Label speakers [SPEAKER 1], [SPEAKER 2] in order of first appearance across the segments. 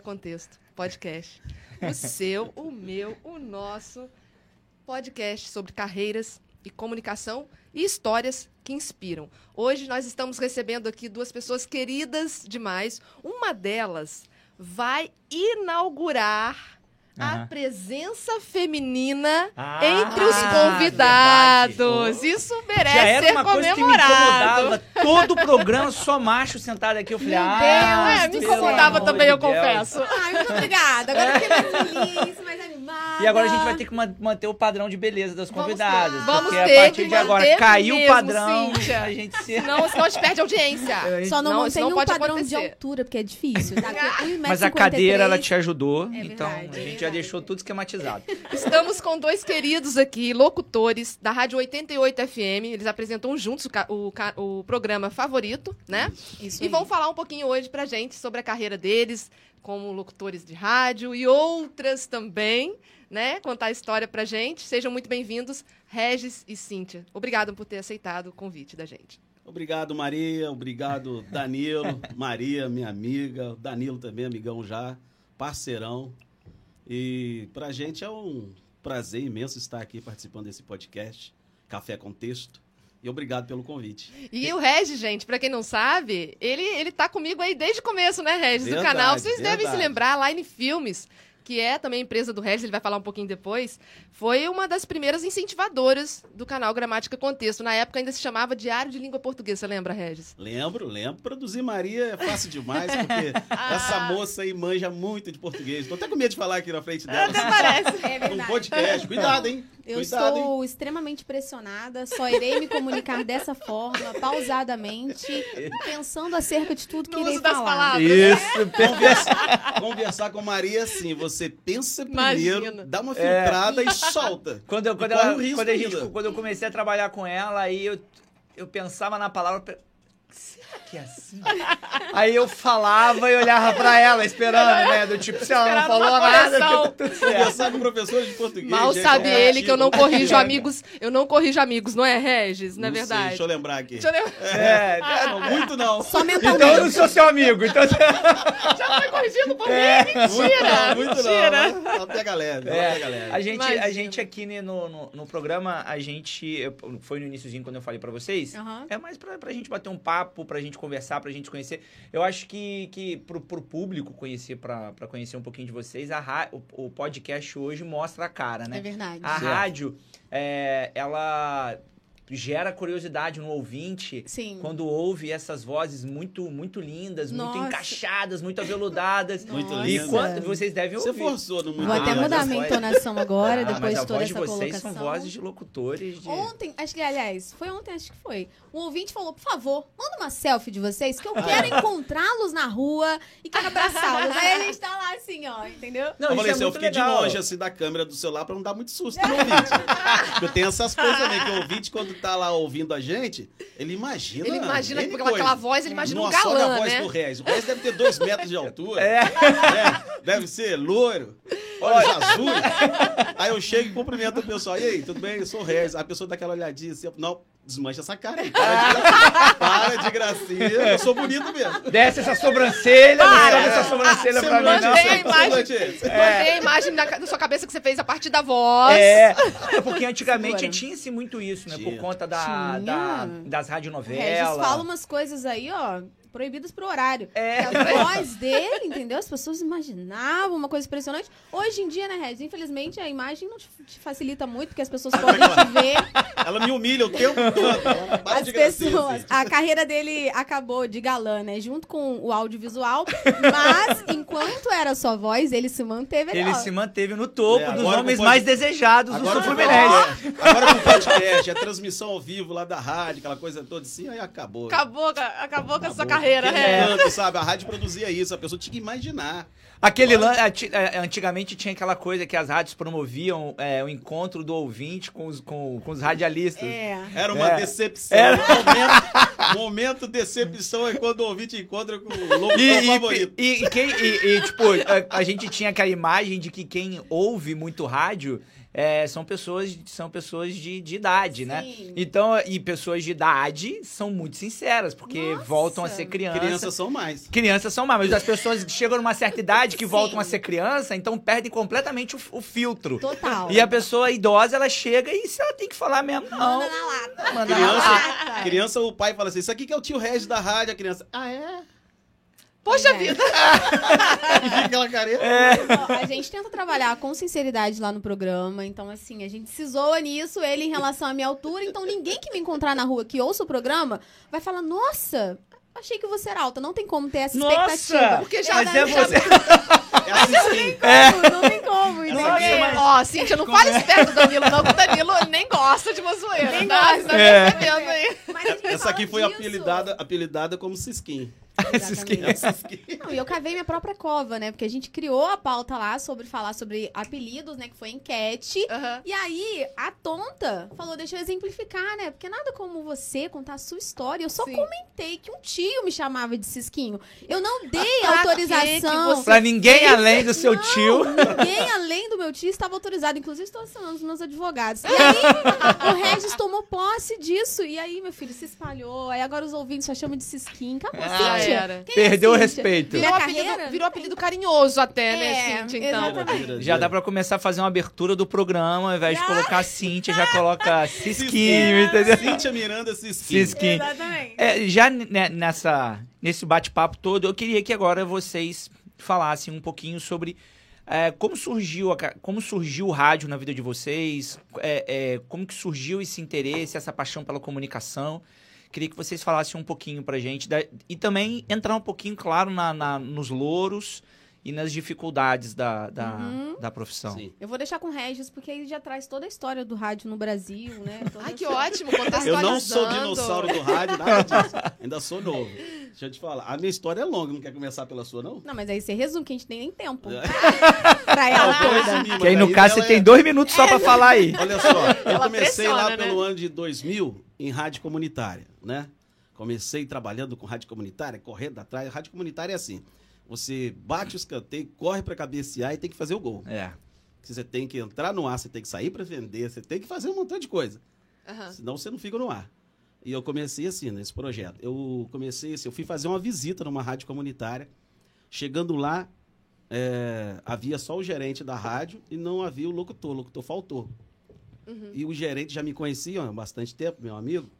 [SPEAKER 1] contexto. Podcast. O seu, o meu, o nosso podcast sobre carreiras e comunicação e histórias que inspiram. Hoje nós estamos recebendo aqui duas pessoas queridas demais. Uma delas vai inaugurar a
[SPEAKER 2] Aham.
[SPEAKER 1] presença feminina
[SPEAKER 2] Ah,
[SPEAKER 1] entre os
[SPEAKER 2] verdade.
[SPEAKER 1] convidados.
[SPEAKER 2] Oh.
[SPEAKER 1] Isso
[SPEAKER 2] Já
[SPEAKER 1] merece
[SPEAKER 2] era
[SPEAKER 1] ser
[SPEAKER 2] uma coisa que me
[SPEAKER 1] comemorado.
[SPEAKER 2] incomodava. Todo o programa só macho sentado aqui. Eu falei,
[SPEAKER 3] Meu
[SPEAKER 2] ah,
[SPEAKER 1] é, me
[SPEAKER 2] pelo
[SPEAKER 1] incomodava
[SPEAKER 2] amor
[SPEAKER 1] também,
[SPEAKER 2] de
[SPEAKER 1] eu
[SPEAKER 2] Deus.
[SPEAKER 1] confesso.
[SPEAKER 3] Ai, muito obrigada. Agora eu fiquei mais feliz, mais animada.
[SPEAKER 2] E agora a gente vai ter que man- manter o padrão de beleza das
[SPEAKER 3] Vamos
[SPEAKER 2] convidadas.
[SPEAKER 3] ter-
[SPEAKER 1] Ah, vamos
[SPEAKER 2] porque
[SPEAKER 1] ter
[SPEAKER 2] a partir
[SPEAKER 1] que
[SPEAKER 2] de agora
[SPEAKER 1] manter
[SPEAKER 2] caiu o
[SPEAKER 1] mesmo,
[SPEAKER 2] padrão.
[SPEAKER 1] Cíntia.
[SPEAKER 2] A gente se.
[SPEAKER 1] Não, senão a gente perde audiência.
[SPEAKER 3] Só não,
[SPEAKER 1] Não, isso
[SPEAKER 3] mantém
[SPEAKER 1] não
[SPEAKER 3] um
[SPEAKER 1] pode
[SPEAKER 3] padrão de
[SPEAKER 1] acontecer.
[SPEAKER 3] altura, porque é difícil. Tá? Porque 1,53 m
[SPEAKER 2] Mas a cadeira, ela te ajudou.
[SPEAKER 3] verdade,
[SPEAKER 2] então,
[SPEAKER 3] é
[SPEAKER 2] a gente já
[SPEAKER 3] verdade.
[SPEAKER 2] deixou tudo esquematizado.
[SPEAKER 1] Estamos com dois queridos aqui, locutores da Rádio 88 FM. Eles apresentam juntos o, ca- o ca- o programa favorito, né?
[SPEAKER 3] Isso
[SPEAKER 1] E
[SPEAKER 3] aí.
[SPEAKER 1] vão falar um pouquinho hoje pra gente sobre a carreira deles como locutores de rádio e outras também, né? Contar a história pra gente. Sejam muito bem-vindos, Regis e Cíntia. Obrigado por ter aceitado o convite da gente.
[SPEAKER 4] Obrigado, Maria. Obrigado, Danilo. Maria, minha amiga. Danilo também, amigão já. Parceirão. E pra gente é um prazer imenso estar aqui participando desse podcast, Café com Texto. E obrigado pelo convite.
[SPEAKER 1] E o Regis, gente, pra quem não sabe, ele, ele tá comigo aí desde o começo, né, Regis, do
[SPEAKER 4] Verdade,
[SPEAKER 1] canal. Vocês devem se
[SPEAKER 4] verdade.
[SPEAKER 1] lembrar, a Line Filmes, que é também empresa do Regis, ele vai falar um pouquinho depois, foi uma das primeiras incentivadoras do canal Gramática Contexto. Na época ainda se chamava Diário de Língua Portuguesa, você lembra, Regis?
[SPEAKER 4] Lembro, lembro. Produzir Maria é fácil demais, porque essa
[SPEAKER 3] Ah.
[SPEAKER 4] moça aí manja muito de português. Tô até com medo de falar aqui na frente dela.
[SPEAKER 1] Parece.
[SPEAKER 3] É
[SPEAKER 4] Um
[SPEAKER 3] verdade.
[SPEAKER 4] podcast. Cuidado, hein?
[SPEAKER 3] Eu
[SPEAKER 4] Cuidado, hein?
[SPEAKER 3] estou extremamente pressionada, só irei me comunicar dessa forma, pausadamente, pensando acerca de tudo que
[SPEAKER 1] No
[SPEAKER 3] irei
[SPEAKER 1] uso das
[SPEAKER 3] falar.
[SPEAKER 1] palavras.
[SPEAKER 2] Isso,
[SPEAKER 4] Conversar, conversar com Maria assim, você pensa primeiro,
[SPEAKER 1] Imagina.
[SPEAKER 4] dá uma
[SPEAKER 2] É.
[SPEAKER 4] filtrada e solta.
[SPEAKER 2] Quando eu, quando,
[SPEAKER 4] E corre
[SPEAKER 2] ela-
[SPEAKER 4] o risco
[SPEAKER 2] quando a gente-
[SPEAKER 4] ainda.
[SPEAKER 2] quando eu comecei a trabalhar com ela, aí eu, eu pensava na palavra. pe- Será que é assim? aí eu falava e olhava pra ela, esperando, né? Do tipo, se ela não
[SPEAKER 1] Esperando uma
[SPEAKER 2] falou nada,
[SPEAKER 1] correção.
[SPEAKER 2] fica tudo certo.
[SPEAKER 4] Conversar com professores de português.
[SPEAKER 1] Mal
[SPEAKER 4] gente,
[SPEAKER 1] sabe
[SPEAKER 4] é um
[SPEAKER 1] ele que eu não
[SPEAKER 4] ativo.
[SPEAKER 1] corrijo amigos, eu não corrijo amigos, não é, Regis? Não é
[SPEAKER 4] Não sei,
[SPEAKER 1] verdade?
[SPEAKER 4] deixa eu lembrar aqui.
[SPEAKER 1] Deixa eu Ah, lembrar.
[SPEAKER 2] É,
[SPEAKER 4] Não, muito não.
[SPEAKER 3] Só mentalmente.
[SPEAKER 2] então eu não sou seu amigo. Então...
[SPEAKER 1] Já foi corrigido por mim?
[SPEAKER 4] É. muito
[SPEAKER 1] Mentira!
[SPEAKER 4] não, muito
[SPEAKER 1] mentira.
[SPEAKER 4] não. mas Ela pega leve, ela
[SPEAKER 2] É,
[SPEAKER 4] pega leve.
[SPEAKER 2] a gente,
[SPEAKER 1] Imagina.
[SPEAKER 2] a gente aqui né, no, no, no programa, a gente. eu- Foi no iníciozinho quando eu falei pra vocês.
[SPEAKER 3] Aham.
[SPEAKER 2] É mais pra, pra gente bater um papo, pra gente conversar, pra gente conhecer. Eu acho que, que pro, pro público conhecer, pra, pra conhecer um pouquinho de vocês, a ra- o, o podcast hoje mostra a cara,
[SPEAKER 3] É
[SPEAKER 2] né?
[SPEAKER 3] verdade.
[SPEAKER 2] A
[SPEAKER 4] Certo.
[SPEAKER 2] rádio, é, ela gera curiosidade no ouvinte
[SPEAKER 3] Sim.
[SPEAKER 2] quando ouve essas vozes muito muito lindas, muito
[SPEAKER 3] Nossa.
[SPEAKER 2] encaixadas, muito aveludadas.
[SPEAKER 4] Muito
[SPEAKER 3] Nossa.
[SPEAKER 2] E
[SPEAKER 4] linda.
[SPEAKER 2] quando vocês devem
[SPEAKER 4] Você
[SPEAKER 2] ouvir.
[SPEAKER 4] forçou no muito
[SPEAKER 3] Vou até
[SPEAKER 2] Ah,
[SPEAKER 4] não,
[SPEAKER 3] mudar
[SPEAKER 2] mas
[SPEAKER 3] minha
[SPEAKER 2] a voz-
[SPEAKER 3] entonação agora,
[SPEAKER 2] Ah,
[SPEAKER 3] depois
[SPEAKER 2] mas
[SPEAKER 3] de
[SPEAKER 2] a
[SPEAKER 3] toda
[SPEAKER 2] voz de
[SPEAKER 3] essa
[SPEAKER 2] vocês
[SPEAKER 3] colocação.
[SPEAKER 2] são vozes de locutores de...
[SPEAKER 3] Ontem, acho que, aliás, foi ontem, acho que foi. Um ouvinte falou: por favor, manda uma selfie de vocês, que eu quero encontrá-los na rua e quero abraçá-los. Aí a gente tá lá assim, ó, entendeu?
[SPEAKER 2] Não,
[SPEAKER 4] eu
[SPEAKER 2] isso
[SPEAKER 4] falei
[SPEAKER 2] é
[SPEAKER 4] assim, eu
[SPEAKER 2] muito
[SPEAKER 4] fiquei
[SPEAKER 2] legal.
[SPEAKER 4] de longe assim da câmera do celular pra não dar muito susto no
[SPEAKER 3] É,
[SPEAKER 4] ouvinte. Porque tem essas coisas também, que o ouvinte, quando tá lá ouvindo a gente, ele imagina.
[SPEAKER 1] Ele imagina
[SPEAKER 4] N
[SPEAKER 1] com aquela, aquela
[SPEAKER 4] coisas.
[SPEAKER 1] voz, ele imagina
[SPEAKER 4] Nossa,
[SPEAKER 1] um
[SPEAKER 4] olha a
[SPEAKER 1] galã,
[SPEAKER 4] voz
[SPEAKER 1] né?
[SPEAKER 4] do Regis. O Regis deve ter dois metros de altura.
[SPEAKER 2] É.
[SPEAKER 4] É, deve ser loiro, olhos azuis. Aí eu chego e cumprimento o pessoal. E aí, tudo bem? Eu sou o Regis. A pessoa dá aquela olhadinha assim. eu, Não, desmancha essa cara aí. Para de gracinha. Para de gracinha. Eu sou bonito mesmo.
[SPEAKER 2] Desce essa sobrancelha, não sobe essa sobrancelha pra mim,
[SPEAKER 4] Semblante
[SPEAKER 2] não.
[SPEAKER 4] é esse,
[SPEAKER 1] Tem imagem.
[SPEAKER 4] semblante é esse.
[SPEAKER 1] Mandei a imagem da, da sua cabeça que você fez a partir da voz.
[SPEAKER 2] É, é porque antigamente
[SPEAKER 3] Segura.
[SPEAKER 2] tinha-se muito isso, né? Por
[SPEAKER 4] Tinha.
[SPEAKER 2] conta da,
[SPEAKER 3] Tinha.
[SPEAKER 2] da- das
[SPEAKER 3] Regis
[SPEAKER 2] radionovelas.
[SPEAKER 3] fala umas coisas aí, ó, proibidas pro horário.
[SPEAKER 2] É.
[SPEAKER 3] Que A voz dele, entendeu? As pessoas imaginavam uma coisa impressionante. Hoje em dia, né, Regis? Infelizmente, a imagem não te te facilita muito, porque as pessoas podem te ver.
[SPEAKER 4] Ela me humilha o tempo todo. Ela Para
[SPEAKER 3] As
[SPEAKER 4] de gracinha. assim.
[SPEAKER 3] pessoas. A carreira dele acabou de galã, né? Junto com o audiovisual. Mas, enquanto era só voz, ele se manteve ali,
[SPEAKER 2] Ele
[SPEAKER 3] ó.
[SPEAKER 2] se manteve no topo
[SPEAKER 4] É,
[SPEAKER 2] dos
[SPEAKER 4] agora
[SPEAKER 2] homens
[SPEAKER 4] com
[SPEAKER 2] mais
[SPEAKER 4] pod-
[SPEAKER 2] desejados do
[SPEAKER 4] Agora
[SPEAKER 2] Sul
[SPEAKER 4] com o
[SPEAKER 2] Fluminense.
[SPEAKER 4] podcast, agora com o podcast, a transmissão ao vivo lá da rádio, aquela coisa toda assim, aí acabou.
[SPEAKER 1] Acabou, ca- acabou com a sua
[SPEAKER 4] Acabou.
[SPEAKER 1] carreira,
[SPEAKER 4] Aquele
[SPEAKER 2] é.
[SPEAKER 1] né?
[SPEAKER 4] canto, sabe? A rádio produzia isso, a pessoa tinha que imaginar.
[SPEAKER 2] Aquele lan- ati- é, Antigamente tinha aquela coisa que as rádios promoviam é, o encontro do ouvinte com os, com, com os radialistas.
[SPEAKER 3] É.
[SPEAKER 4] Era uma
[SPEAKER 2] É.
[SPEAKER 4] decepção. Um Momento, um momento decepção é quando o ouvinte encontra com o locutor
[SPEAKER 2] E,
[SPEAKER 4] favorito.
[SPEAKER 2] e- e- e quem- e- e, tipo, a, a gente tinha aquela imagem de que quem ouve muito rádio é, são pessoas, são pessoas de, de idade, né?
[SPEAKER 3] Sim.
[SPEAKER 2] Então, e pessoas de idade são muito sinceras, porque
[SPEAKER 3] Nossa.
[SPEAKER 2] voltam a ser crianças.
[SPEAKER 4] Crianças são mais.
[SPEAKER 2] Crianças são más, mas as pessoas que chegam numa certa idade que
[SPEAKER 3] Sim.
[SPEAKER 2] voltam a ser criança, então perdem completamente o, o filtro.
[SPEAKER 3] Total.
[SPEAKER 2] E a pessoa idosa, ela chega e se ela tem que falar mesmo, não.
[SPEAKER 3] Manda na lata.
[SPEAKER 2] Manda
[SPEAKER 4] Criança-
[SPEAKER 2] lá.
[SPEAKER 3] Lata.
[SPEAKER 4] Criança, o pai fala assim: Isso aqui que é o tio Regis da rádio, a criança. Ah, é?
[SPEAKER 1] Poxa
[SPEAKER 3] É.
[SPEAKER 1] vida!
[SPEAKER 4] E É aquela careta.
[SPEAKER 2] É.
[SPEAKER 3] Ó, a gente tenta trabalhar com sinceridade lá no programa, então assim, a gente se zoa nisso, ele em relação à minha altura, então ninguém que me encontrar na rua que ouça o programa vai falar, nossa, achei que você era alta, não tem como ter essa expectativa.
[SPEAKER 1] Porque já-
[SPEAKER 2] mas é
[SPEAKER 1] já-
[SPEAKER 2] você.
[SPEAKER 4] É assim,
[SPEAKER 3] Como? Não tem como, entendeu?
[SPEAKER 2] Nossa, mas-
[SPEAKER 1] Ó, Cíntia, não fala isso perto do Danilo, não, que o Danilo nem gosta de uma zoeira.
[SPEAKER 3] Nem
[SPEAKER 1] tá?
[SPEAKER 3] gosta.
[SPEAKER 1] Tá
[SPEAKER 2] É.
[SPEAKER 1] percebendo aí.
[SPEAKER 3] Mas a gente
[SPEAKER 4] Essa aqui
[SPEAKER 3] falando disso.
[SPEAKER 4] foi apelidada, apelidada como É Siskin.
[SPEAKER 2] Esses que-
[SPEAKER 3] Exatamente. Não, e eu cavei minha própria cova, né? Porque a gente criou a pauta lá sobre falar sobre apelidos, né? Que foi enquete.
[SPEAKER 1] Aham.
[SPEAKER 3] E aí, a tonta falou, deixa eu exemplificar, né? Porque nada como você contar a sua história. Eu só
[SPEAKER 1] Sim.
[SPEAKER 3] comentei que um tio me chamava de Cisquinho. Eu
[SPEAKER 2] Ah,
[SPEAKER 3] não dei
[SPEAKER 2] tá,
[SPEAKER 1] Pra
[SPEAKER 2] é
[SPEAKER 3] autorização.
[SPEAKER 2] Pra ninguém além do seu tio.
[SPEAKER 3] Ninguém além do meu tio estava autorizado. Inclusive, estou acionando os meus advogados. E aí, o Regis tomou posse disso. E aí, meu filho, se espalhou. Aí agora os ouvintes só chamam de Cisquinho. Acabou,
[SPEAKER 1] Ah,
[SPEAKER 3] Cíntia.
[SPEAKER 1] era.
[SPEAKER 3] Quem é
[SPEAKER 2] Perdeu o
[SPEAKER 3] Cíntia?
[SPEAKER 2] respeito.
[SPEAKER 3] Minha
[SPEAKER 1] Virou apelido,
[SPEAKER 3] carreira-
[SPEAKER 1] virou apelido carinhoso até,
[SPEAKER 3] É,
[SPEAKER 1] né, Cíntia? Então.
[SPEAKER 3] exatamente.
[SPEAKER 2] Já dá pra começar a fazer uma abertura do programa, ao invés de
[SPEAKER 3] Já.
[SPEAKER 2] colocar Cintia, já coloca Cisquinho, entendeu?
[SPEAKER 4] Cíntia Miranda Siskin.
[SPEAKER 2] Cisquinho.
[SPEAKER 3] Exatamente.
[SPEAKER 2] É, já ne- nessa, nesse bate-papo todo, eu queria que agora vocês falassem um pouquinho sobre é, como, surgiu a ca- como surgiu o rádio na vida de vocês, é, é, como que surgiu esse interesse, essa paixão pela comunicação. Queria que vocês falassem um pouquinho pra gente da- e também entrar um pouquinho, claro, na, na- nos louros e nas dificuldades da, da,
[SPEAKER 3] Uhum.
[SPEAKER 2] da profissão.
[SPEAKER 4] Sim.
[SPEAKER 3] Eu vou deixar com o Regis, porque ele já traz toda a história do rádio no Brasil, né? Toda
[SPEAKER 1] Ai, que
[SPEAKER 3] essa-
[SPEAKER 1] ótimo, contextualizando.
[SPEAKER 4] Eu não sou dinossauro do rádio, nada disso. Ainda sou novo. Deixa eu te falar. A minha história é longa, não quer começar pela sua, não? É.
[SPEAKER 3] Não, mas aí você resume que a gente tem nem tempo pra ela
[SPEAKER 4] Eu
[SPEAKER 3] toda.
[SPEAKER 4] resumi, mas
[SPEAKER 2] Que aí, no
[SPEAKER 4] aí é-
[SPEAKER 2] caso,
[SPEAKER 4] né? ela
[SPEAKER 2] você tem dois minutos só pra falar aí.
[SPEAKER 4] Olha só, eu
[SPEAKER 1] Ela
[SPEAKER 4] comecei
[SPEAKER 1] pressiona,
[SPEAKER 4] lá
[SPEAKER 1] né?
[SPEAKER 4] pelo ano de 2000 em rádio comunitária, né? Comecei trabalhando com rádio comunitária, correndo atrás. Rádio comunitária é assim: você bate o escanteio, corre pra cabecear e tem que fazer o gol.
[SPEAKER 2] É.
[SPEAKER 4] Você tem que entrar no ar, você tem que sair pra vender, você tem que fazer um montão de coisa.
[SPEAKER 1] Aham.
[SPEAKER 4] Senão você não fica no ar. E eu comecei assim, nesse projeto. Eu comecei assim, eu fui fazer uma visita numa rádio comunitária. Chegando lá, é, havia só o gerente da rádio e não havia o locutor. O locutor faltou.
[SPEAKER 1] Uhum.
[SPEAKER 4] E o gerente já me conhecia há bastante tempo, meu amigo.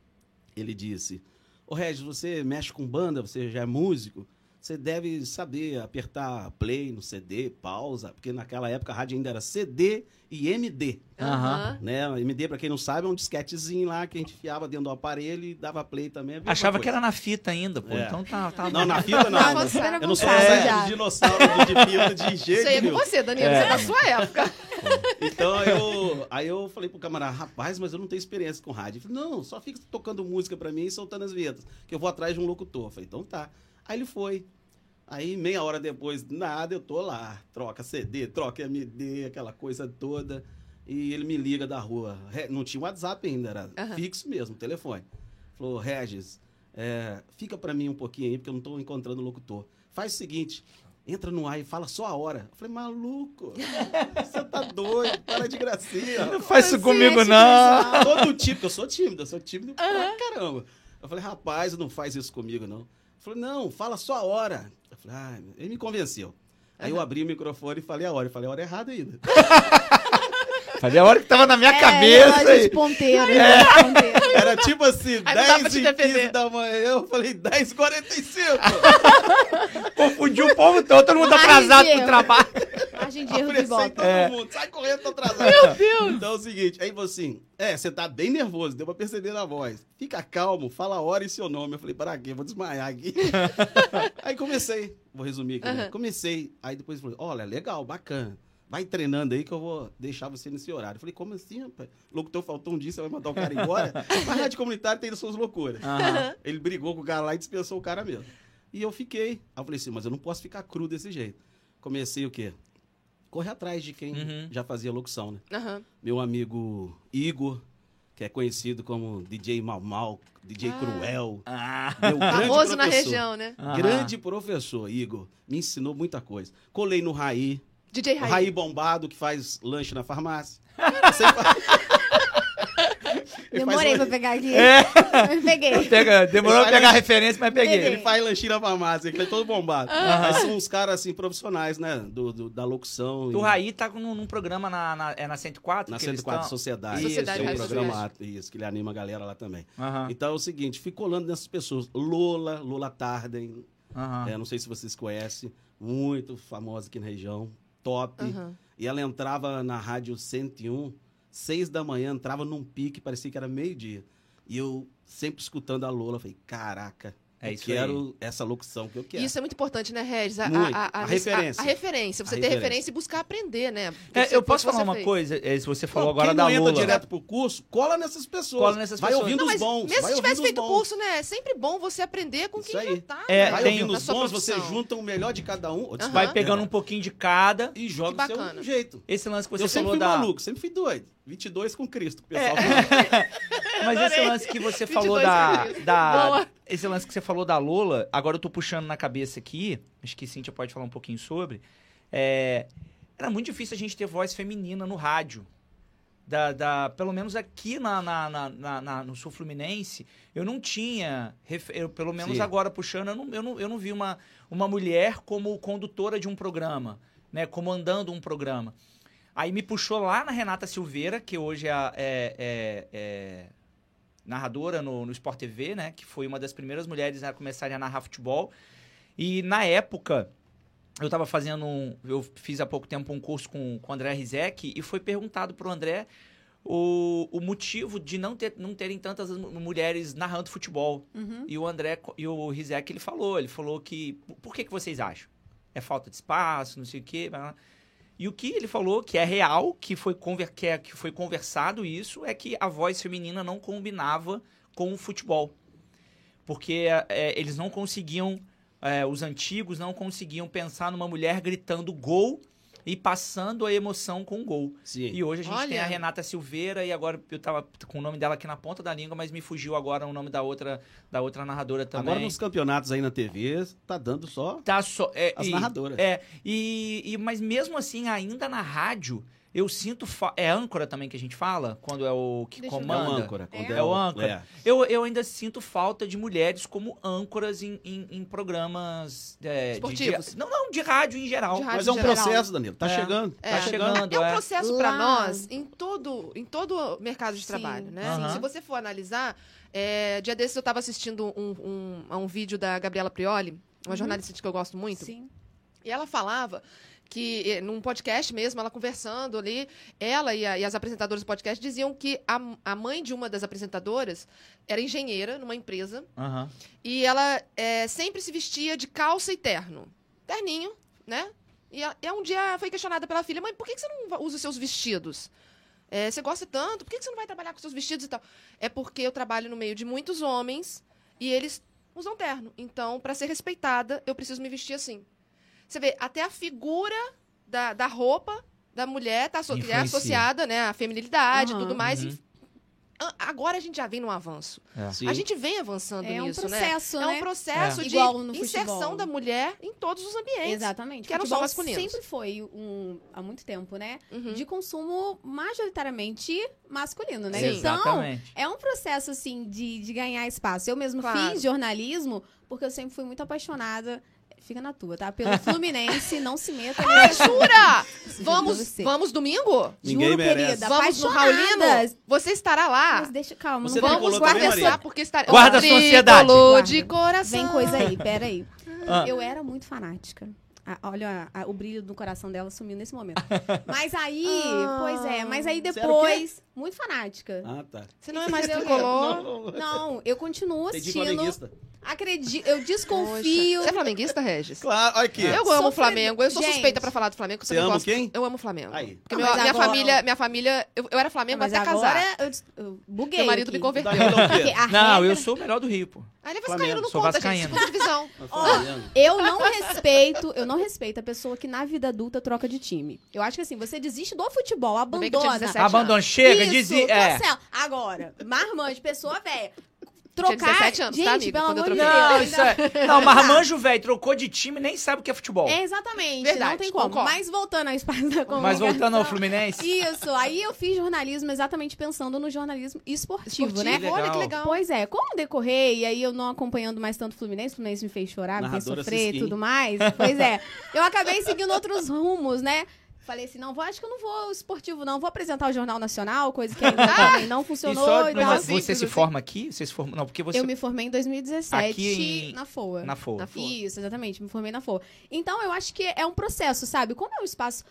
[SPEAKER 4] Ele disse: Ô Regis, você mexe com banda, você já é músico, você deve saber apertar play no CD, pausa, porque naquela época a rádio ainda era CD e MD
[SPEAKER 2] Aham.
[SPEAKER 4] né? MD, pra quem não sabe, é um disquetezinho lá que a gente enfiava dentro do aparelho e dava play também. é a mesma
[SPEAKER 2] Achava que
[SPEAKER 4] coisa.
[SPEAKER 2] era na fita ainda, pô.
[SPEAKER 4] É.
[SPEAKER 2] Então tá, tá
[SPEAKER 4] Não, na fita não.
[SPEAKER 1] Não,
[SPEAKER 3] você era
[SPEAKER 4] eu não sou
[SPEAKER 3] vontade
[SPEAKER 4] mais
[SPEAKER 3] já. É,
[SPEAKER 4] de dinossauro de, de fita de
[SPEAKER 1] Isso aí é
[SPEAKER 4] jeito
[SPEAKER 1] com
[SPEAKER 4] nenhum.
[SPEAKER 1] você, Danilo.
[SPEAKER 2] É.
[SPEAKER 1] Você é da sua época.
[SPEAKER 4] Então eu, aí eu falei pro camarada, rapaz, mas eu não tenho experiência com rádio. Ele falou, não, só fica tocando música pra mim e soltando as vinhetas, que eu vou atrás de um locutor. Eu falei, então tá. Aí ele foi. Aí meia hora depois, nada, eu tô lá. Troca CD, troca MD, aquela coisa toda. E ele me liga da rua. Re- Não tinha WhatsApp ainda, era
[SPEAKER 1] Aham.
[SPEAKER 4] fixo mesmo, telefone. Falou, Regis, é, fica pra mim um pouquinho aí, porque eu não tô encontrando o locutor. Faz o seguinte, entra no ar e fala só a hora. Eu falei, maluco, você tá doido, para de gracinha.
[SPEAKER 2] Não faz isso
[SPEAKER 3] Você
[SPEAKER 2] comigo,
[SPEAKER 3] acha que
[SPEAKER 2] não.
[SPEAKER 3] isso
[SPEAKER 4] Todo tímido, eu sou tímido, eu sou tímido pra caramba. Eu falei, rapaz, não faz isso comigo, não. Ele falou, não, fala só a hora. Eu falei, ah, ele me convenceu. Aí eu abri o microfone e falei a hora. Eu falei a hora errada ainda.
[SPEAKER 2] Falei a hora que tava na minha
[SPEAKER 3] É,
[SPEAKER 2] cabeça.
[SPEAKER 3] relógio de
[SPEAKER 2] aí.
[SPEAKER 4] É.
[SPEAKER 3] ponteiro, relógio de ponteiro.
[SPEAKER 4] Era tipo assim,
[SPEAKER 1] Aí não dá pra
[SPEAKER 4] 10
[SPEAKER 1] te
[SPEAKER 4] e
[SPEAKER 1] defender.
[SPEAKER 4] 15 da manhã. Eu falei, 10 e 45.
[SPEAKER 2] Confundiu o povo todo, todo mundo
[SPEAKER 3] Ai,
[SPEAKER 2] atrasado
[SPEAKER 3] Deus.
[SPEAKER 2] pro trabalho.
[SPEAKER 3] Margem de erro de
[SPEAKER 4] Apressei
[SPEAKER 3] volta.
[SPEAKER 4] todo mundo. Sai correndo, tô atrasado. Meu Deus. É. Então é o seguinte, aí você assim, é, você tá bem nervoso, deu pra perceber na voz. Fica calmo, fala a hora e seu nome. Eu falei, para quê? Vou desmaiar aqui. aí comecei, vou resumir aqui. né?
[SPEAKER 1] Aham.
[SPEAKER 4] Comecei, aí depois falei, olha, legal, bacana. Vai treinando aí que eu vou deixar você nesse horário. Eu falei, como assim, rapaz? Locutor faltou um dia, você vai mandar o cara embora? Mas rádio comunitário tem suas loucuras. Ele brigou com o cara lá e dispensou o cara mesmo. E eu fiquei. Aí eu falei assim, mas eu não posso ficar cru desse jeito. Comecei o quê? Correr atrás de quem
[SPEAKER 2] Uhum.
[SPEAKER 4] já fazia locução, né?
[SPEAKER 1] Aham.
[SPEAKER 4] Meu amigo Igor, que é conhecido como DJ Mal Mal, DJ
[SPEAKER 1] Ah.
[SPEAKER 4] Cruel.
[SPEAKER 2] Ah.
[SPEAKER 4] Meu grande
[SPEAKER 1] Famoso na
[SPEAKER 4] professor.
[SPEAKER 1] região, né?
[SPEAKER 2] Aham.
[SPEAKER 4] Grande professor, Igor. Me ensinou muita coisa. Colei no Raí,
[SPEAKER 1] DJ
[SPEAKER 4] O
[SPEAKER 1] Raí.
[SPEAKER 4] Raí Bombado, que faz lanche na farmácia. Eu sei fa- Ele faz um-
[SPEAKER 3] Demorei
[SPEAKER 4] lan-
[SPEAKER 3] pra pegar aqui.
[SPEAKER 2] É.
[SPEAKER 3] Peguei.
[SPEAKER 2] Pega, demorou pra pegar a referência, mas
[SPEAKER 3] Peguei.
[SPEAKER 2] peguei.
[SPEAKER 4] Ele faz lanchinho na farmácia, ele é todo bombado. Mas são uns caras, assim, profissionais, né? Do, do- da locução.
[SPEAKER 2] O
[SPEAKER 4] e-
[SPEAKER 2] Raí tá num, num programa na, na, é na 104?
[SPEAKER 4] Na
[SPEAKER 2] que eles
[SPEAKER 4] 104
[SPEAKER 2] tão-
[SPEAKER 4] Sociedade.
[SPEAKER 1] Sociedade
[SPEAKER 4] tem um
[SPEAKER 1] Rádio
[SPEAKER 4] programa, isso, que ele anima a galera lá também.
[SPEAKER 2] Aham,
[SPEAKER 4] Então é o seguinte, fico olhando nessas pessoas. Lola, Lola Tarden,
[SPEAKER 2] aham.
[SPEAKER 4] é, não sei se vocês conhecem, muito famosa aqui na região, top.
[SPEAKER 1] Aham.
[SPEAKER 4] E ela entrava na Rádio 101, seis da manhã, entrava num pique, parecia que era meio-dia. E eu sempre escutando a Lola, falei, caraca,
[SPEAKER 2] É
[SPEAKER 4] eu
[SPEAKER 2] isso
[SPEAKER 4] quero essa locução que eu quero.
[SPEAKER 1] Isso é muito importante, né, Regis? A,
[SPEAKER 4] Muito.
[SPEAKER 1] a- a-
[SPEAKER 4] A referência.
[SPEAKER 1] A, referência. Você
[SPEAKER 4] A
[SPEAKER 1] ter
[SPEAKER 4] referência.
[SPEAKER 1] referência e buscar aprender, né?
[SPEAKER 2] É,
[SPEAKER 1] Você-
[SPEAKER 2] eu posso
[SPEAKER 1] você
[SPEAKER 2] falar uma
[SPEAKER 1] fez.
[SPEAKER 2] coisa? É, se você falou
[SPEAKER 4] Pô,
[SPEAKER 2] agora
[SPEAKER 4] Quem
[SPEAKER 2] da
[SPEAKER 4] não entra
[SPEAKER 2] Lula.
[SPEAKER 4] direto pro curso, cola nessas pessoas.
[SPEAKER 2] Cola nessas
[SPEAKER 4] vai
[SPEAKER 2] pessoas.
[SPEAKER 4] ouvindo
[SPEAKER 1] Não,
[SPEAKER 4] os
[SPEAKER 1] mas
[SPEAKER 4] bons.
[SPEAKER 1] mesmo
[SPEAKER 4] vai
[SPEAKER 1] se tivesse
[SPEAKER 4] ouvindo os
[SPEAKER 1] feito
[SPEAKER 4] bons.
[SPEAKER 1] curso, né? É sempre bom você aprender com
[SPEAKER 4] Isso
[SPEAKER 1] quem
[SPEAKER 4] aí.
[SPEAKER 1] já tá.
[SPEAKER 2] É,
[SPEAKER 1] né,
[SPEAKER 4] Vai
[SPEAKER 2] tem-
[SPEAKER 4] ouvindo
[SPEAKER 1] na
[SPEAKER 4] os
[SPEAKER 1] sua
[SPEAKER 4] bons, você
[SPEAKER 1] profissão.
[SPEAKER 4] junta o melhor de cada um.
[SPEAKER 1] Aham.
[SPEAKER 2] Vai pegando um pouquinho de cada.
[SPEAKER 4] E joga o
[SPEAKER 1] Que bacana.
[SPEAKER 4] seu jeito.
[SPEAKER 2] Esse lance que você
[SPEAKER 4] eu sempre
[SPEAKER 2] falou
[SPEAKER 4] fui
[SPEAKER 2] da. É.
[SPEAKER 4] maluco, sempre fui doido. 22 com Cristo, que o pessoal fala.
[SPEAKER 2] Mas esse
[SPEAKER 1] Adorei.
[SPEAKER 2] lance que você falou
[SPEAKER 1] 22
[SPEAKER 2] da.
[SPEAKER 1] segundos.
[SPEAKER 2] da-
[SPEAKER 1] Boa.
[SPEAKER 2] esse lance que você falou da Lola, agora eu tô puxando na cabeça aqui, acho que Cíntia pode falar um pouquinho sobre. é, era muito difícil a gente ter voz feminina no rádio. Da, da- pelo menos aqui na, na- na- na- na- no Sul Fluminense, eu não tinha. ref- eu, pelo menos
[SPEAKER 4] Sim.
[SPEAKER 2] agora puxando, eu não, eu não, eu não vi uma, uma mulher como condutora de um programa, né? Comandando um programa. Aí me puxou lá na Renata Silveira, que hoje é, a- é- é- é narradora no, no Sport TV, né? Que foi uma das primeiras mulheres a começarem a narrar futebol. E na época, eu tava fazendo. um- eu fiz há pouco tempo um curso com, com o André Rizek e foi perguntado pro André o, o motivo de não, ter, não terem tantas mu- mulheres narrando futebol.
[SPEAKER 3] Uhum.
[SPEAKER 2] E o André co- e o Rizek, ele falou, ele falou que. "Por- Por que, que vocês acham? É falta de espaço, não sei o quê. blá, blá, blá." E o que ele falou, que é real, que foi, conver, que é- que foi conversado isso, é que a voz feminina não combinava com o futebol. Porque é, eles não conseguiam. é, os antigos não conseguiam pensar numa mulher gritando gol e passando a emoção com o gol.
[SPEAKER 4] Sim.
[SPEAKER 2] E hoje a gente tem
[SPEAKER 1] Olha.
[SPEAKER 2] a Renata Silveira e agora eu tava com o nome dela aqui na ponta da língua, mas me fugiu agora o nome da outra da outra narradora também.
[SPEAKER 4] Agora nos campeonatos aí na TV, tá dando só
[SPEAKER 2] Tá só é,
[SPEAKER 4] as
[SPEAKER 2] e,
[SPEAKER 4] narradoras.
[SPEAKER 2] é e, e- mas mesmo assim ainda na rádio eu sinto fa- é âncora também que a gente fala quando é o que
[SPEAKER 1] Deixa eu ver.
[SPEAKER 4] É o
[SPEAKER 2] comanda.
[SPEAKER 4] âncora. quando
[SPEAKER 2] É o âncora.
[SPEAKER 4] é.
[SPEAKER 2] eu, eu ainda sinto falta de mulheres como âncoras em, em, em programas é, de-
[SPEAKER 1] Esportivos.
[SPEAKER 2] de- não não de rádio em geral.
[SPEAKER 1] De rádio.
[SPEAKER 4] Mas é um
[SPEAKER 1] geral.
[SPEAKER 4] processo, Danilo. Tá
[SPEAKER 2] É.
[SPEAKER 4] chegando.
[SPEAKER 1] É.
[SPEAKER 4] Tá chegando.
[SPEAKER 2] chegando,
[SPEAKER 1] É um
[SPEAKER 2] é.
[SPEAKER 1] processo para
[SPEAKER 3] Lá-
[SPEAKER 1] nós em todo em todo o mercado de
[SPEAKER 3] Sim,
[SPEAKER 1] trabalho, né?
[SPEAKER 2] sim.
[SPEAKER 1] Se você for analisar, é, dia desses eu estava assistindo um, um- a um vídeo da Gabriela Prioli, uma
[SPEAKER 3] Uhum.
[SPEAKER 1] jornalista que eu gosto muito,
[SPEAKER 3] Sim.
[SPEAKER 1] e ela falava que eh, num podcast mesmo, ela conversando ali, ela e, a- e as apresentadoras do podcast diziam que a, a mãe de uma das apresentadoras era engenheira numa empresa
[SPEAKER 2] Aham.
[SPEAKER 1] e ela eh, sempre se vestia de calça e terno. Terninho, né? E, a- e um dia ela foi questionada pela filha: mãe, por que, que você não va- usa os seus vestidos? Eh, você gosta tanto, por que, que você não vai trabalhar com os seus vestidos e tal? É porque eu trabalho no meio de muitos homens e eles usam terno. Então, para ser respeitada, eu preciso me vestir assim. Você vê, até a figura da, da roupa da mulher tá asso- é
[SPEAKER 2] Influencia.
[SPEAKER 1] associada né, à feminilidade e
[SPEAKER 3] Aham.
[SPEAKER 1] tudo mais.
[SPEAKER 2] Uhum.
[SPEAKER 1] E a- agora a gente já vem num avanço.
[SPEAKER 2] Tá
[SPEAKER 4] Sim.
[SPEAKER 1] A gente vem avançando
[SPEAKER 3] É um
[SPEAKER 1] nisso, né?
[SPEAKER 3] processo,
[SPEAKER 1] É
[SPEAKER 3] né?
[SPEAKER 1] um processo
[SPEAKER 2] É.
[SPEAKER 1] de
[SPEAKER 3] Igual no
[SPEAKER 1] inserção
[SPEAKER 3] futebol.
[SPEAKER 1] da mulher em todos os ambientes.
[SPEAKER 3] Exatamente.
[SPEAKER 1] que eram só
[SPEAKER 3] Futebol
[SPEAKER 1] masculinos.
[SPEAKER 3] Sempre foi um, há muito tempo, né?
[SPEAKER 1] Uhum.
[SPEAKER 3] De consumo majoritariamente masculino, né?
[SPEAKER 1] Sim.
[SPEAKER 3] Então,
[SPEAKER 2] Exatamente.
[SPEAKER 3] é um processo, assim, de, de ganhar espaço. Eu mesmo
[SPEAKER 1] Claro.
[SPEAKER 3] fiz jornalismo porque eu sempre fui muito apaixonada. Fica na tua, tá? Pelo Fluminense, não se meta.
[SPEAKER 1] Ah, jura? vamos,
[SPEAKER 3] Você.
[SPEAKER 1] vamos domingo?
[SPEAKER 4] Ninguém
[SPEAKER 3] Juro,
[SPEAKER 4] merece.
[SPEAKER 3] querida.
[SPEAKER 1] Vamos no Raulino?
[SPEAKER 3] apaixonadas.
[SPEAKER 1] Você estará lá?
[SPEAKER 3] Mas deixa, calma.
[SPEAKER 4] Você
[SPEAKER 3] não
[SPEAKER 4] tem
[SPEAKER 3] vamos
[SPEAKER 1] Vamos
[SPEAKER 4] tricolor também,
[SPEAKER 1] conversar
[SPEAKER 4] Maria?
[SPEAKER 1] porque estará...
[SPEAKER 2] Guarda a
[SPEAKER 1] Tricolor
[SPEAKER 2] sociedade.
[SPEAKER 1] de coração.
[SPEAKER 3] Vem coisa aí, peraí.
[SPEAKER 2] Ah.
[SPEAKER 3] Eu era muito fanática. Ah, olha a- a- o brilho do coração dela sumiu nesse momento. Mas aí,
[SPEAKER 1] Ah.
[SPEAKER 3] pois é, mas aí
[SPEAKER 4] Você era o quê?
[SPEAKER 3] depois. Muito fanática.
[SPEAKER 4] Ah, tá.
[SPEAKER 1] Você não é mais
[SPEAKER 3] Entendeu?
[SPEAKER 1] tricolor.
[SPEAKER 3] Não, eu continuo
[SPEAKER 4] Tem de
[SPEAKER 3] assistindo.
[SPEAKER 4] flamenguista.
[SPEAKER 3] Acredito, eu desconfio.
[SPEAKER 1] Confio. Você é flamenguista, Regis?
[SPEAKER 4] Claro, olha aqui.
[SPEAKER 1] Eu
[SPEAKER 3] Sou
[SPEAKER 1] amo o
[SPEAKER 3] flam-
[SPEAKER 1] Flamengo. Eu sou
[SPEAKER 3] Gente.
[SPEAKER 1] suspeita pra falar do Flamengo. porque eu
[SPEAKER 4] Você
[SPEAKER 1] não
[SPEAKER 4] ama
[SPEAKER 1] gosto-
[SPEAKER 4] quem?
[SPEAKER 1] Eu amo o Flamengo.
[SPEAKER 4] Aí.
[SPEAKER 1] Porque
[SPEAKER 3] Ah,
[SPEAKER 1] meu-
[SPEAKER 3] mas
[SPEAKER 1] minha,
[SPEAKER 3] agora-
[SPEAKER 1] família, minha família... Eu, eu era
[SPEAKER 3] Ah,
[SPEAKER 1] Flamengo
[SPEAKER 3] mas
[SPEAKER 1] até
[SPEAKER 3] agora
[SPEAKER 1] casar.
[SPEAKER 3] eu, des- eu buguei.
[SPEAKER 1] tá Meu marido
[SPEAKER 3] aqui.
[SPEAKER 1] me converteu.
[SPEAKER 4] Danilo é o
[SPEAKER 3] Porque
[SPEAKER 4] quê?
[SPEAKER 3] a
[SPEAKER 2] Não, eu
[SPEAKER 3] regra-
[SPEAKER 2] sou o melhor do Rio, pô.
[SPEAKER 1] Aí ele é
[SPEAKER 4] Flamengo,
[SPEAKER 1] vascaíno, não
[SPEAKER 2] sou
[SPEAKER 1] conta, gente.
[SPEAKER 2] vascaíno.
[SPEAKER 1] Segunda divisão.
[SPEAKER 4] Tá falando.
[SPEAKER 3] Eu não respeito, eu não respeito a pessoa que na vida adulta troca de time. Eu acho que assim, você desiste do futebol,
[SPEAKER 1] bem que eu tinha
[SPEAKER 3] abandona.
[SPEAKER 1] 17
[SPEAKER 2] Abandona, chega,
[SPEAKER 3] Isso, tá
[SPEAKER 2] desi- É.
[SPEAKER 3] cancela. Agora, marmante, pessoa velha. trocar.
[SPEAKER 1] 17 anos, tá,
[SPEAKER 3] gente,
[SPEAKER 1] amiga,
[SPEAKER 3] pelo
[SPEAKER 1] quando eu
[SPEAKER 3] amor de
[SPEAKER 1] troquei.
[SPEAKER 3] Deus.
[SPEAKER 2] Não, isso é. Não, marmanjo, velho, trocou de time nem sabe o que é futebol.
[SPEAKER 3] É, exatamente.
[SPEAKER 1] Verdade,
[SPEAKER 3] não tem como.
[SPEAKER 1] concordo.
[SPEAKER 3] Mas voltando ao espaço da comunicação.
[SPEAKER 2] Mas voltando ao Fluminense.
[SPEAKER 3] é Isso, aí eu fiz jornalismo exatamente pensando no jornalismo esportivo,
[SPEAKER 1] Esportivo,
[SPEAKER 3] né?
[SPEAKER 2] legal.
[SPEAKER 1] Olha que legal.
[SPEAKER 3] Pois é, como decorrer, e aí eu não acompanhando mais tanto o Fluminense, o Fluminense me fez chorar, me fez
[SPEAKER 4] Narradora
[SPEAKER 3] sofrer e
[SPEAKER 4] Siskin.
[SPEAKER 3] tudo mais. Pois é, eu acabei seguindo outros rumos, né? Falei assim, não, vou, acho que eu não vou esportivo, não. Vou apresentar o Jornal Nacional, coisa que ainda também não
[SPEAKER 2] E
[SPEAKER 3] funcionou
[SPEAKER 2] só,
[SPEAKER 3] e
[SPEAKER 2] não,
[SPEAKER 3] tal.
[SPEAKER 2] mas
[SPEAKER 1] assim,
[SPEAKER 2] é você se
[SPEAKER 1] assim.
[SPEAKER 2] forma aqui? Você se forma. Não, porque você.
[SPEAKER 3] Eu me formei em 2017
[SPEAKER 2] Aqui em-
[SPEAKER 3] na FOA.
[SPEAKER 2] Na FOA.
[SPEAKER 1] Na FOA.
[SPEAKER 3] Isso, exatamente. Me formei na FOA. Então, eu acho que é um processo, sabe? Como é um espaço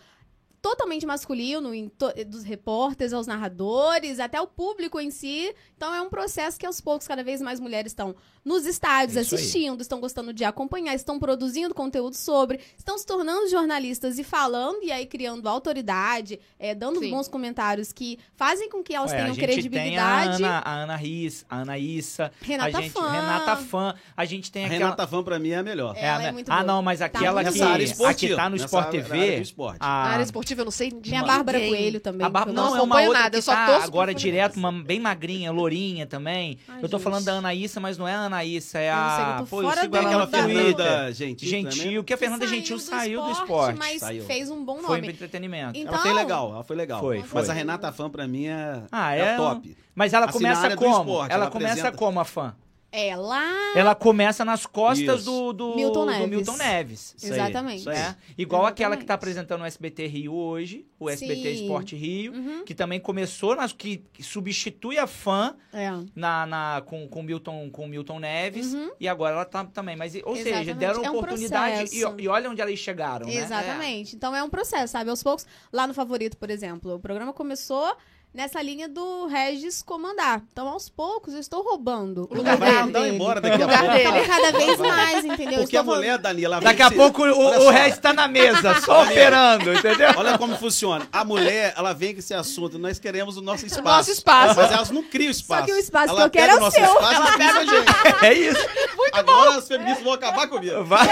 [SPEAKER 3] totalmente masculino, em to- dos repórteres aos narradores, até o público em si. Então, é um processo que, aos poucos, cada vez mais mulheres estão nos estádios
[SPEAKER 2] É isso aí.
[SPEAKER 3] assistindo, estão gostando de acompanhar, estão produzindo conteúdo sobre, estão se tornando jornalistas e falando, e aí criando autoridade, eh, dando
[SPEAKER 1] Sim.
[SPEAKER 3] bons comentários que fazem com que elas
[SPEAKER 2] Ué,
[SPEAKER 3] tenham
[SPEAKER 2] É, a gente tem a
[SPEAKER 3] um credibilidade.
[SPEAKER 2] Ana, a Ana Riz, a Ana Issa,
[SPEAKER 3] Renata
[SPEAKER 2] a gente,
[SPEAKER 3] Fã.
[SPEAKER 2] Renata Fã, a gente tem
[SPEAKER 4] A
[SPEAKER 2] aquela
[SPEAKER 4] Renata Fã, pra mim, é a melhor.
[SPEAKER 3] É, ela
[SPEAKER 2] né?
[SPEAKER 3] muito
[SPEAKER 2] ah,
[SPEAKER 3] boa.
[SPEAKER 2] não, mas aquela
[SPEAKER 3] muito
[SPEAKER 2] que,
[SPEAKER 3] boa. Nessa área
[SPEAKER 2] a que tá no
[SPEAKER 4] nessa
[SPEAKER 2] Sport
[SPEAKER 4] área- é área do
[SPEAKER 2] TV.
[SPEAKER 4] esporte.
[SPEAKER 1] Na
[SPEAKER 2] A,
[SPEAKER 1] área esportiva eu não sei de
[SPEAKER 3] Tem a Bárbara
[SPEAKER 1] ninguém.
[SPEAKER 3] Coelho também.
[SPEAKER 2] a Bárbara
[SPEAKER 3] que eu
[SPEAKER 2] não,
[SPEAKER 1] não
[SPEAKER 2] é uma
[SPEAKER 1] acompanho
[SPEAKER 2] outra
[SPEAKER 1] nada,
[SPEAKER 2] que
[SPEAKER 1] eu só
[SPEAKER 2] tá
[SPEAKER 1] torço pro
[SPEAKER 2] agora
[SPEAKER 1] Fluminense.
[SPEAKER 2] direto, uma bem magrinha, lourinha também.
[SPEAKER 3] Ai,
[SPEAKER 2] eu tô
[SPEAKER 3] gente.
[SPEAKER 2] falando da Anaíssa, mas não é a Anaíssa, é
[SPEAKER 3] Eu não sei,
[SPEAKER 2] a.
[SPEAKER 3] eu tô
[SPEAKER 2] Pô, eu
[SPEAKER 3] fora
[SPEAKER 2] sigo
[SPEAKER 3] do-
[SPEAKER 2] ela
[SPEAKER 4] Aquela
[SPEAKER 2] no
[SPEAKER 3] da-
[SPEAKER 2] Twitter.
[SPEAKER 4] Fernanda Gentil. também, né?
[SPEAKER 2] Gentil, que a
[SPEAKER 3] é
[SPEAKER 2] Fernanda Gentil saiu do esporte.
[SPEAKER 3] Mas
[SPEAKER 4] Saiu.
[SPEAKER 3] fez um bom
[SPEAKER 2] Foi
[SPEAKER 3] nome.
[SPEAKER 2] entretenimento.
[SPEAKER 3] Então,
[SPEAKER 4] Ela foi legal, ela foi legal.
[SPEAKER 2] Foi,
[SPEAKER 4] Mas
[SPEAKER 2] foi.
[SPEAKER 4] a Renata Fã, pra mim, é,
[SPEAKER 2] Ah,
[SPEAKER 4] é
[SPEAKER 2] é
[SPEAKER 4] o top.
[SPEAKER 2] Mas ela
[SPEAKER 4] Assim, na
[SPEAKER 2] começa
[SPEAKER 4] área do
[SPEAKER 2] como?
[SPEAKER 4] esporte,
[SPEAKER 2] ela
[SPEAKER 4] ela
[SPEAKER 2] começa
[SPEAKER 4] apresenta-
[SPEAKER 2] como a fã?
[SPEAKER 3] é lá.
[SPEAKER 2] Ela começa nas costas
[SPEAKER 4] Isso.
[SPEAKER 2] do, do, do
[SPEAKER 3] Milton Neves.
[SPEAKER 2] Milton Neves.
[SPEAKER 4] Isso aí,
[SPEAKER 3] Exatamente.
[SPEAKER 4] isso aí.
[SPEAKER 2] né? Igual aquela que
[SPEAKER 3] Exatamente.
[SPEAKER 2] está apresentando o SBT Rio hoje, o SBT
[SPEAKER 3] Sim.
[SPEAKER 2] Esporte Rio,
[SPEAKER 3] Uhum.
[SPEAKER 2] que também começou nas que, que substitui a fã
[SPEAKER 3] É.
[SPEAKER 2] na, na com com Milton com Milton Neves
[SPEAKER 3] Uhum.
[SPEAKER 2] e agora ela tá também, mas ou seja,
[SPEAKER 3] Exatamente.
[SPEAKER 2] deram
[SPEAKER 3] É um
[SPEAKER 2] oportunidade e,
[SPEAKER 3] processo.
[SPEAKER 2] e olha onde elas chegaram, né?
[SPEAKER 3] Exatamente. Então é um processo, sabe? Aos poucos, lá no favorito, por exemplo, o programa começou nessa linha do Regis comandar. Então, aos poucos, eu estou roubando o
[SPEAKER 1] lugar
[SPEAKER 3] lugar
[SPEAKER 4] vai
[SPEAKER 3] dele.
[SPEAKER 4] andar embora daqui a
[SPEAKER 1] lugar
[SPEAKER 4] pouco.
[SPEAKER 1] dele.
[SPEAKER 3] Cada vez mais, entendeu?
[SPEAKER 4] Porque
[SPEAKER 3] Estou
[SPEAKER 4] a mulher, Danilo, ela
[SPEAKER 2] Daqui
[SPEAKER 4] vem
[SPEAKER 2] a
[SPEAKER 4] se-
[SPEAKER 2] pouco
[SPEAKER 4] Tá olha
[SPEAKER 2] o, o
[SPEAKER 4] só.
[SPEAKER 2] resto tá na mesa, só operando, entendeu?
[SPEAKER 4] Olha como funciona. A mulher, ela vem com esse assunto. Nós queremos o nosso espaço.
[SPEAKER 1] nosso espaço.
[SPEAKER 4] Mas elas não criam espaço.
[SPEAKER 3] que o espaço
[SPEAKER 4] ela
[SPEAKER 3] que eu quero
[SPEAKER 4] pega
[SPEAKER 3] é o
[SPEAKER 4] o nosso
[SPEAKER 3] seu.
[SPEAKER 4] espaço e pega a gente.
[SPEAKER 2] É isso.
[SPEAKER 4] Agora as feministas vão acabar comigo.
[SPEAKER 2] Vai.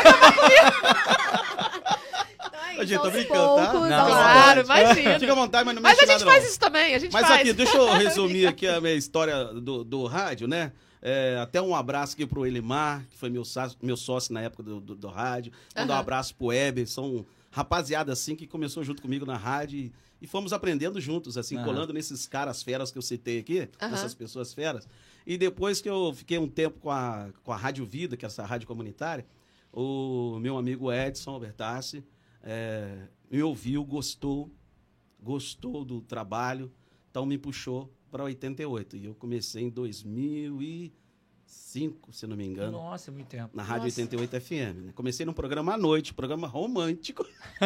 [SPEAKER 3] Então,
[SPEAKER 4] Ô, gente, tô
[SPEAKER 3] aos
[SPEAKER 4] brincando, tá?
[SPEAKER 3] poucos,
[SPEAKER 2] Não,
[SPEAKER 3] aos poucos.
[SPEAKER 1] Claro,
[SPEAKER 4] Fica à
[SPEAKER 1] imagina.
[SPEAKER 4] vontade, mas não
[SPEAKER 1] Mas
[SPEAKER 4] mexe
[SPEAKER 1] a
[SPEAKER 4] nada,
[SPEAKER 1] gente
[SPEAKER 4] não.
[SPEAKER 1] faz isso também, a gente
[SPEAKER 4] Mas
[SPEAKER 1] faz.
[SPEAKER 4] aqui, deixa eu resumir aqui a minha história do, do rádio, né? É, até um abraço aqui pro Elimar, que foi meu, sá- meu sócio na época do, do, do rádio. Mandar um
[SPEAKER 1] Aham.
[SPEAKER 4] abraço pro Weber, são rapaziada assim que começou junto comigo na rádio e, e fomos aprendendo juntos, assim,
[SPEAKER 2] Aham.
[SPEAKER 4] colando nesses caras feras que eu citei aqui,
[SPEAKER 1] Aham.
[SPEAKER 4] nessas pessoas feras. E depois que eu fiquei um tempo com a, com a Rádio Vida, que é essa rádio comunitária, o meu amigo Edson Albertassi é, me ouviu, gostou, gostou do trabalho, então me puxou para 88. E eu comecei em 2005, se não me engano,
[SPEAKER 2] Nossa, é muito tempo.
[SPEAKER 4] na Rádio
[SPEAKER 3] Nossa.
[SPEAKER 4] 88 FM. né? Comecei num programa à noite, programa romântico.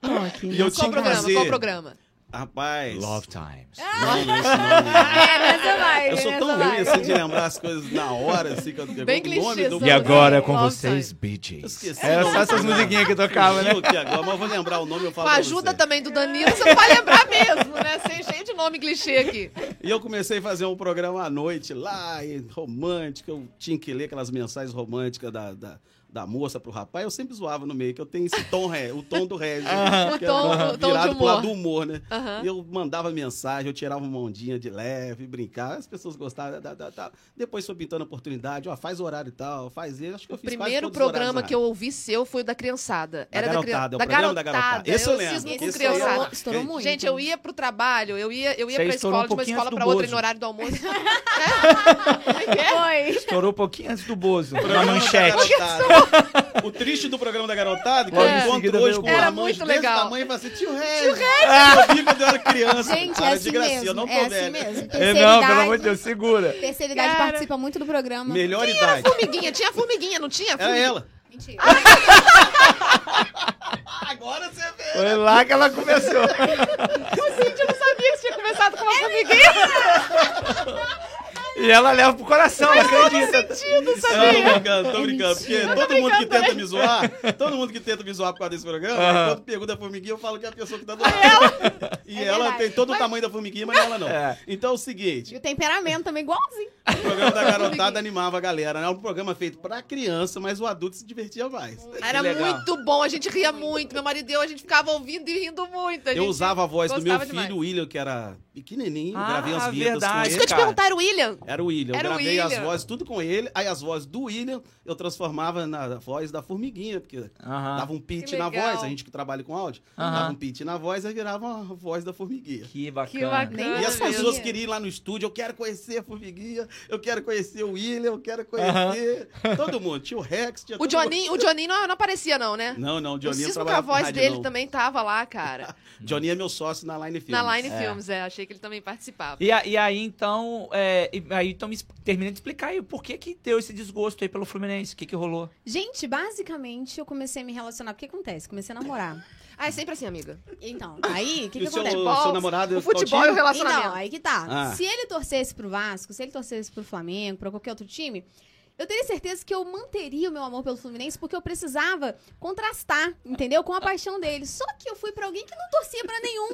[SPEAKER 3] Toque,
[SPEAKER 4] E eu
[SPEAKER 3] nosso
[SPEAKER 1] Qual
[SPEAKER 4] tinha
[SPEAKER 3] lugar.
[SPEAKER 1] programa?
[SPEAKER 4] prazer.
[SPEAKER 1] Qual programa?
[SPEAKER 4] Rapaz.
[SPEAKER 2] Times.
[SPEAKER 4] Não, não é esse nome, não.
[SPEAKER 3] É, nessa vai,
[SPEAKER 4] Eu sou
[SPEAKER 3] nessa
[SPEAKER 4] tão ruim
[SPEAKER 3] vai.
[SPEAKER 4] assim de lembrar as coisas na hora, assim, que eu
[SPEAKER 1] Bem
[SPEAKER 4] o nome do
[SPEAKER 1] clichêzão. E agora com Love vocês,
[SPEAKER 2] Bee
[SPEAKER 4] Eu esqueci.
[SPEAKER 2] Era só essas musiquinhas que tocava, né?
[SPEAKER 4] Fugiu aqui agora, mas eu vou lembrar o nome eu
[SPEAKER 1] Com
[SPEAKER 4] falo.
[SPEAKER 1] a
[SPEAKER 4] pra
[SPEAKER 1] ajuda
[SPEAKER 4] você.
[SPEAKER 1] também do Danilo, você não vai lembrar mesmo, né? Sem cheio de nome clichê aqui.
[SPEAKER 4] E eu comecei a fazer um programa à noite lá, e romântico. Eu tinha que ler aquelas mensagens românticas da, da, da moça pro rapaz. Eu sempre zoava no meio, que eu tenho esse tom, ré, o tom do Regis.
[SPEAKER 1] O
[SPEAKER 4] que
[SPEAKER 1] tom-
[SPEAKER 4] é
[SPEAKER 1] o tom de
[SPEAKER 4] virado pro
[SPEAKER 1] humor.
[SPEAKER 4] lado do humor, né?
[SPEAKER 1] Aham.
[SPEAKER 4] E eu mandava mensagem, eu tirava uma ondinha de leve, brincava. As pessoas gostavam. tá, tá, tá. Depois foi pintando oportunidade. Ó, faz horário e tal, faz isso. Acho que eu
[SPEAKER 1] O
[SPEAKER 4] fiz quase
[SPEAKER 1] primeiro
[SPEAKER 4] todos os horários
[SPEAKER 1] programa
[SPEAKER 4] na
[SPEAKER 1] que eu ouvi seu foi o da criançada.
[SPEAKER 4] Da
[SPEAKER 1] Era da, crian-
[SPEAKER 4] garotada, é o
[SPEAKER 1] da garotada.
[SPEAKER 4] programa da garotada. Esse eu lembro,
[SPEAKER 1] cismo com
[SPEAKER 4] esse
[SPEAKER 3] estourou-
[SPEAKER 1] criançada.
[SPEAKER 4] eu-
[SPEAKER 3] Estourou muito.
[SPEAKER 1] Gente, eu ia pro trabalho, eu ia, eu ia
[SPEAKER 2] Você
[SPEAKER 1] pra
[SPEAKER 2] estourou
[SPEAKER 1] escola,
[SPEAKER 2] um
[SPEAKER 1] de uma
[SPEAKER 2] pouquinho
[SPEAKER 1] escola
[SPEAKER 2] antes do
[SPEAKER 1] pra outra e
[SPEAKER 2] Bozo.
[SPEAKER 1] no horário do almoço.
[SPEAKER 3] é Foi.
[SPEAKER 2] Estourou um pouquinho antes do Bozo.
[SPEAKER 4] Programa
[SPEAKER 2] Na
[SPEAKER 4] da
[SPEAKER 2] manchete.
[SPEAKER 4] garotada. O triste do programa da garotada, que
[SPEAKER 2] Logo
[SPEAKER 4] eu
[SPEAKER 2] em
[SPEAKER 4] encontro
[SPEAKER 2] seguida
[SPEAKER 4] hoje
[SPEAKER 2] veio
[SPEAKER 4] com
[SPEAKER 2] o
[SPEAKER 1] Era
[SPEAKER 4] uma mãe
[SPEAKER 1] muito
[SPEAKER 4] desse
[SPEAKER 1] legal.
[SPEAKER 4] tamanho e fala assim, tio Regis, eu vi quando eu era criança.
[SPEAKER 3] Gente, é
[SPEAKER 4] cara,
[SPEAKER 3] assim
[SPEAKER 4] de gracinha,
[SPEAKER 3] mesmo.
[SPEAKER 4] eu não tô
[SPEAKER 3] é assim
[SPEAKER 4] velho.
[SPEAKER 3] mesmo.
[SPEAKER 2] É,
[SPEAKER 3] Terceira
[SPEAKER 2] não,
[SPEAKER 3] idade,
[SPEAKER 2] pelo amor de Deus, segura.
[SPEAKER 3] terceira idade
[SPEAKER 1] Cara.
[SPEAKER 3] participa muito do programa.
[SPEAKER 4] Melhor idade.
[SPEAKER 1] Formiguinha, tinha formiguinha, não tinha?
[SPEAKER 4] Era
[SPEAKER 1] Formiguinha.
[SPEAKER 4] ela.
[SPEAKER 3] Mentira. Ah,
[SPEAKER 4] Agora você vê.
[SPEAKER 2] Foi lá que ela começou.
[SPEAKER 1] Eu não sabia que você tinha começado com uma formiguinha.
[SPEAKER 2] E ela leva pro coração, ela
[SPEAKER 1] assim?
[SPEAKER 2] acredita.
[SPEAKER 4] Não, é tô brincando, tô
[SPEAKER 3] É
[SPEAKER 4] brincando. Porque
[SPEAKER 3] mentira.
[SPEAKER 4] todo mundo que tenta me zoar, todo mundo que tenta me zoar por causa desse programa,
[SPEAKER 2] Aham.
[SPEAKER 4] quando pergunta a formiguinha, eu falo que é a pessoa que tá do lado. E
[SPEAKER 3] É
[SPEAKER 4] ela
[SPEAKER 3] verdade.
[SPEAKER 4] tem todo o tamanho da formiguinha, mas ela não.
[SPEAKER 2] É.
[SPEAKER 4] Então é o seguinte,
[SPEAKER 3] E o temperamento também igualzinho.
[SPEAKER 4] O programa da garotada animava a galera. Era um programa feito pra criança, mas o adulto se divertia mais.
[SPEAKER 1] Era
[SPEAKER 2] Que legal.
[SPEAKER 1] muito bom, a gente ria muito. Meu marido e eu, a gente ficava ouvindo e rindo muito. a
[SPEAKER 4] Eu
[SPEAKER 1] gente-
[SPEAKER 4] usava a voz do meu
[SPEAKER 1] gostava
[SPEAKER 4] filho,
[SPEAKER 1] demais.
[SPEAKER 4] William, que era pequenininho.
[SPEAKER 2] Ah,
[SPEAKER 4] gravei as vinhetas
[SPEAKER 2] verdade.
[SPEAKER 4] com
[SPEAKER 1] Isso
[SPEAKER 4] ele.
[SPEAKER 1] que eu te
[SPEAKER 2] cara.
[SPEAKER 1] perguntar, era o William?
[SPEAKER 4] Era o William.
[SPEAKER 1] Era o
[SPEAKER 4] eu gravei as
[SPEAKER 1] William.
[SPEAKER 4] vozes tudo com ele. Aí as vozes do William eu transformava na voz da formiguinha, porque
[SPEAKER 2] Aham.
[SPEAKER 4] dava um pitch
[SPEAKER 1] Que
[SPEAKER 4] na
[SPEAKER 1] legal.
[SPEAKER 4] voz, a gente que trabalha com áudio,
[SPEAKER 2] Ah. Aham.
[SPEAKER 4] dava um pitch na voz e virava a voz da formiguinha.
[SPEAKER 2] Que bacana.
[SPEAKER 1] Que bacana.
[SPEAKER 4] E as
[SPEAKER 1] mesmo.
[SPEAKER 4] pessoas queriam ir lá no estúdio, eu quero conhecer a formiguinha, eu quero conhecer o William, eu quero conhecer todo mundo. Tinha o Rex, tinha
[SPEAKER 1] O
[SPEAKER 4] todo
[SPEAKER 1] Johninho, o Johninho não, não aparecia, não, né?
[SPEAKER 4] mundo. Não, não, o
[SPEAKER 1] Eu
[SPEAKER 4] Johnny
[SPEAKER 1] cismo que a
[SPEAKER 4] trabalhava com
[SPEAKER 1] voz
[SPEAKER 4] rádio,
[SPEAKER 1] dele
[SPEAKER 4] não.
[SPEAKER 1] também tava lá, cara.
[SPEAKER 4] Johnny é meu sócio na Line Films.
[SPEAKER 1] Na Line Films, é. Achei que ele também participava.
[SPEAKER 2] E, a- e aí, então, é, e aí, então me, exp- termina de explicar aí por que que deu esse desgosto aí pelo Fluminense, o que que rolou?
[SPEAKER 3] Gente, basicamente eu comecei a me relacionar. O que acontece? Comecei a namorar.
[SPEAKER 1] Ah, é sempre assim, amiga.
[SPEAKER 3] Então, aí, o que,
[SPEAKER 4] E
[SPEAKER 3] que
[SPEAKER 4] é o seu,
[SPEAKER 3] acontece?
[SPEAKER 1] Futebol,
[SPEAKER 4] seu namorado...
[SPEAKER 1] O
[SPEAKER 4] qual
[SPEAKER 1] futebol e o
[SPEAKER 4] time?
[SPEAKER 1] relacionamento.
[SPEAKER 3] Então, aí que tá.
[SPEAKER 4] Ah.
[SPEAKER 3] Se ele torcesse pro Vasco, se ele torcesse pro Flamengo, pra qualquer outro time, eu teria certeza que eu manteria o meu amor pelo Fluminense porque eu precisava contrastar, entendeu? Com a paixão dele. Só que eu fui pra alguém que não torcia pra nenhum.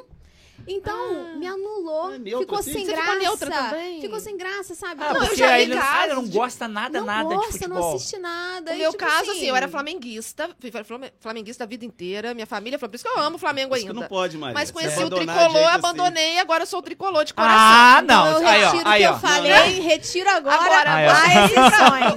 [SPEAKER 3] Então, me anulou.
[SPEAKER 4] Ah, neutra,
[SPEAKER 3] ficou
[SPEAKER 4] assim?
[SPEAKER 3] sem
[SPEAKER 1] Você ficou
[SPEAKER 3] graça.
[SPEAKER 1] neutra também?
[SPEAKER 3] Ficou sem graça, sabe?
[SPEAKER 2] Ah,
[SPEAKER 3] Não, eu
[SPEAKER 2] porque
[SPEAKER 1] já vi
[SPEAKER 2] aí ele não, ah, ele
[SPEAKER 1] casos
[SPEAKER 2] não
[SPEAKER 1] de-
[SPEAKER 2] gosta nada,
[SPEAKER 3] não
[SPEAKER 2] nada
[SPEAKER 3] gosta,
[SPEAKER 2] de
[SPEAKER 3] não
[SPEAKER 2] futebol.
[SPEAKER 3] assiste nada.
[SPEAKER 1] No
[SPEAKER 3] e,
[SPEAKER 1] meu
[SPEAKER 3] tipo
[SPEAKER 1] caso, assim, eu era
[SPEAKER 3] assim,
[SPEAKER 1] flamenguista, fui flame- flamenguista a vida inteira, minha família foi por isso que eu amo o Flamengo
[SPEAKER 4] Isso que não
[SPEAKER 1] ainda.
[SPEAKER 4] pode, Maria.
[SPEAKER 1] Mas
[SPEAKER 4] Você
[SPEAKER 1] conheci o
[SPEAKER 4] abandonar
[SPEAKER 1] tricolor,
[SPEAKER 4] jeito assim.
[SPEAKER 1] abandonei, agora eu sou tricolor de coração.
[SPEAKER 2] Ah,
[SPEAKER 3] Então
[SPEAKER 2] não.
[SPEAKER 3] eu
[SPEAKER 2] Aí, ó,
[SPEAKER 3] retiro o
[SPEAKER 2] aí,
[SPEAKER 3] que
[SPEAKER 2] ó.
[SPEAKER 3] eu falei, retiro agora,
[SPEAKER 1] Agora,
[SPEAKER 2] Aí, ó.
[SPEAKER 3] as
[SPEAKER 1] Então,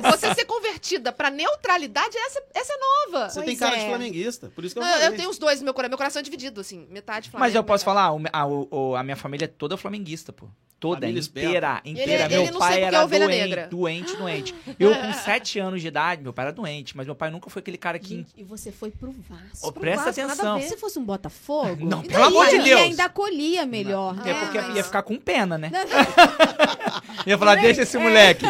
[SPEAKER 3] lições.
[SPEAKER 1] Você ser convertida pra neutralidade, essa, essa é nova.
[SPEAKER 4] Você tem
[SPEAKER 3] Pois
[SPEAKER 4] cara
[SPEAKER 3] é.
[SPEAKER 4] de flamenguista, por isso que eu
[SPEAKER 1] Não,
[SPEAKER 4] falei.
[SPEAKER 1] eu, tenho os dois no meu coração. Meu coração é dividido, assim. Metade Flamengo.
[SPEAKER 2] Então, Mas eu posso
[SPEAKER 1] metade-
[SPEAKER 2] falar, o me- a, o- o- a minha família é toda flamenguista, pô. Toda,
[SPEAKER 4] Família
[SPEAKER 2] inteira, inteira.
[SPEAKER 1] Ele-
[SPEAKER 2] meu
[SPEAKER 1] ele não
[SPEAKER 2] pai
[SPEAKER 1] sei porque é
[SPEAKER 2] era
[SPEAKER 1] ovelha
[SPEAKER 2] doente,
[SPEAKER 1] negra.
[SPEAKER 2] doente, doente. Eu com sete anos de idade, meu pai era doente, mas meu pai nunca foi aquele cara
[SPEAKER 1] Hum.
[SPEAKER 2] que...
[SPEAKER 3] Gente, e você foi pro Vasco.
[SPEAKER 2] Ô, presta
[SPEAKER 3] Vasco, nada
[SPEAKER 2] atenção.
[SPEAKER 3] a ver. Se fosse um Botafogo,
[SPEAKER 2] Não,
[SPEAKER 3] e
[SPEAKER 2] pelo amor de
[SPEAKER 3] Ele
[SPEAKER 2] Deus.
[SPEAKER 3] ainda acolhia melhor. né?
[SPEAKER 2] É porque
[SPEAKER 3] mas-
[SPEAKER 2] ia ficar com pena, né?
[SPEAKER 3] Não,
[SPEAKER 2] Ia falar,
[SPEAKER 3] Moleque,
[SPEAKER 2] deixa esse moleque.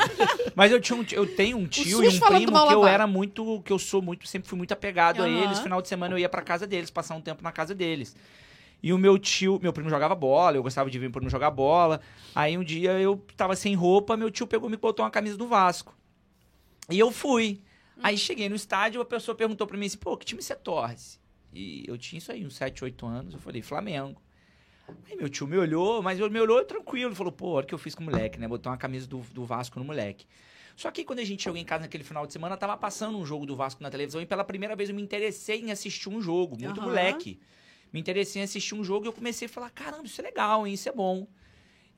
[SPEAKER 2] Mas eu, tinha um ti- eu tenho um tio e
[SPEAKER 1] SUS
[SPEAKER 2] um
[SPEAKER 1] falando
[SPEAKER 2] primo
[SPEAKER 1] mal
[SPEAKER 2] que eu
[SPEAKER 1] lavado.
[SPEAKER 2] era muito. que eu sou muito, sempre fui muito apegado a
[SPEAKER 3] Aham.
[SPEAKER 2] eles. Final de semana eu ia pra casa deles, passar um tempo na casa deles. E o meu tio, meu primo jogava bola, eu gostava de vir pro primo jogar bola. Aí um dia eu tava sem roupa, meu tio pegou e me botou uma camisa do Vasco. E eu fui. Aí cheguei no estádio, a pessoa perguntou pra mim assim, pô, que time você torce? E eu tinha isso aí, uns 7, 8 anos. Eu falei, Flamengo. Aí meu tio me olhou, mas ele me olhou tranquilo. Falou, pô, olha o que eu fiz com o moleque, né? Botou uma camisa do, do Vasco no moleque. Só que quando a gente chegou em casa naquele final de semana, tava passando um jogo do Vasco na televisão e pela primeira vez eu me interessei em assistir um jogo, muito
[SPEAKER 3] Aham.
[SPEAKER 2] moleque. Me interessei em assistir um jogo e eu comecei a falar, caramba, isso é legal, hein? Isso é bom.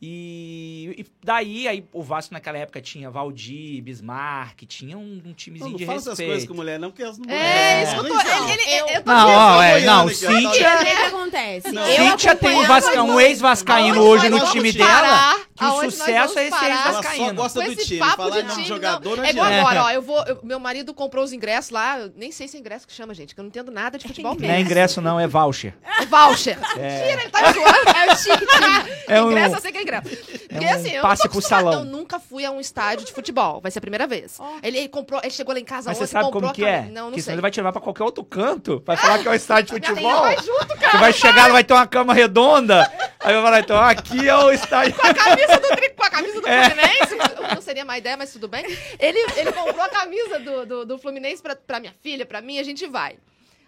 [SPEAKER 2] E, e daí, aí, o Vasco naquela época tinha Valdir, Bismarck, tinha um, um
[SPEAKER 4] Não,
[SPEAKER 2] timezinho
[SPEAKER 4] não
[SPEAKER 2] de
[SPEAKER 4] fala
[SPEAKER 2] respeito.
[SPEAKER 4] essas coisas com mulher, não, porque elas não.
[SPEAKER 1] É, isso que eu tô.
[SPEAKER 4] Não,
[SPEAKER 1] Ele, ele- eu, tô
[SPEAKER 2] Não,
[SPEAKER 1] dizendo, assim,
[SPEAKER 2] ó, é,
[SPEAKER 4] Goiânia,
[SPEAKER 2] não,
[SPEAKER 4] cara,
[SPEAKER 2] Cíntia...
[SPEAKER 3] o que que acontece?
[SPEAKER 4] Não.
[SPEAKER 3] Eu
[SPEAKER 2] Cíntia tem um,
[SPEAKER 3] acompanhava
[SPEAKER 2] Vasca,
[SPEAKER 3] as
[SPEAKER 2] um
[SPEAKER 3] duas-
[SPEAKER 2] ex-vascaíno
[SPEAKER 1] Aonde
[SPEAKER 2] hoje
[SPEAKER 1] nós
[SPEAKER 2] no
[SPEAKER 1] vamos
[SPEAKER 2] time dela.
[SPEAKER 1] parar?
[SPEAKER 2] que o
[SPEAKER 1] Aonde nós
[SPEAKER 2] sucesso
[SPEAKER 1] vamos
[SPEAKER 2] é esse aí,
[SPEAKER 1] parar?
[SPEAKER 2] eles
[SPEAKER 4] Ela só
[SPEAKER 2] Vascaíno.
[SPEAKER 4] gosta
[SPEAKER 1] Com
[SPEAKER 4] do
[SPEAKER 1] esse
[SPEAKER 4] time.
[SPEAKER 1] papo
[SPEAKER 4] Falar
[SPEAKER 1] de
[SPEAKER 4] de nome
[SPEAKER 1] time,
[SPEAKER 4] de jogador,
[SPEAKER 1] não.
[SPEAKER 4] não
[SPEAKER 1] É igual
[SPEAKER 4] adianta.
[SPEAKER 1] agora, ó. Eu vou, eu- meu marido comprou os ingressos lá. Eu nem sei se é ingresso que chama, gente, que eu não entendo nada de
[SPEAKER 3] É que
[SPEAKER 1] futebol
[SPEAKER 3] ingresso.
[SPEAKER 2] Não é
[SPEAKER 1] mesmo.
[SPEAKER 2] ingresso, não, é voucher.
[SPEAKER 1] É voucher. Mentira, ele tá me zoando. É o ticket.
[SPEAKER 2] É um-
[SPEAKER 1] ingresso, eu sei que é ingresso. Porque
[SPEAKER 2] um
[SPEAKER 1] assim, eu não
[SPEAKER 2] passe
[SPEAKER 1] tô
[SPEAKER 2] pro
[SPEAKER 1] acostumada,
[SPEAKER 2] salão.
[SPEAKER 1] Eu nunca fui a um estádio de futebol. Vai ser a primeira vez.
[SPEAKER 3] Ó.
[SPEAKER 1] Ele, ele comprou, ele chegou lá em casa
[SPEAKER 2] Mas você
[SPEAKER 1] ontem,
[SPEAKER 2] sabe
[SPEAKER 1] comprou
[SPEAKER 2] como que
[SPEAKER 1] a
[SPEAKER 2] é?
[SPEAKER 1] cami- Não, não
[SPEAKER 2] Porque senão
[SPEAKER 1] sei.
[SPEAKER 2] ele vai te levar pra qualquer outro canto, vai falar que é um estádio de
[SPEAKER 1] Minha
[SPEAKER 2] futebol.
[SPEAKER 1] nega vai junto, cara.
[SPEAKER 2] Você vai chegar, vai ter uma cama redonda. Aí vai falar, então, aqui é o estádio.
[SPEAKER 1] Com a camisa do, tri- com a camisa do Fluminense, não seria má ideia, mas tudo bem. Ele, ele comprou a camisa do, do, do Fluminense pra, pra minha filha, pra mim, a gente vai.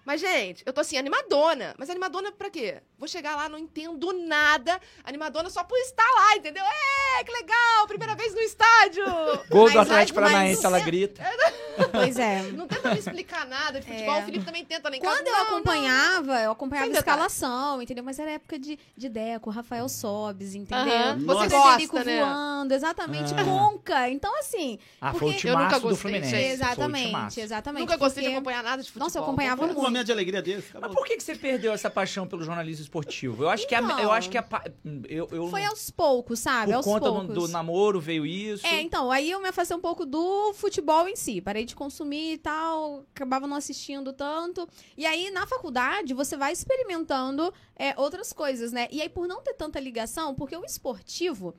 [SPEAKER 1] Mas, gente, eu tô assim, animadona. Mas animadona pra quê? Vou chegar lá, não entendo nada. Animadona só por estar lá, entendeu? É, que legal, primeira vez no estádio.
[SPEAKER 2] Gol do
[SPEAKER 3] Mas-
[SPEAKER 2] Atlético
[SPEAKER 3] mas-
[SPEAKER 2] Paranaense, ela grita.
[SPEAKER 3] Pois é.
[SPEAKER 1] Não tenta me explicar nada de futebol,
[SPEAKER 3] É.
[SPEAKER 1] o Felipe também tenta, né? nem
[SPEAKER 3] Quando eu acompanhava, eu acompanhava
[SPEAKER 1] Sem
[SPEAKER 3] a
[SPEAKER 2] tá.
[SPEAKER 1] detalhe.
[SPEAKER 3] escalação, entendeu? Mas era época de, de Deco, Rafael Sobes, entendeu?
[SPEAKER 1] Aham.
[SPEAKER 4] Você
[SPEAKER 3] Frederico
[SPEAKER 1] gosta, né?
[SPEAKER 3] voando, exatamente,
[SPEAKER 2] Ah.
[SPEAKER 3] Conca. Então, assim,
[SPEAKER 2] Ah, foi o
[SPEAKER 3] Porque-
[SPEAKER 1] Eu nunca
[SPEAKER 2] timaço do
[SPEAKER 1] gostei,
[SPEAKER 2] Fluminense.
[SPEAKER 1] gente.
[SPEAKER 2] Foi o
[SPEAKER 3] exatamente,
[SPEAKER 2] timaço.
[SPEAKER 3] exatamente.
[SPEAKER 1] Nunca gostei de
[SPEAKER 3] porque-
[SPEAKER 1] acompanhar nada de futebol.
[SPEAKER 3] Nossa, eu acompanhava
[SPEAKER 4] Um
[SPEAKER 3] muito.
[SPEAKER 4] momento de alegria desse.
[SPEAKER 2] Mas
[SPEAKER 4] acabou.
[SPEAKER 2] por que, que você perdeu essa paixão pelo jornalismo esportivo? Eu acho que a,
[SPEAKER 3] Então.
[SPEAKER 2] eu acho que a pa- eu, eu
[SPEAKER 3] Foi aos poucos, sabe?
[SPEAKER 2] por
[SPEAKER 3] aos
[SPEAKER 2] conta do,
[SPEAKER 3] poucos.
[SPEAKER 2] do namoro veio isso.
[SPEAKER 3] É, então, aí eu me afastei um pouco do futebol em si. Parei de consumir e tal, acabava não assistindo tanto. E aí, na faculdade, você vai experimentando é, outras coisas, né? E aí, por não ter tanta ligação, porque o esportivo.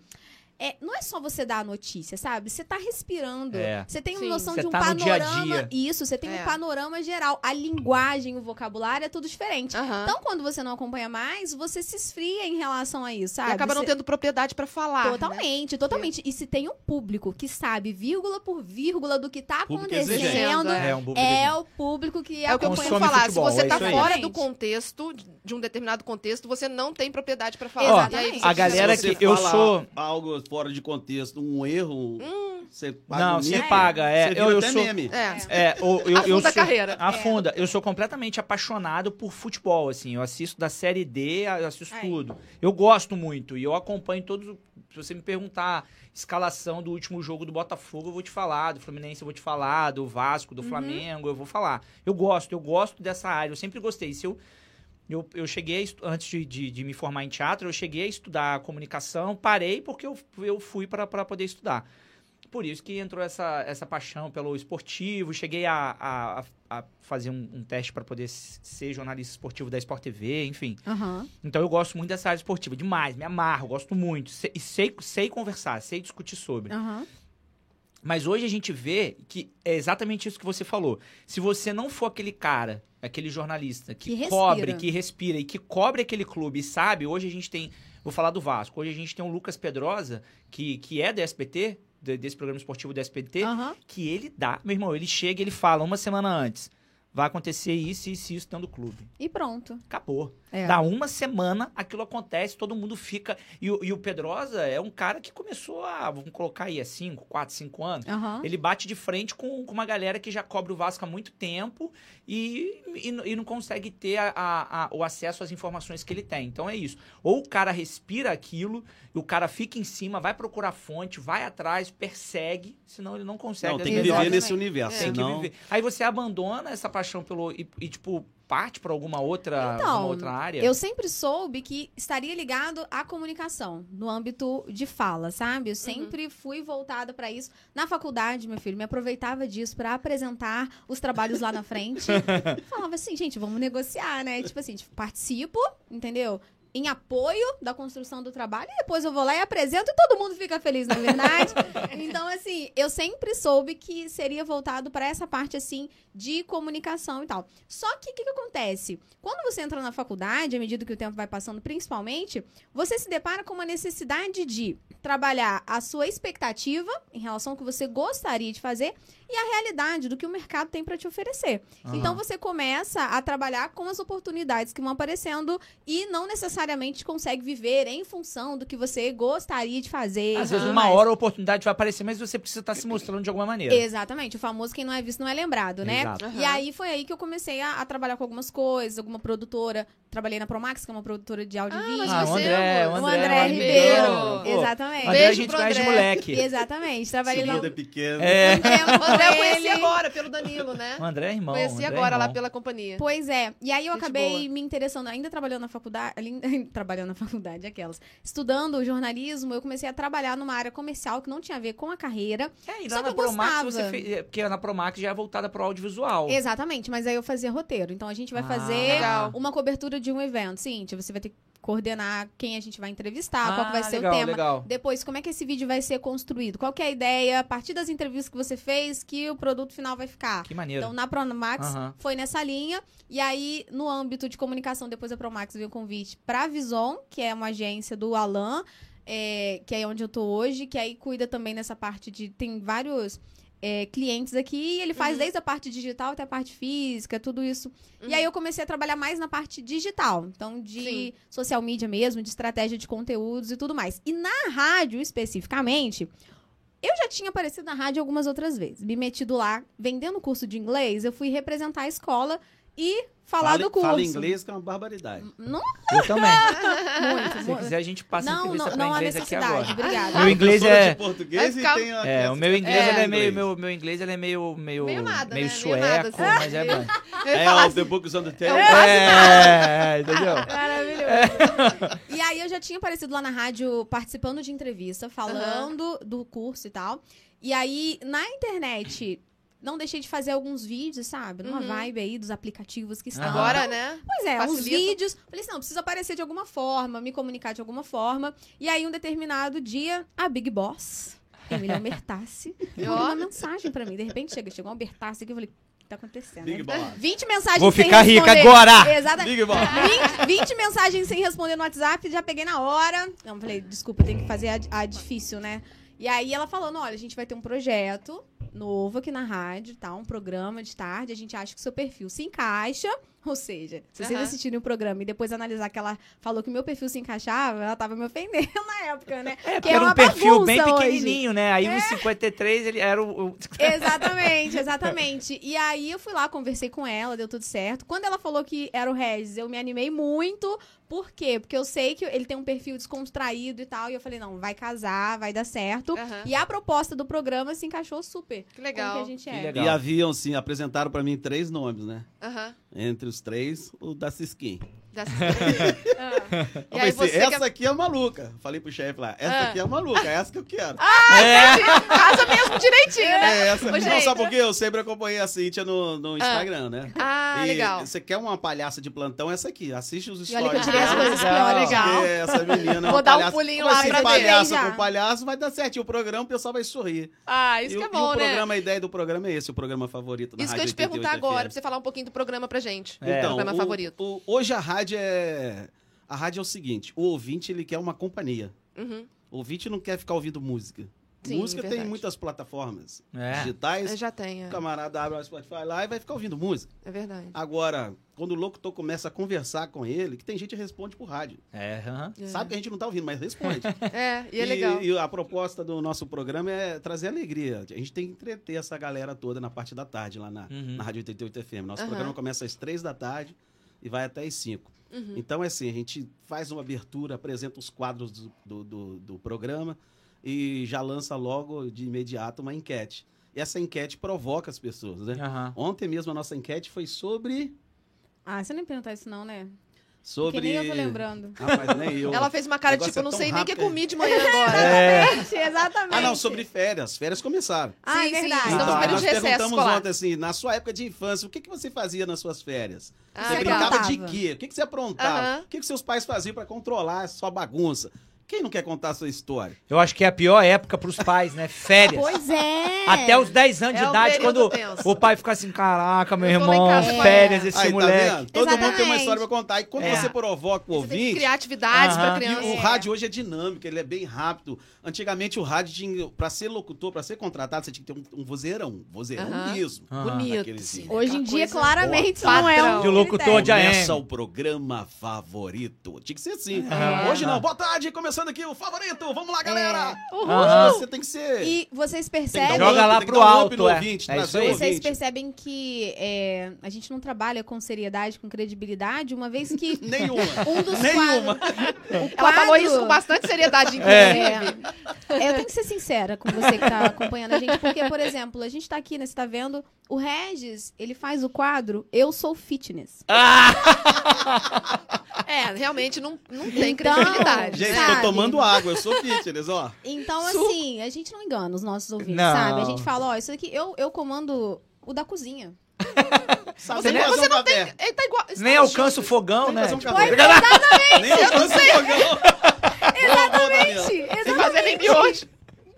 [SPEAKER 3] É, não é só você dar a notícia, sabe? Você tá respirando.
[SPEAKER 2] É.
[SPEAKER 3] Você tem uma
[SPEAKER 1] Sim.
[SPEAKER 3] noção
[SPEAKER 2] Você
[SPEAKER 3] de um
[SPEAKER 2] tá no dia a
[SPEAKER 3] panorama.
[SPEAKER 2] dia.
[SPEAKER 3] Isso, você tem
[SPEAKER 1] É.
[SPEAKER 3] um panorama geral. A linguagem, o vocabulário é tudo diferente.
[SPEAKER 1] Aham.
[SPEAKER 3] Então, quando você não acompanha mais, você se esfria em relação a isso, sabe?
[SPEAKER 1] e acaba não
[SPEAKER 3] Você-
[SPEAKER 1] tendo propriedade pra falar. né?
[SPEAKER 3] Totalmente, totalmente. E se tem um público que sabe vírgula por vírgula do que tá
[SPEAKER 4] Público
[SPEAKER 3] acontecendo,
[SPEAKER 1] exigente,
[SPEAKER 2] É um bobo
[SPEAKER 3] é
[SPEAKER 2] de-
[SPEAKER 3] o público que
[SPEAKER 1] É o que eu
[SPEAKER 3] acompanha
[SPEAKER 1] costumo
[SPEAKER 2] Consome
[SPEAKER 1] falar.
[SPEAKER 2] futebol,
[SPEAKER 1] se você
[SPEAKER 2] é
[SPEAKER 1] tá
[SPEAKER 2] isso aí.
[SPEAKER 1] fora do
[SPEAKER 3] Exatamente.
[SPEAKER 1] contexto, de um determinado contexto, você não tem propriedade pra falar.
[SPEAKER 2] Ó,
[SPEAKER 1] E aí
[SPEAKER 3] a
[SPEAKER 1] você-
[SPEAKER 2] a galera
[SPEAKER 4] Se você
[SPEAKER 2] que eu
[SPEAKER 4] falar
[SPEAKER 2] sou-
[SPEAKER 4] Algo fora de contexto, um erro. Você paga
[SPEAKER 2] Não,
[SPEAKER 4] um
[SPEAKER 2] você
[SPEAKER 4] mico,
[SPEAKER 2] paga, é.
[SPEAKER 4] você
[SPEAKER 2] Eu-
[SPEAKER 4] vira
[SPEAKER 2] eu
[SPEAKER 4] até
[SPEAKER 2] sou-
[SPEAKER 4] meme.
[SPEAKER 1] É.
[SPEAKER 2] É, o- eu, eu
[SPEAKER 1] Afunda a
[SPEAKER 2] sou,
[SPEAKER 1] carreira.
[SPEAKER 2] Afunda. Eu sou completamente apaixonado por futebol, assim. Eu assisto da Série D, eu assisto
[SPEAKER 3] Aí.
[SPEAKER 2] tudo. Eu gosto muito e eu acompanho todos, se você me perguntar escalação do último jogo do Botafogo, eu vou te falar, do Fluminense eu vou te falar, do Vasco, do Flamengo, eu vou falar. Eu gosto, eu gosto dessa área, eu sempre gostei. Se eu eu, eu cheguei, a estu- antes de, de, de me formar em teatro, eu cheguei a estudar comunicação, parei porque eu, eu fui para poder estudar. Por isso que entrou essa, essa paixão pelo esportivo, cheguei a, a, a- a fazer um, um teste para poder s- ser jornalista esportivo da Sport TV, enfim.
[SPEAKER 3] Aham.
[SPEAKER 2] Então eu gosto muito dessa área esportiva, demais, me amarro, gosto muito. Se- E sei, sei conversar, sei discutir sobre.
[SPEAKER 3] Aham.
[SPEAKER 2] Mas hoje a gente vê que é exatamente isso que você falou. Se você não for aquele cara, aquele jornalista que,
[SPEAKER 3] Que respira.
[SPEAKER 2] cobre, que respira e que cobre aquele clube, e sabe? Hoje a gente tem, vou falar do Vasco. Hoje a gente tem o Lucas Pedrosa, que, que é da SPT, de- desse programa esportivo da SPT,
[SPEAKER 3] Aham.
[SPEAKER 2] que ele dá, meu irmão, ele chega, e ele fala uma semana antes, vai acontecer isso isso e isso dentro do clube.
[SPEAKER 3] E pronto.
[SPEAKER 2] Acabou.
[SPEAKER 3] É.
[SPEAKER 2] Dá uma semana, aquilo acontece, todo mundo fica. E, o- e o Pedrosa é um cara que começou a, vamos colocar aí, há 5, 4, 5 anos.
[SPEAKER 3] Aham.
[SPEAKER 2] Ele bate de frente com, com uma galera que já cobre o Vasco há muito tempo e, e, n- e não consegue ter a- a- a- o acesso às informações que ele tem. Então é isso. Ou o cara respira aquilo, e o cara fica em cima, vai procurar fonte, vai atrás, persegue, senão ele não consegue.
[SPEAKER 4] Não,
[SPEAKER 2] às
[SPEAKER 4] tem que
[SPEAKER 2] vezes,
[SPEAKER 4] viver
[SPEAKER 1] Exatamente.
[SPEAKER 4] nesse universo,
[SPEAKER 1] É.
[SPEAKER 2] tem que
[SPEAKER 4] senão...
[SPEAKER 2] viver. Aí você abandona essa paixão pelo. e, e, tipo, parte para alguma outra,
[SPEAKER 3] Então,
[SPEAKER 2] alguma outra área.
[SPEAKER 3] Eu sempre soube que estaria ligado à comunicação, no âmbito de fala, sabe? Eu sempre fui voltada pra isso. Na faculdade, meu filho, me aproveitava disso pra apresentar os trabalhos lá na frente. Falava assim, gente, vamos negociar, né? Tipo assim, tipo, participo, entendeu? Em apoio da construção do trabalho, e depois eu vou lá e apresento e todo mundo fica feliz, na verdade. então, assim, eu sempre soube que seria voltado pra essa parte, assim, de comunicação e tal. Só que o que, que acontece? Quando você entra na faculdade, à medida que o tempo vai passando, principalmente, você se depara com uma necessidade de trabalhar a sua expectativa em relação ao que você gostaria de fazer e a realidade do que o mercado tem para te oferecer.
[SPEAKER 2] Aham.
[SPEAKER 3] Então você começa a trabalhar com as oportunidades que vão aparecendo e não necessariamente consegue viver em função do que você gostaria de fazer. Ah,
[SPEAKER 2] Às
[SPEAKER 3] e
[SPEAKER 2] vezes
[SPEAKER 3] tudo
[SPEAKER 2] uma
[SPEAKER 3] mais.
[SPEAKER 2] hora a oportunidade vai aparecer, mas você precisa estar se mostrando de alguma maneira.
[SPEAKER 3] Exatamente, o famoso quem não é visto não é lembrado, né?
[SPEAKER 2] Exato.
[SPEAKER 1] Aham.
[SPEAKER 3] E aí foi aí que eu comecei a, a trabalhar com algumas coisas, alguma produtora. Trabalhei na Promax, que é uma produtora de áudio e vídeo.
[SPEAKER 2] Ah, o
[SPEAKER 1] você
[SPEAKER 2] André,
[SPEAKER 1] é
[SPEAKER 2] o
[SPEAKER 1] o
[SPEAKER 3] O
[SPEAKER 2] André,
[SPEAKER 3] André
[SPEAKER 2] um
[SPEAKER 3] Ribeiro.
[SPEAKER 2] amigão. Pô, André,
[SPEAKER 3] Exatamente.
[SPEAKER 2] a
[SPEAKER 1] Beijo
[SPEAKER 2] gente
[SPEAKER 1] pro
[SPEAKER 2] conhece de
[SPEAKER 1] André.
[SPEAKER 2] moleque.
[SPEAKER 3] Exatamente.
[SPEAKER 4] Esse
[SPEAKER 3] Trabalhei lá um
[SPEAKER 4] mundo é pequeno.
[SPEAKER 2] É.
[SPEAKER 3] tempo
[SPEAKER 1] O André eu
[SPEAKER 3] com
[SPEAKER 1] conheci
[SPEAKER 3] ele.
[SPEAKER 1] agora, pelo Danilo, né?
[SPEAKER 2] O André é irmão. o
[SPEAKER 1] Conheci
[SPEAKER 2] André é
[SPEAKER 1] agora lá
[SPEAKER 2] irmão.
[SPEAKER 1] pela companhia.
[SPEAKER 3] Pois é. E aí eu
[SPEAKER 1] Gente
[SPEAKER 3] acabei
[SPEAKER 1] boa.
[SPEAKER 3] me interessando, ainda trabalhando na faculdade, ali- trabalhando na faculdade, aquelas. Estudando jornalismo, eu comecei a trabalhar numa área comercial que não tinha a ver com a carreira.
[SPEAKER 2] É, e
[SPEAKER 3] Só
[SPEAKER 2] lá
[SPEAKER 3] que
[SPEAKER 2] na
[SPEAKER 3] eu
[SPEAKER 2] Promax você
[SPEAKER 3] gostava.
[SPEAKER 2] fez. é, Porque na Promax já é voltada pro
[SPEAKER 1] Oh.
[SPEAKER 2] audiovisual.
[SPEAKER 3] Exatamente, mas aí eu fazia roteiro. Então a gente vai
[SPEAKER 2] Ah.
[SPEAKER 3] fazer
[SPEAKER 1] Legal.
[SPEAKER 3] uma cobertura de um evento. Seguinte, você vai ter que coordenar quem a gente vai entrevistar, qual que
[SPEAKER 1] Ah,
[SPEAKER 3] vai ser
[SPEAKER 2] Ah, legal,
[SPEAKER 3] o tema.
[SPEAKER 2] Legal.
[SPEAKER 3] Depois, como é que esse vídeo vai ser construído? Qual que é a ideia, a partir das entrevistas que você fez, que o produto final vai ficar?
[SPEAKER 2] Que maneiro.
[SPEAKER 3] Então, na Promax,
[SPEAKER 2] Aham.
[SPEAKER 3] foi nessa linha. E aí, no âmbito de comunicação, depois da Promax veio o convite pra Vison, que é uma agência do Alan, é, que é onde eu tô hoje, que aí cuida também nessa parte de. Tem vários. é, clientes aqui, e ele faz
[SPEAKER 1] Uhum.
[SPEAKER 3] desde a parte digital até a parte física, é tudo isso.
[SPEAKER 1] Uhum.
[SPEAKER 3] E aí eu comecei a trabalhar mais na parte digital, então de
[SPEAKER 1] Sim.
[SPEAKER 3] social media mesmo, de estratégia de conteúdos e tudo mais. E na rádio especificamente, eu já tinha aparecido na rádio algumas outras vezes, me metido lá, vendendo curso de inglês, eu fui representar a escola e falar
[SPEAKER 4] Fala-
[SPEAKER 3] do curso.
[SPEAKER 4] Fala inglês que é uma barbaridade.
[SPEAKER 3] Não,
[SPEAKER 2] Eu também.
[SPEAKER 1] tá.
[SPEAKER 3] muito,
[SPEAKER 2] Se
[SPEAKER 3] muito.
[SPEAKER 2] quiser, a gente passa
[SPEAKER 3] não,
[SPEAKER 2] entrevista pra
[SPEAKER 3] não, não há
[SPEAKER 2] inglês aqui agora.
[SPEAKER 3] necessidade, obrigada.
[SPEAKER 2] Meu inglês
[SPEAKER 4] Professora de
[SPEAKER 2] é.
[SPEAKER 4] português
[SPEAKER 1] Vai
[SPEAKER 4] e
[SPEAKER 1] ficar-
[SPEAKER 4] tem a-
[SPEAKER 2] É, o meu inglês,
[SPEAKER 1] É.
[SPEAKER 2] ele é meio, meu, meu inglês ele é meio, meio,
[SPEAKER 1] Meio nada,
[SPEAKER 2] meio
[SPEAKER 1] né? Meio
[SPEAKER 2] sueco,
[SPEAKER 1] nada, assim.
[SPEAKER 2] mas é bom.
[SPEAKER 1] Eu ia
[SPEAKER 4] É,
[SPEAKER 1] falar assim.
[SPEAKER 4] o The Book is on the Table.
[SPEAKER 1] É
[SPEAKER 2] É, é, entendeu?
[SPEAKER 3] Maravilhoso. e aí eu já tinha aparecido lá na rádio participando de entrevista, falando do curso e tal. E aí, na internet, não deixei de fazer alguns vídeos, sabe? Numa
[SPEAKER 1] Uhum.
[SPEAKER 3] vibe aí dos aplicativos que estão.
[SPEAKER 1] Agora, né?
[SPEAKER 3] Pois é, uns
[SPEAKER 1] Facilita.
[SPEAKER 3] vídeos. Falei assim, não, preciso aparecer de alguma forma, me comunicar de alguma forma. E aí, um determinado dia, a Big Boss, Emília Bertassi, mandou uma mensagem pra mim. De repente, chega, chegou uma Bertassi aqui, eu falei, o que tá acontecendo?
[SPEAKER 4] Big
[SPEAKER 3] né?
[SPEAKER 4] Boss.
[SPEAKER 3] 20 mensagens
[SPEAKER 2] Vou
[SPEAKER 3] sem
[SPEAKER 2] ficar rica
[SPEAKER 3] responder.
[SPEAKER 2] agora!
[SPEAKER 3] Exatamente.
[SPEAKER 4] Big Boss.
[SPEAKER 3] 20, 20 mensagens sem responder no WhatsApp, já peguei na hora. Não, falei, desculpa, tem que fazer a, a difícil, né? E aí ela falando, olha, a gente vai ter um projeto novo aqui na rádio, tá? Um programa de tarde, a gente acha que o seu perfil se encaixa. Ou seja, se vocês
[SPEAKER 1] Aham.
[SPEAKER 3] assistirem o programa e depois analisar que ela falou que meu perfil se encaixava, ela tava me ofendendo na época, né?
[SPEAKER 2] É,
[SPEAKER 3] Que
[SPEAKER 2] porque
[SPEAKER 3] é
[SPEAKER 2] era
[SPEAKER 3] uma
[SPEAKER 2] um perfil bem
[SPEAKER 3] bagunça hoje.
[SPEAKER 2] pequenininho, né? Aí os 53, ele era o... o-
[SPEAKER 3] Exatamente, exatamente. E aí eu fui lá, conversei com ela, deu tudo certo. Quando ela falou que era o Regis, eu me animei muito. Por quê? Porque eu sei que ele tem um perfil descontraído e tal. E eu falei, não, vai casar, vai dar certo.
[SPEAKER 1] Aham.
[SPEAKER 3] E a proposta do programa se encaixou super.
[SPEAKER 1] Que
[SPEAKER 3] com o que a
[SPEAKER 1] legal.
[SPEAKER 3] gente
[SPEAKER 2] Que
[SPEAKER 3] é.
[SPEAKER 2] legal.
[SPEAKER 4] E haviam, sim, apresentaram pra mim três nomes, né?
[SPEAKER 1] Aham.
[SPEAKER 4] Entre os três, o da Siskin.
[SPEAKER 1] Dá certo.
[SPEAKER 3] Ah.
[SPEAKER 1] E
[SPEAKER 4] Eu
[SPEAKER 1] aí
[SPEAKER 4] pensei,
[SPEAKER 1] você
[SPEAKER 4] essa
[SPEAKER 1] quer-
[SPEAKER 4] aqui é maluca. Falei pro chefe lá, essa
[SPEAKER 1] Ah.
[SPEAKER 4] aqui é maluca, é essa que eu quero.
[SPEAKER 2] É,
[SPEAKER 1] Casa mesmo direitinho, né?
[SPEAKER 4] é essa.
[SPEAKER 1] Ô,
[SPEAKER 4] Não,
[SPEAKER 1] gente.
[SPEAKER 4] sabe por quê? Eu sempre acompanhei a Cintia no, no Instagram, né?
[SPEAKER 1] Ah,
[SPEAKER 4] E
[SPEAKER 1] legal.
[SPEAKER 4] Você quer uma palhaça de plantão? Essa aqui. Assiste os
[SPEAKER 3] E olha que eu
[SPEAKER 4] stories.
[SPEAKER 3] tirei as
[SPEAKER 1] Ah,
[SPEAKER 3] coisas
[SPEAKER 2] legal.
[SPEAKER 3] piores.
[SPEAKER 1] Legal.
[SPEAKER 4] Porque Essa menina é
[SPEAKER 1] Vou
[SPEAKER 4] uma
[SPEAKER 1] dar um
[SPEAKER 4] palhaça.
[SPEAKER 1] pulinho
[SPEAKER 4] Mas
[SPEAKER 1] lá
[SPEAKER 4] se
[SPEAKER 1] pra ver.
[SPEAKER 4] palhaço
[SPEAKER 3] Já.
[SPEAKER 4] por palhaço, vai dar certinho o programa, o pessoal vai sorrir.
[SPEAKER 1] Ah, isso
[SPEAKER 4] e,
[SPEAKER 1] que é
[SPEAKER 4] o-
[SPEAKER 1] bom,
[SPEAKER 4] e o
[SPEAKER 1] né?
[SPEAKER 4] programa, a ideia do programa é esse, o programa favorito da
[SPEAKER 1] Isso que eu
[SPEAKER 4] Rádio
[SPEAKER 1] ia te perguntar
[SPEAKER 4] 88
[SPEAKER 1] agora, pra
[SPEAKER 4] FM.
[SPEAKER 1] você falar um pouquinho do programa pra gente.
[SPEAKER 2] É.
[SPEAKER 4] Então,
[SPEAKER 1] programa
[SPEAKER 4] o-
[SPEAKER 1] favorito.
[SPEAKER 4] o- hoje a rádio é... A rádio é o seguinte, o ouvinte, ele quer uma companhia.
[SPEAKER 1] Uhum.
[SPEAKER 4] O ouvinte não quer ficar ouvindo música.
[SPEAKER 1] Sim,
[SPEAKER 4] música tem
[SPEAKER 1] verdade.
[SPEAKER 4] muitas plataformas
[SPEAKER 2] É.
[SPEAKER 1] Eu
[SPEAKER 4] digitais.
[SPEAKER 1] já tenho,
[SPEAKER 4] O
[SPEAKER 1] é.
[SPEAKER 4] camarada abre o Spotify lá e vai ficar ouvindo música.
[SPEAKER 1] é verdade.
[SPEAKER 4] Agora, quando o locutor começa a conversar com ele, que tem gente que responde por rádio.
[SPEAKER 2] É, aham.
[SPEAKER 1] É.
[SPEAKER 4] Sabe que a gente não tá ouvindo, mas responde.
[SPEAKER 1] É, e é legal.
[SPEAKER 4] E a proposta do nosso programa é trazer alegria. A gente tem que entreter essa galera toda na parte da tarde, lá na,
[SPEAKER 2] Uhum.
[SPEAKER 4] na Rádio 88 FM. Nosso
[SPEAKER 1] Aham.
[SPEAKER 4] programa começa às três da tarde e vai até às 5.
[SPEAKER 1] Uhum.
[SPEAKER 4] Então, é assim, a gente faz uma abertura, apresenta os quadros do, do, do- do programa e já lança logo, de imediato, uma enquete. E essa enquete provoca as pessoas, né?
[SPEAKER 2] Aham.
[SPEAKER 4] Ontem mesmo a nossa enquete foi sobre...
[SPEAKER 3] Ah, você não ia perguntar isso não, né?
[SPEAKER 4] sobre...
[SPEAKER 3] Porque nem eu tô lembrando.
[SPEAKER 4] Rapaz, nem eu.
[SPEAKER 1] Ela fez uma cara
[SPEAKER 4] O
[SPEAKER 1] de tipo,
[SPEAKER 4] negócio é
[SPEAKER 1] não
[SPEAKER 4] tão
[SPEAKER 1] sei nem o que
[SPEAKER 4] rápido,
[SPEAKER 1] comi de manhã agora.
[SPEAKER 2] É.
[SPEAKER 3] Gente, exatamente.
[SPEAKER 4] Ah, não, sobre férias. Férias começaram.
[SPEAKER 3] Ah, é
[SPEAKER 1] Sim, sim,
[SPEAKER 3] verdade.
[SPEAKER 1] estamos
[SPEAKER 4] Então,
[SPEAKER 1] no período
[SPEAKER 4] nós
[SPEAKER 1] de recesso
[SPEAKER 4] perguntamos
[SPEAKER 1] escolar.
[SPEAKER 4] ontem assim, na sua época de infância, o que, que você fazia nas suas férias?
[SPEAKER 1] Ah,
[SPEAKER 4] você
[SPEAKER 1] legal.
[SPEAKER 4] brincava de
[SPEAKER 3] Aprontava.
[SPEAKER 4] quê? O que, que você aprontava?
[SPEAKER 1] Aham.
[SPEAKER 4] O que, que seus pais faziam pra controlar a sua bagunça? Quem não quer contar a sua história?
[SPEAKER 2] Eu acho que é a pior época pros pais, né? Férias.
[SPEAKER 3] Pois é.
[SPEAKER 2] Até os 10 anos de
[SPEAKER 1] É um
[SPEAKER 2] idade,
[SPEAKER 1] período
[SPEAKER 2] quando
[SPEAKER 1] tenso.
[SPEAKER 2] o pai fica assim, caraca, meu
[SPEAKER 1] Eu tô lá em
[SPEAKER 2] irmão,
[SPEAKER 1] casa com a
[SPEAKER 2] férias
[SPEAKER 1] Eva.
[SPEAKER 2] esse
[SPEAKER 4] Aí,
[SPEAKER 2] moleque.
[SPEAKER 4] tá vendo? Todo mundo tem uma
[SPEAKER 3] Exatamente.
[SPEAKER 4] história pra contar. E quando
[SPEAKER 2] É.
[SPEAKER 4] você provoca o
[SPEAKER 1] Você tem que
[SPEAKER 4] ouvinte...
[SPEAKER 1] criar atividades pra
[SPEAKER 2] Aham.
[SPEAKER 4] E
[SPEAKER 1] criança.
[SPEAKER 4] o
[SPEAKER 3] É.
[SPEAKER 4] rádio hoje é dinâmico, ele é bem rápido. Antigamente o rádio tinha, pra ser locutor, pra ser contratado, você tinha que ter um, um vozeirão, vozeirão
[SPEAKER 1] Aham.
[SPEAKER 4] mesmo.
[SPEAKER 2] Aham.
[SPEAKER 1] Bonito,
[SPEAKER 4] Daqueles
[SPEAKER 1] sim.
[SPEAKER 4] dias.
[SPEAKER 3] Hoje em
[SPEAKER 1] Aquela
[SPEAKER 3] dia,
[SPEAKER 1] coisa-
[SPEAKER 3] claramente, isso
[SPEAKER 1] Boa.
[SPEAKER 3] não é um
[SPEAKER 1] Padrão.
[SPEAKER 2] De locutor de AM.
[SPEAKER 4] Começa o programa favorito. Tinha que ser assim.
[SPEAKER 2] Aham.
[SPEAKER 4] Hoje não. Boa tarde, começando aqui o favorito. Vamos lá, galera.
[SPEAKER 1] Uhul.
[SPEAKER 2] É. Aham.
[SPEAKER 4] Hoje você tem que ser...
[SPEAKER 3] E vocês
[SPEAKER 4] tem que dar
[SPEAKER 3] percebem.
[SPEAKER 4] um
[SPEAKER 2] Joga lá
[SPEAKER 4] up, tem que
[SPEAKER 2] pro
[SPEAKER 4] dar um up
[SPEAKER 2] alto,
[SPEAKER 4] no
[SPEAKER 2] é.
[SPEAKER 4] ouvinte,
[SPEAKER 2] É
[SPEAKER 4] trazer
[SPEAKER 2] isso
[SPEAKER 4] o
[SPEAKER 2] aí.
[SPEAKER 4] ouvinte.
[SPEAKER 3] Vocês percebem que é, a gente não trabalha com seriedade, com credibilidade, uma vez que
[SPEAKER 4] Nenhuma.
[SPEAKER 3] um dos
[SPEAKER 4] Nenhuma.
[SPEAKER 3] quadros. O
[SPEAKER 1] Ela falou
[SPEAKER 3] quadro-
[SPEAKER 1] isso com bastante seriedade,
[SPEAKER 3] É.
[SPEAKER 1] inclusive.
[SPEAKER 3] Eu tenho que ser sincera com você que tá acompanhando a gente, porque, por exemplo, a gente tá aqui, né? Você tá vendo, o Regis, ele faz o quadro Eu Sou Fitness.
[SPEAKER 1] É, realmente não, não tem
[SPEAKER 3] Então,
[SPEAKER 1] credibilidade.
[SPEAKER 4] Gente,
[SPEAKER 1] né?
[SPEAKER 3] Sabe?
[SPEAKER 4] tô tomando água. Eu sou fitness, ó.
[SPEAKER 3] Então,
[SPEAKER 1] Suco.
[SPEAKER 3] assim, a gente não engana os nossos ouvintes,
[SPEAKER 2] Não.
[SPEAKER 3] sabe? A gente fala, ó, isso aqui, eu, eu comando o da cozinha.
[SPEAKER 4] Sabe
[SPEAKER 1] Você,
[SPEAKER 4] nem fazer
[SPEAKER 1] você
[SPEAKER 4] um
[SPEAKER 1] não tem.
[SPEAKER 4] café.
[SPEAKER 1] Ele tá igual.
[SPEAKER 2] Nem
[SPEAKER 1] estamos
[SPEAKER 2] alcança o fogão,
[SPEAKER 4] Nem
[SPEAKER 2] né?
[SPEAKER 4] fazer um
[SPEAKER 2] Tipo,
[SPEAKER 4] café. Nem eu não sei. Exatamente.
[SPEAKER 1] Sem fazer nem miojo.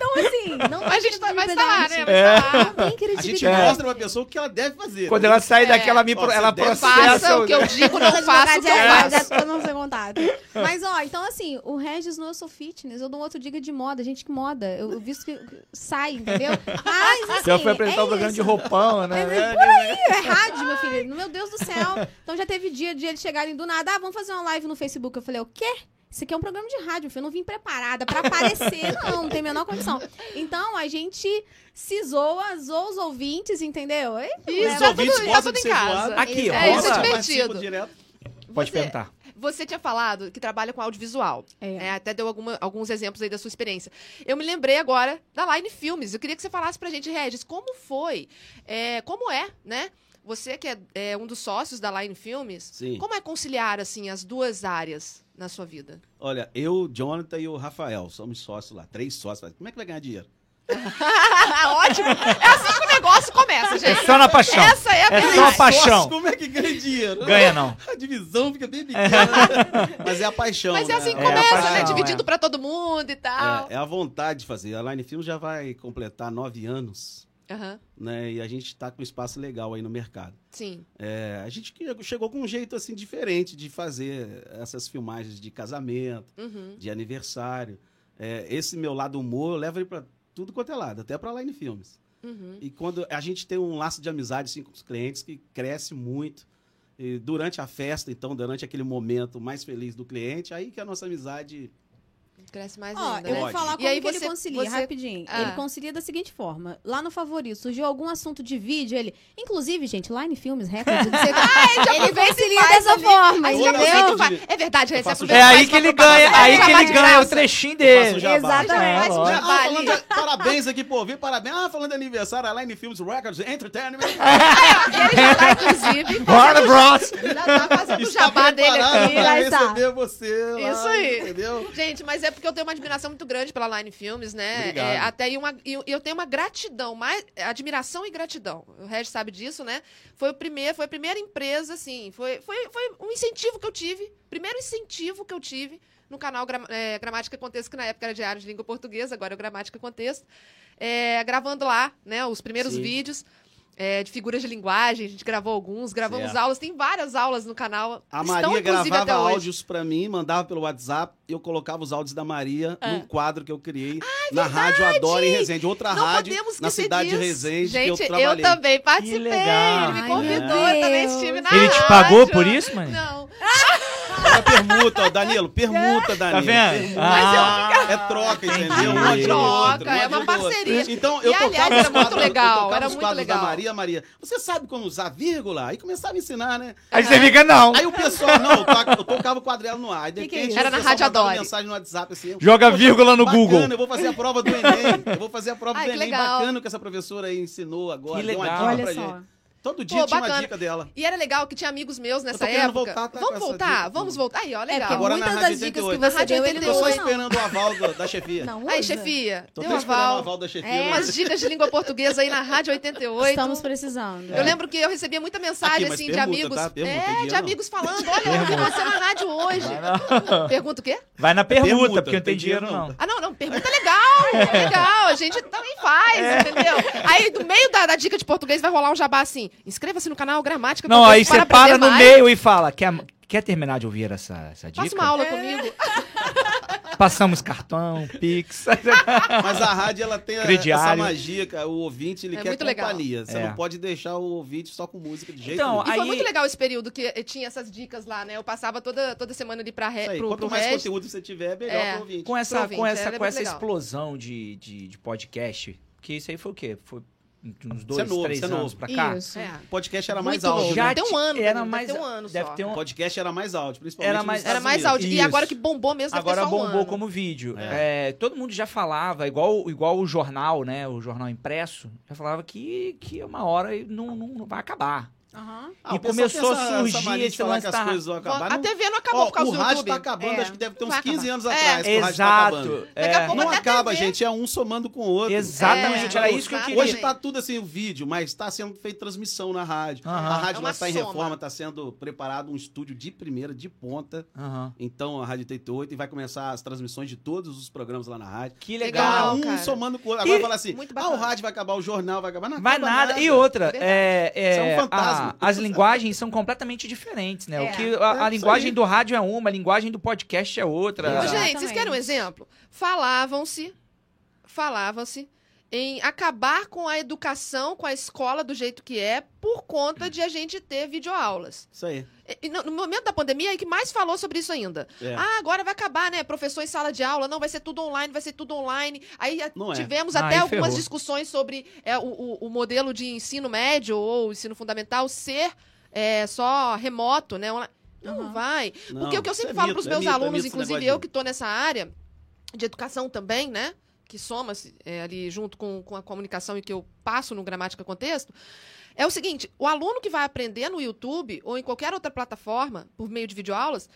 [SPEAKER 3] Então, assim, não
[SPEAKER 1] Mas a gente tá, mas tá lá, né? Mas tá
[SPEAKER 2] É.
[SPEAKER 1] lá.
[SPEAKER 3] Tem
[SPEAKER 4] A gente
[SPEAKER 3] credibilidade.
[SPEAKER 4] mostra pra pessoa o que ela deve fazer. né?
[SPEAKER 2] Quando ela sai
[SPEAKER 1] É.
[SPEAKER 2] daqui, ela me
[SPEAKER 4] Ó,
[SPEAKER 2] pro-
[SPEAKER 4] você
[SPEAKER 2] ela
[SPEAKER 4] deve-
[SPEAKER 2] processa.
[SPEAKER 1] Faça
[SPEAKER 2] o-
[SPEAKER 1] o que eu digo, Tipo, não
[SPEAKER 3] Mas
[SPEAKER 1] faço o
[SPEAKER 3] verdade
[SPEAKER 1] que eu faço.
[SPEAKER 3] é, já tô no seu contato. Mas, ó, então assim, o Regis não eu sou fitness, eu dou um outro dica de moda, gente que moda. Eu, eu visto que sai, entendeu? Mas assim,
[SPEAKER 2] Então foi apresentar
[SPEAKER 3] é
[SPEAKER 2] o programa de
[SPEAKER 3] isso.
[SPEAKER 2] roupão, né?
[SPEAKER 3] Mas é por aí, é rádio, meu filho. Meu Deus do céu. Então já teve dia de eles chegarem do nada, ah, vamos fazer uma live no Facebook. Eu falei, o quê? Isso aqui é um programa de rádio, meu filho. Eu não vim preparada pra aparecer, não. Não tem a menor condição. Então, a gente se zoa, zoa os ouvintes, entendeu? E-
[SPEAKER 1] Isso,
[SPEAKER 4] Os
[SPEAKER 1] tá
[SPEAKER 4] ouvintes
[SPEAKER 1] tudo, tá tudo
[SPEAKER 4] gostam de
[SPEAKER 1] em
[SPEAKER 4] ser
[SPEAKER 1] casa.
[SPEAKER 4] zoado.
[SPEAKER 2] Aqui, ó.
[SPEAKER 1] É, isso é
[SPEAKER 2] rola-
[SPEAKER 1] divertido.
[SPEAKER 4] Participo direto.
[SPEAKER 2] Pode
[SPEAKER 1] Você-
[SPEAKER 2] perguntar.
[SPEAKER 1] Você tinha falado que trabalha com audiovisual.
[SPEAKER 3] É.
[SPEAKER 1] É, até deu alguma- alguns exemplos aí da sua experiência. Eu me lembrei agora da Line Filmes. Eu queria que você falasse pra gente, Regis, como foi, é, como é, né? Você que é, é, um dos sócios da Line Filmes,
[SPEAKER 4] Sim.
[SPEAKER 1] como é conciliar, assim, as duas áreas na sua vida?
[SPEAKER 4] Olha, eu, Jonathan e o Rafael somos sócios lá, três sócios. Como é que vai ganhar dinheiro?
[SPEAKER 1] Ótimo! É assim que o negócio começa,
[SPEAKER 2] É
[SPEAKER 1] gente.
[SPEAKER 2] só na paixão.
[SPEAKER 1] Essa é a
[SPEAKER 2] É só
[SPEAKER 1] verdade.
[SPEAKER 2] a paixão.
[SPEAKER 4] Sócio, como é que ganha dinheiro?
[SPEAKER 2] Ganha não.
[SPEAKER 4] A divisão fica bem pequena. Mas é a paixão.
[SPEAKER 1] Mas é
[SPEAKER 4] né?
[SPEAKER 1] assim que
[SPEAKER 2] É a
[SPEAKER 1] começa, né? Ah.
[SPEAKER 2] paixão,
[SPEAKER 1] Dividindo
[SPEAKER 2] é.
[SPEAKER 1] pra todo mundo e tal.
[SPEAKER 4] É, é a vontade de fazer. A Line Film já vai completar nove anos,
[SPEAKER 1] Aham,
[SPEAKER 4] né? E a gente tá com um espaço legal aí no mercado.
[SPEAKER 1] Sim.
[SPEAKER 4] É, a gente que- chegou com um jeito assim diferente de fazer essas filmagens de casamento,
[SPEAKER 1] Uhum.
[SPEAKER 4] de aniversário. É, esse meu lado humor eu levo ele pra tudo quanto é lado, até pra Line Filmes.
[SPEAKER 1] Uhum.
[SPEAKER 4] E quando a gente tem um laço de amizade assim, com os clientes que cresce muito. E durante a festa, então, durante aquele momento mais feliz do cliente, aí que a nossa amizade.
[SPEAKER 1] Cresce mais
[SPEAKER 3] Ó,
[SPEAKER 1] ainda,
[SPEAKER 3] eu
[SPEAKER 1] né?
[SPEAKER 3] vou
[SPEAKER 4] Pode.
[SPEAKER 3] falar
[SPEAKER 1] E
[SPEAKER 3] como
[SPEAKER 1] aí
[SPEAKER 3] que ele
[SPEAKER 1] você-
[SPEAKER 3] concilia,
[SPEAKER 1] você-
[SPEAKER 3] rapidinho.
[SPEAKER 1] Ah.
[SPEAKER 3] Ele concilia da seguinte forma. Lá no favorito, surgiu algum assunto de vídeo, ele... Inclusive, gente, Line Filmes, Records, não sei o que. Ele concilia
[SPEAKER 1] faz
[SPEAKER 3] dessa
[SPEAKER 1] ali.
[SPEAKER 3] forma,
[SPEAKER 1] Aí você
[SPEAKER 4] Olha,
[SPEAKER 3] entendeu?
[SPEAKER 1] aproveita e faz- É verdade,
[SPEAKER 4] Eu
[SPEAKER 1] gente. você
[SPEAKER 4] faço
[SPEAKER 1] aproveita
[SPEAKER 2] É
[SPEAKER 1] e
[SPEAKER 2] aí
[SPEAKER 1] faz
[SPEAKER 2] que ele
[SPEAKER 1] uma propaganda,
[SPEAKER 2] ganha, aí
[SPEAKER 1] já
[SPEAKER 2] que
[SPEAKER 1] vai
[SPEAKER 2] ele
[SPEAKER 1] de
[SPEAKER 2] ganha é o
[SPEAKER 1] graça.
[SPEAKER 2] trechinho
[SPEAKER 4] faço
[SPEAKER 2] dele.
[SPEAKER 4] já- jabá.
[SPEAKER 1] Já
[SPEAKER 3] Exatamente.
[SPEAKER 1] faz um
[SPEAKER 2] É,
[SPEAKER 4] Ah,
[SPEAKER 1] jabá
[SPEAKER 4] falando
[SPEAKER 1] ali.
[SPEAKER 4] de- parabéns aqui, pô, vi parabéns. Ah, falando de aniversário, a Line Films Records Entertainment.
[SPEAKER 1] É, Ele já tá, inclusive,
[SPEAKER 2] Bora, Bros!
[SPEAKER 1] já tá fazendo o
[SPEAKER 4] Está
[SPEAKER 1] jabá dele
[SPEAKER 4] preparada
[SPEAKER 1] aqui.
[SPEAKER 4] pra
[SPEAKER 3] vai estar.
[SPEAKER 4] receber você. lá,
[SPEAKER 1] Isso aí.
[SPEAKER 4] Entendeu?
[SPEAKER 1] Gente, mas é porque eu tenho uma admiração muito grande pela Line Filmes, né?
[SPEAKER 4] Obrigado.
[SPEAKER 1] É, até e uma, e eu- e eu tenho uma gratidão, mais, admiração e gratidão. O Regis sabe disso, né? Foi o primeiro, foi a primeira empresa, assim, foi, foi, foi um incentivo que eu tive, primeiro incentivo que eu tive no canal Gra- é, Gramática e Contexto, que na época era Diário de Língua Portuguesa, agora é o Gramática e Contexto, é, gravando lá, né, os primeiros
[SPEAKER 4] Sim.
[SPEAKER 1] vídeos. é, de figuras de linguagem, a gente gravou alguns, gravamos
[SPEAKER 4] Certo.
[SPEAKER 1] aulas, tem várias aulas no canal.
[SPEAKER 4] A
[SPEAKER 1] estão,
[SPEAKER 4] Maria
[SPEAKER 1] inclusive,
[SPEAKER 4] gravava
[SPEAKER 1] até hoje.
[SPEAKER 4] áudios pra mim, mandava pelo WhatsApp, eu colocava os áudios da Maria
[SPEAKER 1] É.
[SPEAKER 4] num quadro que eu criei na Rádio Adora em Resende, outra
[SPEAKER 1] Ah, Não
[SPEAKER 4] rádio
[SPEAKER 1] podemos
[SPEAKER 4] na
[SPEAKER 1] esquecer
[SPEAKER 4] cidade
[SPEAKER 1] disso.
[SPEAKER 4] de Resende
[SPEAKER 1] Gente,
[SPEAKER 4] que eu
[SPEAKER 1] eu,
[SPEAKER 4] trabalhei.
[SPEAKER 1] também participei.
[SPEAKER 2] Que legal.
[SPEAKER 1] Ele me
[SPEAKER 3] Ai,
[SPEAKER 1] convidou,
[SPEAKER 3] meu
[SPEAKER 1] eu também
[SPEAKER 3] Deus.
[SPEAKER 1] estive na
[SPEAKER 2] Ele te
[SPEAKER 1] rádio.
[SPEAKER 2] pagou por isso, mano?
[SPEAKER 1] Não.
[SPEAKER 4] Ela permuta, ó, Danilo, permuta, Danilo.
[SPEAKER 2] Tá vendo?
[SPEAKER 4] permuta.
[SPEAKER 2] Ah.
[SPEAKER 4] É troca, entendeu?
[SPEAKER 2] Entendi.
[SPEAKER 4] Um ajuda o outro,
[SPEAKER 1] Troca, é
[SPEAKER 4] ajuda
[SPEAKER 1] uma
[SPEAKER 4] o outro.
[SPEAKER 1] parceria.
[SPEAKER 4] Então,
[SPEAKER 1] E,
[SPEAKER 4] eu
[SPEAKER 1] aliás,
[SPEAKER 4] tocava
[SPEAKER 1] era
[SPEAKER 4] os quadros-
[SPEAKER 1] muito legal,
[SPEAKER 4] eu tocava
[SPEAKER 1] era
[SPEAKER 4] os
[SPEAKER 1] muito
[SPEAKER 4] quadros
[SPEAKER 1] legal.
[SPEAKER 4] da Maria, Maria, você sabe como usar vírgula? Aí começava a ensinar, né?
[SPEAKER 2] Aí você fica, não.
[SPEAKER 4] Aí o pessoal, não, eu, toca- eu tocava o quadrelo no ar. Aí, de
[SPEAKER 3] Que que é
[SPEAKER 4] repente,
[SPEAKER 3] isso?
[SPEAKER 1] Era
[SPEAKER 4] o
[SPEAKER 1] na
[SPEAKER 4] pessoal
[SPEAKER 1] Rádio
[SPEAKER 4] mandava
[SPEAKER 1] Adore.
[SPEAKER 4] mensagem no WhatsApp assim.
[SPEAKER 2] Joga vírgula no
[SPEAKER 4] bacana,
[SPEAKER 2] Google.
[SPEAKER 4] eu vou fazer a prova do Enem. Eu vou fazer a prova
[SPEAKER 1] Ai,
[SPEAKER 4] do
[SPEAKER 1] que
[SPEAKER 4] Enem.
[SPEAKER 1] legal.
[SPEAKER 4] Bacana que essa professora aí ensinou agora.
[SPEAKER 2] Que
[SPEAKER 4] deu uma
[SPEAKER 2] legal.
[SPEAKER 4] dica
[SPEAKER 3] Olha
[SPEAKER 4] Ah, pra
[SPEAKER 3] só.
[SPEAKER 4] gente. Todo dia
[SPEAKER 1] Pô,
[SPEAKER 4] tinha
[SPEAKER 1] bacana.
[SPEAKER 4] uma dica dela.
[SPEAKER 1] E era legal que tinha amigos meus nessa
[SPEAKER 4] tô querendo
[SPEAKER 1] época.
[SPEAKER 4] voltar, tá,
[SPEAKER 1] Vamos
[SPEAKER 4] com essa
[SPEAKER 1] voltar,
[SPEAKER 4] dica.
[SPEAKER 1] vamos voltar. Aí, ó, legal.
[SPEAKER 3] É,
[SPEAKER 4] Agora
[SPEAKER 3] porque
[SPEAKER 4] na
[SPEAKER 3] muitas
[SPEAKER 4] Rádio
[SPEAKER 3] das dicas que
[SPEAKER 4] 88.
[SPEAKER 3] você
[SPEAKER 1] Rádio
[SPEAKER 3] deu, ele
[SPEAKER 4] Tô
[SPEAKER 3] não
[SPEAKER 4] só
[SPEAKER 1] Hoje
[SPEAKER 3] usa,
[SPEAKER 4] esperando o aval do- da chefia.
[SPEAKER 3] não. Não
[SPEAKER 1] Aí,
[SPEAKER 3] usa.
[SPEAKER 1] chefia,
[SPEAKER 4] né? Tô
[SPEAKER 1] deu
[SPEAKER 4] até
[SPEAKER 1] um
[SPEAKER 4] esperando o
[SPEAKER 1] aval.
[SPEAKER 4] aval da chefia.
[SPEAKER 3] É.
[SPEAKER 4] mas-
[SPEAKER 1] Umas dicas de língua portuguesa aí na Rádio 88.
[SPEAKER 3] Estamos precisando.
[SPEAKER 1] Eu lembro que eu recebia muita
[SPEAKER 4] Aqui,
[SPEAKER 1] mensagem,
[SPEAKER 4] mas
[SPEAKER 1] assim, de
[SPEAKER 4] pergunta,
[SPEAKER 1] amigos.
[SPEAKER 4] tá? Pergunta,
[SPEAKER 1] é,
[SPEAKER 4] dia
[SPEAKER 1] de
[SPEAKER 4] não.
[SPEAKER 1] amigos falando, olha o que aconteceu na rádio hoje. Pergunta o quê?
[SPEAKER 2] Vai na permuta,
[SPEAKER 4] Permuta,
[SPEAKER 2] porque não tem dinheiro, não.
[SPEAKER 1] Ah, não, não, pergunta legal, legal, a gente também faz,
[SPEAKER 4] É.
[SPEAKER 1] entendeu? Aí, no meio da, da dica de português, vai rolar um jabá assim, inscreva-se no canal Gramática.
[SPEAKER 2] Não,
[SPEAKER 1] Português
[SPEAKER 2] aí você
[SPEAKER 1] para aprender
[SPEAKER 2] para no
[SPEAKER 1] mais.
[SPEAKER 2] meio e fala, quer, quer terminar de ouvir essa, essa
[SPEAKER 1] Faça
[SPEAKER 2] dica?
[SPEAKER 1] uma aula
[SPEAKER 4] É.
[SPEAKER 1] comigo.
[SPEAKER 2] Passamos cartão, Pix.
[SPEAKER 4] Mas a rádio, ela tem a- essa
[SPEAKER 2] Crediário.
[SPEAKER 4] magia, cara. O ouvinte, ele
[SPEAKER 1] É
[SPEAKER 4] quer
[SPEAKER 1] muito legal.
[SPEAKER 4] companhia. Você
[SPEAKER 2] É.
[SPEAKER 4] não pode deixar o ouvinte só com música de jeito
[SPEAKER 2] Então,
[SPEAKER 4] nenhum.
[SPEAKER 1] E
[SPEAKER 2] Aí-
[SPEAKER 1] foi muito legal esse período que eh, tinha essas dicas lá, né? Eu passava toda, toda semana ali pra re,
[SPEAKER 4] Isso aí,
[SPEAKER 1] é, pro,
[SPEAKER 4] Quanto
[SPEAKER 1] pro
[SPEAKER 4] mais
[SPEAKER 1] Regis.
[SPEAKER 4] conteúdo você tiver, melhor
[SPEAKER 1] É.
[SPEAKER 4] pro ouvinte.
[SPEAKER 2] com essa,
[SPEAKER 1] ouvinte,
[SPEAKER 2] com
[SPEAKER 1] é,
[SPEAKER 2] essa,
[SPEAKER 1] é
[SPEAKER 2] com
[SPEAKER 1] bem
[SPEAKER 2] essa
[SPEAKER 1] legal.
[SPEAKER 2] explosão de, de, de podcast, que isso aí foi o quê? Foi uns dois,
[SPEAKER 4] é novo,
[SPEAKER 2] três
[SPEAKER 4] isso é
[SPEAKER 2] anos
[SPEAKER 4] novo.
[SPEAKER 2] pra cá?
[SPEAKER 3] Isso.
[SPEAKER 1] É.
[SPEAKER 4] O podcast era mais
[SPEAKER 1] Muito
[SPEAKER 4] áudio,
[SPEAKER 1] novo.
[SPEAKER 4] né?
[SPEAKER 1] Já Deve ter um ano,
[SPEAKER 2] era
[SPEAKER 1] deve
[SPEAKER 2] mais-
[SPEAKER 1] ter um ano
[SPEAKER 2] deve
[SPEAKER 1] só.
[SPEAKER 2] ter um-
[SPEAKER 4] O podcast era mais áudio, principalmente
[SPEAKER 2] Era
[SPEAKER 4] nos
[SPEAKER 2] mais-
[SPEAKER 1] Era
[SPEAKER 4] Estados
[SPEAKER 1] mais
[SPEAKER 4] Unidos.
[SPEAKER 1] áudio. E
[SPEAKER 2] Isso.
[SPEAKER 1] agora que bombou mesmo, deve
[SPEAKER 2] Agora
[SPEAKER 1] ter só um
[SPEAKER 2] bombou
[SPEAKER 1] ano.
[SPEAKER 2] como vídeo. É, todo mundo já falava, igual, igual o jornal, né? O jornal impresso, já falava que, que é uma hora não, não, não vai acabar.
[SPEAKER 3] Aham.
[SPEAKER 4] Ah,
[SPEAKER 2] E
[SPEAKER 4] o pessoal
[SPEAKER 2] começou
[SPEAKER 4] tem
[SPEAKER 2] a surgir
[SPEAKER 4] essa mania de
[SPEAKER 2] esse
[SPEAKER 4] falar
[SPEAKER 2] lance
[SPEAKER 4] que as
[SPEAKER 2] da-
[SPEAKER 4] coisas vão acabar.
[SPEAKER 1] A
[SPEAKER 4] Não-
[SPEAKER 1] TV não acabou
[SPEAKER 4] Ó,
[SPEAKER 1] por causa
[SPEAKER 4] o
[SPEAKER 1] do
[SPEAKER 4] rádio
[SPEAKER 1] YouTube.
[SPEAKER 4] tá acabando,
[SPEAKER 1] É,
[SPEAKER 4] acho que deve ter
[SPEAKER 1] não
[SPEAKER 4] uns
[SPEAKER 1] vai
[SPEAKER 4] 15
[SPEAKER 1] acabar.
[SPEAKER 4] anos
[SPEAKER 1] É.
[SPEAKER 4] atrás que o rádio tá acabando.
[SPEAKER 2] Exato. É.
[SPEAKER 1] Daqui a pouco
[SPEAKER 4] Não
[SPEAKER 1] até a
[SPEAKER 4] acaba,
[SPEAKER 1] TV.
[SPEAKER 4] gente, é um somando com o outro.
[SPEAKER 2] Exatamente,
[SPEAKER 1] É,
[SPEAKER 2] era isso que eu queria.
[SPEAKER 1] exatamente.
[SPEAKER 4] Hoje tá tudo assim, o vídeo, mas tá sendo feita transmissão na rádio.
[SPEAKER 2] Aham.
[SPEAKER 4] A
[SPEAKER 1] É
[SPEAKER 4] rádio
[SPEAKER 1] uma
[SPEAKER 4] lá está em
[SPEAKER 1] soma.
[SPEAKER 4] reforma, tá sendo preparado um estúdio de primeira, de ponta.
[SPEAKER 2] Aham.
[SPEAKER 4] Então a Rádio 88 e vai começar as transmissões de todos os programas lá na rádio.
[SPEAKER 2] Que
[SPEAKER 1] Legal,
[SPEAKER 4] Cada um
[SPEAKER 1] cara.
[SPEAKER 4] somando com o outro. Agora
[SPEAKER 2] E-
[SPEAKER 4] fala assim:
[SPEAKER 1] Muito
[SPEAKER 4] ah,
[SPEAKER 1] bacana.
[SPEAKER 4] o rádio vai acabar, o jornal vai acabar. Não
[SPEAKER 2] Vai
[SPEAKER 4] acaba
[SPEAKER 2] nada. E outra,
[SPEAKER 1] Verdade.
[SPEAKER 2] é, é,
[SPEAKER 4] Isso é um fantasma.
[SPEAKER 2] a- as linguagens são completamente diferentes, né?
[SPEAKER 1] É.
[SPEAKER 2] O que, a, a
[SPEAKER 4] isso aí.
[SPEAKER 2] linguagem do rádio é uma, a linguagem do podcast é
[SPEAKER 1] Ô,
[SPEAKER 2] outra.
[SPEAKER 3] Exato.
[SPEAKER 1] gente, vocês querem um exemplo? Falavam-se, falavam-se em acabar com a educação, com a escola do jeito que é, por conta de a gente ter videoaulas.
[SPEAKER 4] Isso aí.
[SPEAKER 1] E- e no no momento da pandemia, é que mais falou sobre isso ainda.
[SPEAKER 4] É.
[SPEAKER 1] Ah, agora vai acabar, né? Professor em sala de aula, não, vai ser tudo online, vai ser tudo online. Aí a-
[SPEAKER 4] Não é.
[SPEAKER 1] tivemos
[SPEAKER 2] Ah,
[SPEAKER 1] até
[SPEAKER 2] aí
[SPEAKER 1] algumas
[SPEAKER 2] ferrou.
[SPEAKER 1] discussões sobre é, o, o- o modelo de ensino médio ou ensino fundamental ser é, só remoto, né? Online. Não
[SPEAKER 3] Aham.
[SPEAKER 1] vai.
[SPEAKER 4] Não,
[SPEAKER 1] Porque o que eu
[SPEAKER 4] isso
[SPEAKER 1] sempre
[SPEAKER 4] é
[SPEAKER 1] falo
[SPEAKER 4] mito,
[SPEAKER 1] para os
[SPEAKER 4] é
[SPEAKER 1] meus
[SPEAKER 4] mito, é mito
[SPEAKER 1] alunos,
[SPEAKER 4] esse
[SPEAKER 1] inclusive
[SPEAKER 4] negócio
[SPEAKER 1] eu
[SPEAKER 4] de-
[SPEAKER 1] que estou nessa área de educação também, né? Que soma-se é, ali junto com, com a comunicação e que eu passo no Gramática Contexto, é o seguinte: o aluno que vai aprender no YouTube ou em qualquer outra plataforma, por meio de videoaulas,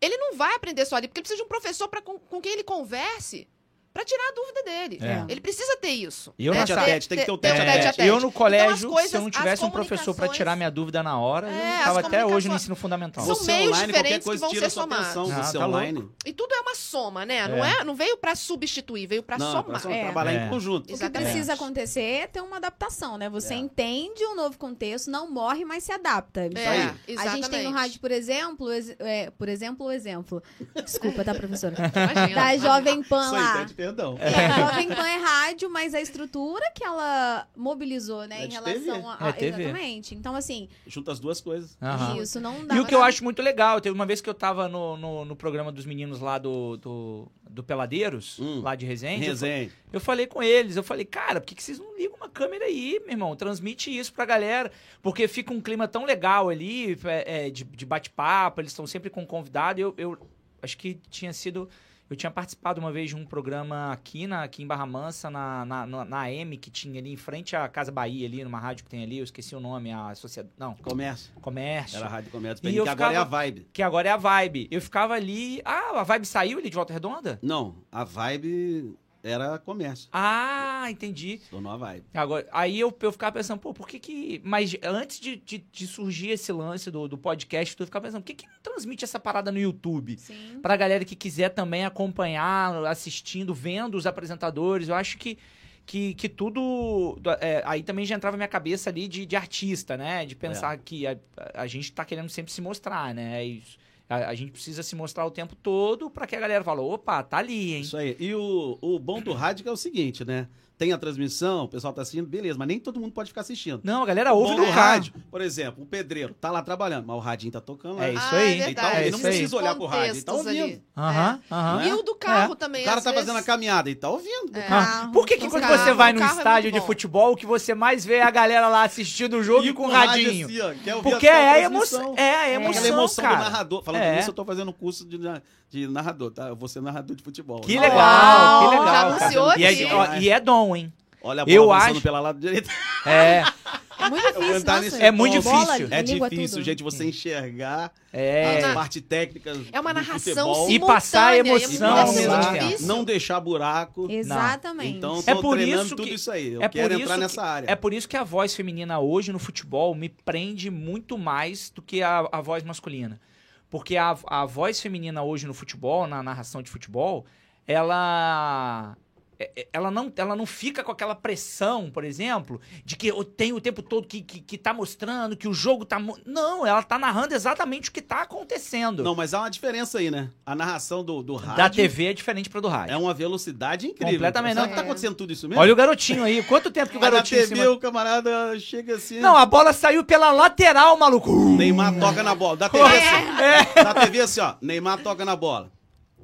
[SPEAKER 1] ele não vai aprender só ali, porque ele precisa de um professor pra, com, com quem ele converse para tirar a dúvida dele.
[SPEAKER 2] É.
[SPEAKER 1] Ele precisa ter isso.
[SPEAKER 2] E eu
[SPEAKER 1] né?
[SPEAKER 2] nessa-
[SPEAKER 1] Ter- um
[SPEAKER 4] Tete a tete, tem que ter um o tete a
[SPEAKER 1] a tete a
[SPEAKER 2] É,
[SPEAKER 1] tete.
[SPEAKER 2] eu no colégio,
[SPEAKER 1] Então, coisas-
[SPEAKER 2] se eu não
[SPEAKER 1] as
[SPEAKER 2] tivesse um professor pra
[SPEAKER 1] comunicações-
[SPEAKER 2] tirar minha dúvida na hora,
[SPEAKER 1] É,
[SPEAKER 2] eu
[SPEAKER 1] as
[SPEAKER 2] estava até hoje no
[SPEAKER 1] comunicações-
[SPEAKER 2] ensino fundamental.
[SPEAKER 1] São
[SPEAKER 4] Você
[SPEAKER 1] meios
[SPEAKER 4] Tá online,
[SPEAKER 1] diferentes
[SPEAKER 4] qualquer coisa
[SPEAKER 1] que vão
[SPEAKER 4] tira
[SPEAKER 1] ser
[SPEAKER 4] sua
[SPEAKER 1] somados.
[SPEAKER 4] atenção.
[SPEAKER 2] Ah,
[SPEAKER 4] Você
[SPEAKER 2] tá louco.
[SPEAKER 4] online,
[SPEAKER 1] E tudo é uma soma, né? Não,
[SPEAKER 2] É.
[SPEAKER 1] é, não veio para substituir, veio para
[SPEAKER 4] Não,
[SPEAKER 1] somar.
[SPEAKER 4] só
[SPEAKER 3] É.
[SPEAKER 4] trabalhar
[SPEAKER 2] É.
[SPEAKER 4] em conjunto.
[SPEAKER 3] O que
[SPEAKER 1] Exatamente.
[SPEAKER 3] precisa acontecer é ter uma adaptação, né? Você
[SPEAKER 4] É.
[SPEAKER 3] entende um novo contexto, não morre, mas se adapta.
[SPEAKER 1] É,
[SPEAKER 4] aí.
[SPEAKER 1] exatamente.
[SPEAKER 3] A gente tem no rádio, por exemplo, ex- é, por exemplo, o exemplo. Desculpa, tá, professora?
[SPEAKER 1] Imagina.
[SPEAKER 3] Da Jovem Pan
[SPEAKER 4] Isso aí,
[SPEAKER 3] lá.
[SPEAKER 2] tá
[SPEAKER 4] Tete, Perdão.
[SPEAKER 3] É, a Jovem Pan é rádio, mas a estrutura que ela mobilizou, né,
[SPEAKER 4] É
[SPEAKER 3] em
[SPEAKER 4] de
[SPEAKER 3] relação a, a-
[SPEAKER 2] É TV.
[SPEAKER 3] Exatamente. Então, assim,
[SPEAKER 4] Junta as duas coisas.
[SPEAKER 2] Aham.
[SPEAKER 3] isso não dá.
[SPEAKER 2] E o que eu acho muito legal, teve uma vez que eu tava no, no, no programa dos meninos lá do, do, do Peladeiros,
[SPEAKER 4] Hum.
[SPEAKER 2] lá de Resende. eu fa-
[SPEAKER 4] Resenha.
[SPEAKER 2] Eu falei com eles, eu falei, cara, por que, que vocês não ligam uma câmera aí, meu irmão? Transmite isso pra galera, porque fica um clima tão legal ali, é, é, de, de bate-papo, eles estão sempre com um convidado. Eu, eu acho que tinha sido. Eu tinha participado uma vez de um programa aqui, na, aqui em Barra Mansa, na, na, na, na M, que tinha ali em frente à Casa Bahia, ali, numa rádio que tem ali, eu esqueci o nome, a Sociedade. Não,
[SPEAKER 4] Comércio.
[SPEAKER 2] Comércio.
[SPEAKER 4] Era a Rádio Comércio.
[SPEAKER 2] E
[SPEAKER 4] que
[SPEAKER 2] eu
[SPEAKER 4] agora é a
[SPEAKER 2] ficava-
[SPEAKER 4] Vibe.
[SPEAKER 2] Que agora é a Vibe. Eu ficava ali. Ah, a Vibe saiu ali de Volta Redonda?
[SPEAKER 4] Não, a Vibe era Comércio.
[SPEAKER 2] Ah, entendi.
[SPEAKER 4] Se Tornou a Vibe.
[SPEAKER 2] Agora, aí eu, eu ficava pensando, pô, por que que. Mas antes de, de, de surgir esse lance do, do podcast, eu ficava pensando, por que que não transmite essa parada no YouTube?
[SPEAKER 3] um Sim.
[SPEAKER 2] Pra galera que quiser também acompanhar, assistindo, vendo os apresentadores, eu acho que. Que, que tudo. é, aí também já entrava minha cabeça ali de, de artista, né? De pensar que a, a gente tá querendo sempre se mostrar, né? É isso. A, a gente precisa se mostrar o tempo todo pra que a galera fale, opa, tá ali, hein?
[SPEAKER 4] Isso aí. E o, o bom do rádio que é o seguinte, né? Tem a transmissão, o pessoal tá assistindo, beleza, mas nem todo mundo pode ficar assistindo.
[SPEAKER 2] Não, a galera
[SPEAKER 4] O
[SPEAKER 2] ouve
[SPEAKER 4] bom
[SPEAKER 2] no
[SPEAKER 4] do
[SPEAKER 2] rádio.
[SPEAKER 4] Por exemplo, o pedreiro tá lá trabalhando, mas o radinho tá tocando lá.
[SPEAKER 2] É isso
[SPEAKER 1] Ah,
[SPEAKER 2] aí.
[SPEAKER 1] é
[SPEAKER 4] Então,
[SPEAKER 1] verdade.
[SPEAKER 2] é
[SPEAKER 4] ele não
[SPEAKER 2] isso aí.
[SPEAKER 4] precisa olhar pro rádio, ele tá
[SPEAKER 1] Contextos
[SPEAKER 4] ouvindo.
[SPEAKER 1] ali.
[SPEAKER 2] Aham, aham.
[SPEAKER 4] Não é?
[SPEAKER 1] E o então do carro também.
[SPEAKER 4] O cara
[SPEAKER 1] às
[SPEAKER 4] tá
[SPEAKER 1] vezes.
[SPEAKER 4] fazendo a caminhada e tá ouvindo.
[SPEAKER 1] É.
[SPEAKER 3] Carro,
[SPEAKER 2] Ah, Por que, que
[SPEAKER 3] no
[SPEAKER 2] quando
[SPEAKER 3] carro,
[SPEAKER 2] você vai
[SPEAKER 1] no
[SPEAKER 2] num
[SPEAKER 1] carro é
[SPEAKER 2] estádio
[SPEAKER 1] muito
[SPEAKER 2] de
[SPEAKER 1] bom.
[SPEAKER 2] futebol, o que você mais vê é a galera lá assistindo o jogo e com o radinho?
[SPEAKER 4] rádio assim, ó, quer ouvir
[SPEAKER 2] Porque
[SPEAKER 4] até
[SPEAKER 2] é a
[SPEAKER 4] transmissão.
[SPEAKER 2] emoção. É a
[SPEAKER 4] Aquela
[SPEAKER 2] emoção,
[SPEAKER 4] emoção do
[SPEAKER 2] cara.
[SPEAKER 4] narrador. Falando
[SPEAKER 2] É.
[SPEAKER 4] nisso, eu tô fazendo um curso de, na- de narrador, tá? Eu vou ser narrador de futebol.
[SPEAKER 2] Que
[SPEAKER 4] Olha-
[SPEAKER 2] legal,
[SPEAKER 1] Uau,
[SPEAKER 2] que
[SPEAKER 1] já
[SPEAKER 2] legal. cara.
[SPEAKER 1] anunciou
[SPEAKER 2] E,
[SPEAKER 4] assim,
[SPEAKER 1] aqui.
[SPEAKER 2] é,
[SPEAKER 4] né?
[SPEAKER 2] ó, e é dom, hein?
[SPEAKER 4] Olha a bola
[SPEAKER 2] Eu
[SPEAKER 4] avançando
[SPEAKER 2] acho-
[SPEAKER 4] pela lado direito.
[SPEAKER 2] É,
[SPEAKER 3] É muito difícil,
[SPEAKER 4] cantar
[SPEAKER 3] nossa.
[SPEAKER 4] nesse É
[SPEAKER 2] muito
[SPEAKER 3] bola,
[SPEAKER 2] difícil.
[SPEAKER 4] É
[SPEAKER 3] língua,
[SPEAKER 4] difícil,
[SPEAKER 3] tudo.
[SPEAKER 4] gente, você enxergar
[SPEAKER 2] é.
[SPEAKER 4] as partes técnicas
[SPEAKER 1] É uma
[SPEAKER 4] do
[SPEAKER 1] narração
[SPEAKER 4] futebol,
[SPEAKER 2] E passar a
[SPEAKER 1] simultânea,
[SPEAKER 2] emoção,
[SPEAKER 1] é muito
[SPEAKER 4] lá.
[SPEAKER 1] difícil.
[SPEAKER 4] Não deixar buraco.
[SPEAKER 3] Exatamente.
[SPEAKER 4] Então, tô
[SPEAKER 2] É por
[SPEAKER 4] treinando
[SPEAKER 2] isso
[SPEAKER 4] tudo
[SPEAKER 2] que-
[SPEAKER 4] isso aí. Eu
[SPEAKER 2] é
[SPEAKER 4] quero
[SPEAKER 2] por
[SPEAKER 4] entrar
[SPEAKER 2] isso
[SPEAKER 4] nessa área.
[SPEAKER 2] É por isso que a voz feminina hoje no futebol me prende muito mais do que a, a voz masculina. Porque a, a voz feminina hoje no futebol, na narração de futebol, ela. é- é- Ela não, ela não fica com aquela pressão, por exemplo, de que eu tenho o tempo todo que, que, que tá mostrando, que o jogo tá. mo- Não, ela tá narrando exatamente o que tá acontecendo.
[SPEAKER 4] Não, mas há uma diferença aí, né? A narração do, do rádio
[SPEAKER 2] da TV é diferente pra do rádio.
[SPEAKER 4] é uma velocidade incrível.
[SPEAKER 2] Completamente,
[SPEAKER 4] Será
[SPEAKER 1] não.
[SPEAKER 4] que tá
[SPEAKER 1] É.
[SPEAKER 4] acontecendo tudo isso mesmo?
[SPEAKER 2] Olha o garotinho aí, quanto tempo que o
[SPEAKER 4] Mas na
[SPEAKER 2] garotinho. em
[SPEAKER 4] TV
[SPEAKER 2] cima-
[SPEAKER 4] o camarada chega assim...
[SPEAKER 2] Não, a bola saiu pela lateral, maluco. É.
[SPEAKER 4] Neymar toca na bola. Da TV assim, da TV assim, ó. Neymar toca na bola.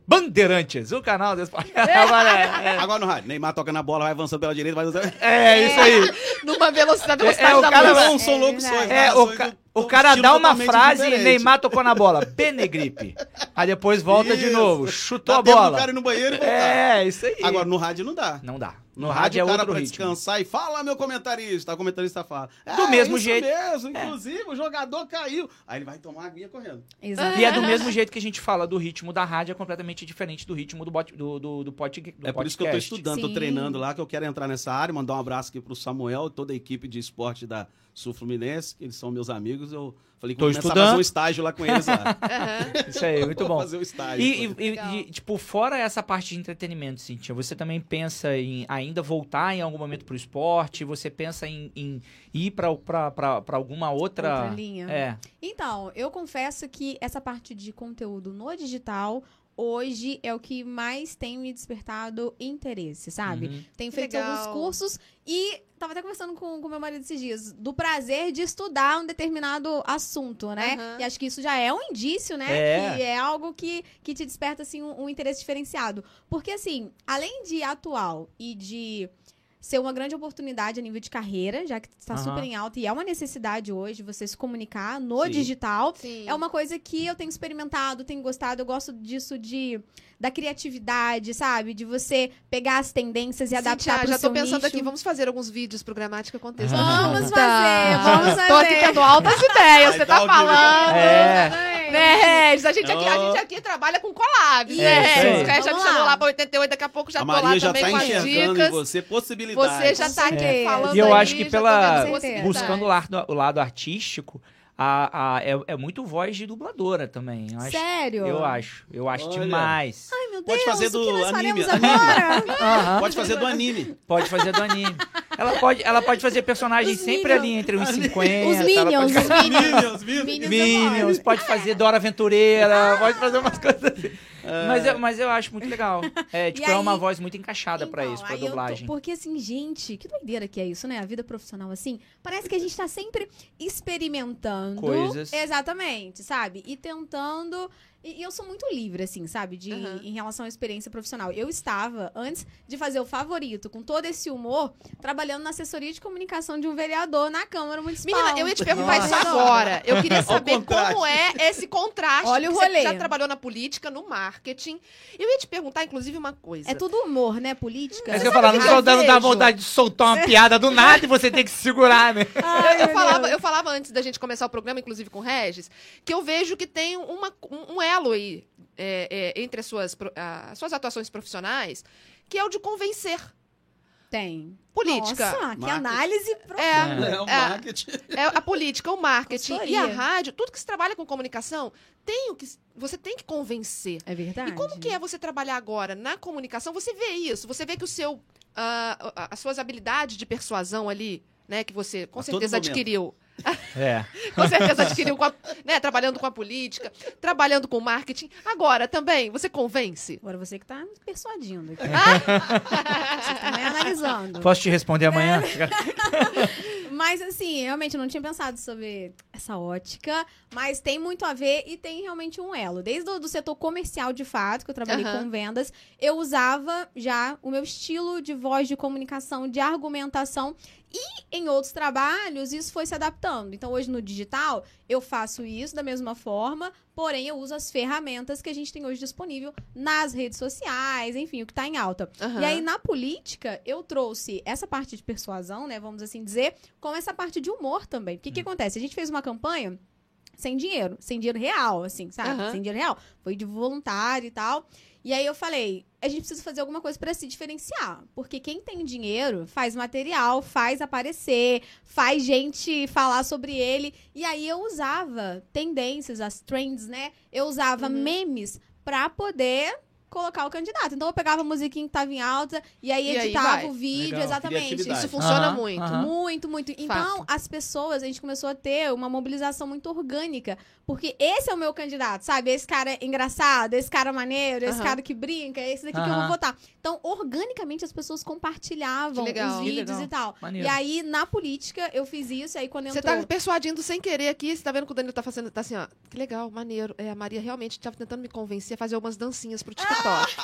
[SPEAKER 2] Bandeirantes, o canal desse É, Agora
[SPEAKER 4] Agora no rádio. Neymar toca na bola, vai avançando pela direita, vai avançando...
[SPEAKER 2] é, é isso aí.
[SPEAKER 1] Numa velocidade,
[SPEAKER 2] É,
[SPEAKER 1] velocidade
[SPEAKER 2] é, o
[SPEAKER 1] da
[SPEAKER 2] cara-
[SPEAKER 1] luz.
[SPEAKER 4] Não, são
[SPEAKER 3] É
[SPEAKER 4] locuções.
[SPEAKER 3] verdade.
[SPEAKER 2] É, o,
[SPEAKER 4] narrações
[SPEAKER 2] ca-
[SPEAKER 4] do-
[SPEAKER 2] o
[SPEAKER 4] do
[SPEAKER 2] cara
[SPEAKER 4] estilo
[SPEAKER 2] dá uma
[SPEAKER 4] totalmente
[SPEAKER 2] frase e
[SPEAKER 4] diferente.
[SPEAKER 2] Neymar tocou na bola. Benegripe. Aí depois volta de
[SPEAKER 4] Isso.
[SPEAKER 2] novo, chutou
[SPEAKER 4] Dá
[SPEAKER 2] a
[SPEAKER 4] tempo do
[SPEAKER 2] bola.
[SPEAKER 4] cara ir no banheiro e voltar.
[SPEAKER 2] É, isso aí.
[SPEAKER 4] Agora, no rádio não dá.
[SPEAKER 2] não dá.
[SPEAKER 4] No, rádio,
[SPEAKER 2] é
[SPEAKER 4] o cara
[SPEAKER 2] outro
[SPEAKER 4] pra
[SPEAKER 2] ritmo.
[SPEAKER 4] descansar e fala, meu comentarista. O comentarista fala. "É,
[SPEAKER 2] Do mesmo
[SPEAKER 4] isso
[SPEAKER 2] jeito." É.
[SPEAKER 4] mesmo, inclusive, o jogador caiu. Aí ele vai tomar a aguinha correndo.
[SPEAKER 3] Exatamente.
[SPEAKER 2] E é do mesmo jeito que a gente fala do ritmo da rádio, é completamente diferente do ritmo do, bot, do, do, do pod- do
[SPEAKER 4] é por isso que eu tô
[SPEAKER 2] podcast.
[SPEAKER 4] estudando,
[SPEAKER 3] Sim.
[SPEAKER 4] tô treinando lá, que eu quero entrar nessa área. Mandar um abraço aqui pro Samuel e toda a equipe de esporte da Sul Fluminense, que eles são meus amigos. Eu falei que
[SPEAKER 2] Tô
[SPEAKER 4] vou começar a
[SPEAKER 2] estudando.
[SPEAKER 4] fazer um estágio lá com eles lá.
[SPEAKER 1] Aham.
[SPEAKER 2] Isso aí, muito
[SPEAKER 4] Vou
[SPEAKER 2] bom.
[SPEAKER 4] fazer um estágio.
[SPEAKER 2] E, e- e-
[SPEAKER 1] Legal.
[SPEAKER 2] e, tipo, fora essa parte de entretenimento, Cintia, você também pensa em ainda voltar em algum momento pro esporte? Você pensa em, em ir pra, pra, pra, pra alguma outra...
[SPEAKER 3] Outra linha.
[SPEAKER 2] É.
[SPEAKER 3] Então, eu confesso que essa parte de conteúdo no digital hoje é o que mais tem me despertado interesse, sabe?
[SPEAKER 2] Uhum.
[SPEAKER 3] Tenho
[SPEAKER 1] Que
[SPEAKER 3] feito
[SPEAKER 1] legal.
[SPEAKER 3] alguns cursos e tava até conversando com, com meu marido esses dias do prazer de estudar um determinado assunto, né?
[SPEAKER 1] Aham.
[SPEAKER 3] E acho que isso já é um indício, né?
[SPEAKER 2] É.
[SPEAKER 3] Que é algo que, que te desperta assim um, um interesse diferenciado, porque assim, além de atual e de ser uma grande oportunidade a nível de carreira, já que está
[SPEAKER 2] Aham.
[SPEAKER 3] super em alta e é uma necessidade hoje você se comunicar no
[SPEAKER 4] Sim.
[SPEAKER 3] digital.
[SPEAKER 1] Sim.
[SPEAKER 3] É uma coisa que eu tenho experimentado, tenho gostado, eu gosto disso de da criatividade, sabe? De você pegar as tendências e adaptar
[SPEAKER 1] Cintia,
[SPEAKER 3] pro
[SPEAKER 1] já
[SPEAKER 3] seu
[SPEAKER 1] tô pensando
[SPEAKER 3] nicho.
[SPEAKER 1] aqui, vamos fazer alguns vídeos pro Gramática Contexto.
[SPEAKER 3] Vamos
[SPEAKER 1] Tá.
[SPEAKER 3] fazer, vamos
[SPEAKER 1] Tô aqui
[SPEAKER 3] fazer.
[SPEAKER 1] tendo altas ideias,
[SPEAKER 4] Ah. Vai
[SPEAKER 1] você
[SPEAKER 4] dar
[SPEAKER 1] tá
[SPEAKER 4] o nível.
[SPEAKER 1] falando.
[SPEAKER 2] É.
[SPEAKER 1] Né, Regis? A gente, aqui, a
[SPEAKER 4] Ó.
[SPEAKER 1] gente aqui trabalha com collabs,
[SPEAKER 3] Isso.
[SPEAKER 1] né, Regis?
[SPEAKER 2] Vamos
[SPEAKER 1] O Regis já me
[SPEAKER 3] lá.
[SPEAKER 1] chamou lá pra 88, daqui a pouco já
[SPEAKER 4] a
[SPEAKER 1] tô lá
[SPEAKER 4] Maria já
[SPEAKER 1] também
[SPEAKER 4] tá
[SPEAKER 1] com as
[SPEAKER 4] enxergando em
[SPEAKER 1] dicas.
[SPEAKER 4] você possibilidades.
[SPEAKER 1] Você já
[SPEAKER 3] Com
[SPEAKER 1] tá aqui
[SPEAKER 3] certeza.
[SPEAKER 1] falando tá.
[SPEAKER 2] E eu
[SPEAKER 1] aí,
[SPEAKER 2] acho que
[SPEAKER 1] já tô
[SPEAKER 2] pela
[SPEAKER 1] vendo
[SPEAKER 3] certeza.
[SPEAKER 2] buscando o
[SPEAKER 1] possibilidades.
[SPEAKER 2] lado, o lado artístico, a, a- é, é muito voz de dubladora também. Eu acho,
[SPEAKER 3] Sério?
[SPEAKER 2] eu acho, eu acho
[SPEAKER 4] Olha.
[SPEAKER 2] demais.
[SPEAKER 3] Ai, meu Deus,
[SPEAKER 4] Pode fazer
[SPEAKER 3] o que
[SPEAKER 4] do
[SPEAKER 3] nós
[SPEAKER 4] anime,
[SPEAKER 3] faremos
[SPEAKER 4] anime.
[SPEAKER 3] agora?
[SPEAKER 2] Aham.
[SPEAKER 4] Pode fazer do anime.
[SPEAKER 2] Pode fazer do anime. Ela pode, ela pode fazer personagens
[SPEAKER 3] Os
[SPEAKER 2] sempre ali entre os 50.
[SPEAKER 3] Os
[SPEAKER 2] ela
[SPEAKER 3] Minions,
[SPEAKER 2] Pode...
[SPEAKER 3] os Minions.
[SPEAKER 4] Minions,
[SPEAKER 3] Minions.
[SPEAKER 4] Minions.
[SPEAKER 2] Minions, pode fazer Dora Aventureira, pode fazer umas coisas assim. Mas, eu, mas eu acho muito legal. É, tipo, é uma
[SPEAKER 3] aí-
[SPEAKER 2] voz muito encaixada pra
[SPEAKER 3] Então,
[SPEAKER 2] isso, pra
[SPEAKER 3] aí eu tô-
[SPEAKER 2] dublagem.
[SPEAKER 3] porque assim, gente, que doideira que é isso, né? A vida profissional assim. Parece que a gente tá sempre experimentando.
[SPEAKER 2] Coisas.
[SPEAKER 3] Exatamente, sabe? E tentando. E e eu sou muito livre, assim, sabe? De,
[SPEAKER 1] Aham.
[SPEAKER 3] Em relação à experiência profissional. Eu estava, antes de fazer o favorito, com todo esse humor, trabalhando na assessoria de comunicação de um vereador na Câmara Municipal.
[SPEAKER 1] Menina, eu ia te perguntar
[SPEAKER 3] Nossa.
[SPEAKER 1] isso agora. Eu queria saber
[SPEAKER 4] contraste.
[SPEAKER 1] como é esse contraste.
[SPEAKER 3] Olha o
[SPEAKER 1] que você
[SPEAKER 3] rolê.
[SPEAKER 1] já trabalhou na política, no marketing. Eu ia te perguntar, inclusive, uma coisa.
[SPEAKER 3] É tudo humor, né? Política.
[SPEAKER 2] É isso que eu falar, não
[SPEAKER 1] que eu
[SPEAKER 2] tô dando dá
[SPEAKER 1] vejo?
[SPEAKER 2] vontade de soltar uma piada do nada e você tem que segurar, né?
[SPEAKER 3] Ai,
[SPEAKER 1] eu,
[SPEAKER 3] meu
[SPEAKER 1] falava,
[SPEAKER 3] Deus.
[SPEAKER 1] eu falava antes da gente começar o programa, inclusive com o Regis, que eu vejo que tem uma- um um elo aí é, é, entre as suas, pro- a- as suas atuações profissionais, que é o de convencer.
[SPEAKER 3] Tem.
[SPEAKER 1] Política.
[SPEAKER 3] Nossa, que
[SPEAKER 4] Marketing.
[SPEAKER 3] análise
[SPEAKER 1] É,
[SPEAKER 4] É o
[SPEAKER 1] É.
[SPEAKER 4] marketing.
[SPEAKER 1] é a política, o marketing e a
[SPEAKER 3] Consultoria.
[SPEAKER 1] rádio, tudo que se trabalha com comunicação, tem o que, você tem que convencer.
[SPEAKER 3] É verdade.
[SPEAKER 1] E como que é você trabalhar agora na comunicação? Você vê isso? Você vê que o seu, ah, a- as suas habilidades de persuasão ali, né, que você com
[SPEAKER 4] A todo
[SPEAKER 1] certeza
[SPEAKER 4] momento.
[SPEAKER 1] adquiriu,
[SPEAKER 2] É.
[SPEAKER 1] com certeza adquiriu, com a- né, trabalhando com a política, trabalhando com o marketing. Agora também, você convence?
[SPEAKER 3] Agora você que tá me persuadindo aqui.
[SPEAKER 1] Ah!
[SPEAKER 3] tá me analisando.
[SPEAKER 2] É. Posso te responder amanhã?
[SPEAKER 3] Mas assim, realmente eu não tinha pensado sobre essa ótica, mas tem muito a ver e tem realmente um elo. Desde o do setor comercial, de fato, que eu trabalhei
[SPEAKER 1] Aham.
[SPEAKER 3] com vendas, eu usava já o meu estilo de voz, de comunicação, de argumentação. E em outros trabalhos, isso foi se adaptando. Então, hoje no digital, eu faço isso da mesma forma, porém, eu uso as ferramentas que a gente tem hoje disponível nas redes sociais, enfim, o que tá em alta.
[SPEAKER 1] Aham.
[SPEAKER 3] E aí, na política, eu trouxe essa parte de persuasão, né? Vamos assim dizer, com essa parte de humor também. Porque o
[SPEAKER 1] Hum.
[SPEAKER 3] que acontece? A gente fez uma campanha sem dinheiro, sem dinheiro real, assim, sabe?
[SPEAKER 1] Aham.
[SPEAKER 3] Sem dinheiro real. Foi de voluntário e tal. E aí eu falei, a gente precisa fazer alguma coisa pra se diferenciar. Porque quem tem dinheiro faz material, faz aparecer, faz gente falar sobre ele. E aí eu usava tendências, as trends, né? Eu usava
[SPEAKER 1] Uhum.
[SPEAKER 3] memes pra poder colocar o candidato. Então eu pegava a musiquinha que tava em alta e aí
[SPEAKER 1] E aí
[SPEAKER 3] editava
[SPEAKER 1] vai. Ah,
[SPEAKER 3] o vídeo,
[SPEAKER 2] Legal.
[SPEAKER 3] exatamente.
[SPEAKER 4] Criatividade.
[SPEAKER 1] Isso funciona
[SPEAKER 2] Aham,
[SPEAKER 1] muito.
[SPEAKER 2] aham.
[SPEAKER 3] Muito, muito. Então, as pessoas, a gente começou a ter uma mobilização muito orgânica. Porque esse é o meu candidato, sabe? Esse cara é engraçado, esse cara é maneiro, esse
[SPEAKER 1] Aham.
[SPEAKER 3] cara que brinca, é esse daqui que eu vou
[SPEAKER 2] Aham.
[SPEAKER 3] votar. Então, organicamente, as pessoas compartilhavam
[SPEAKER 1] Que legal.
[SPEAKER 3] os
[SPEAKER 1] Que
[SPEAKER 3] vídeos
[SPEAKER 2] legal.
[SPEAKER 3] e tal.
[SPEAKER 2] Maneiro.
[SPEAKER 3] E aí, na política, eu fiz isso. Aí, quando
[SPEAKER 1] Você
[SPEAKER 3] entrou...
[SPEAKER 1] tá persuadindo sem querer aqui, você tá vendo que o Danilo tá fazendo, tá assim, ó, que legal, maneiro. É, a Maria realmente tava tentando me convencer a fazer algumas dancinhas pro TikTok.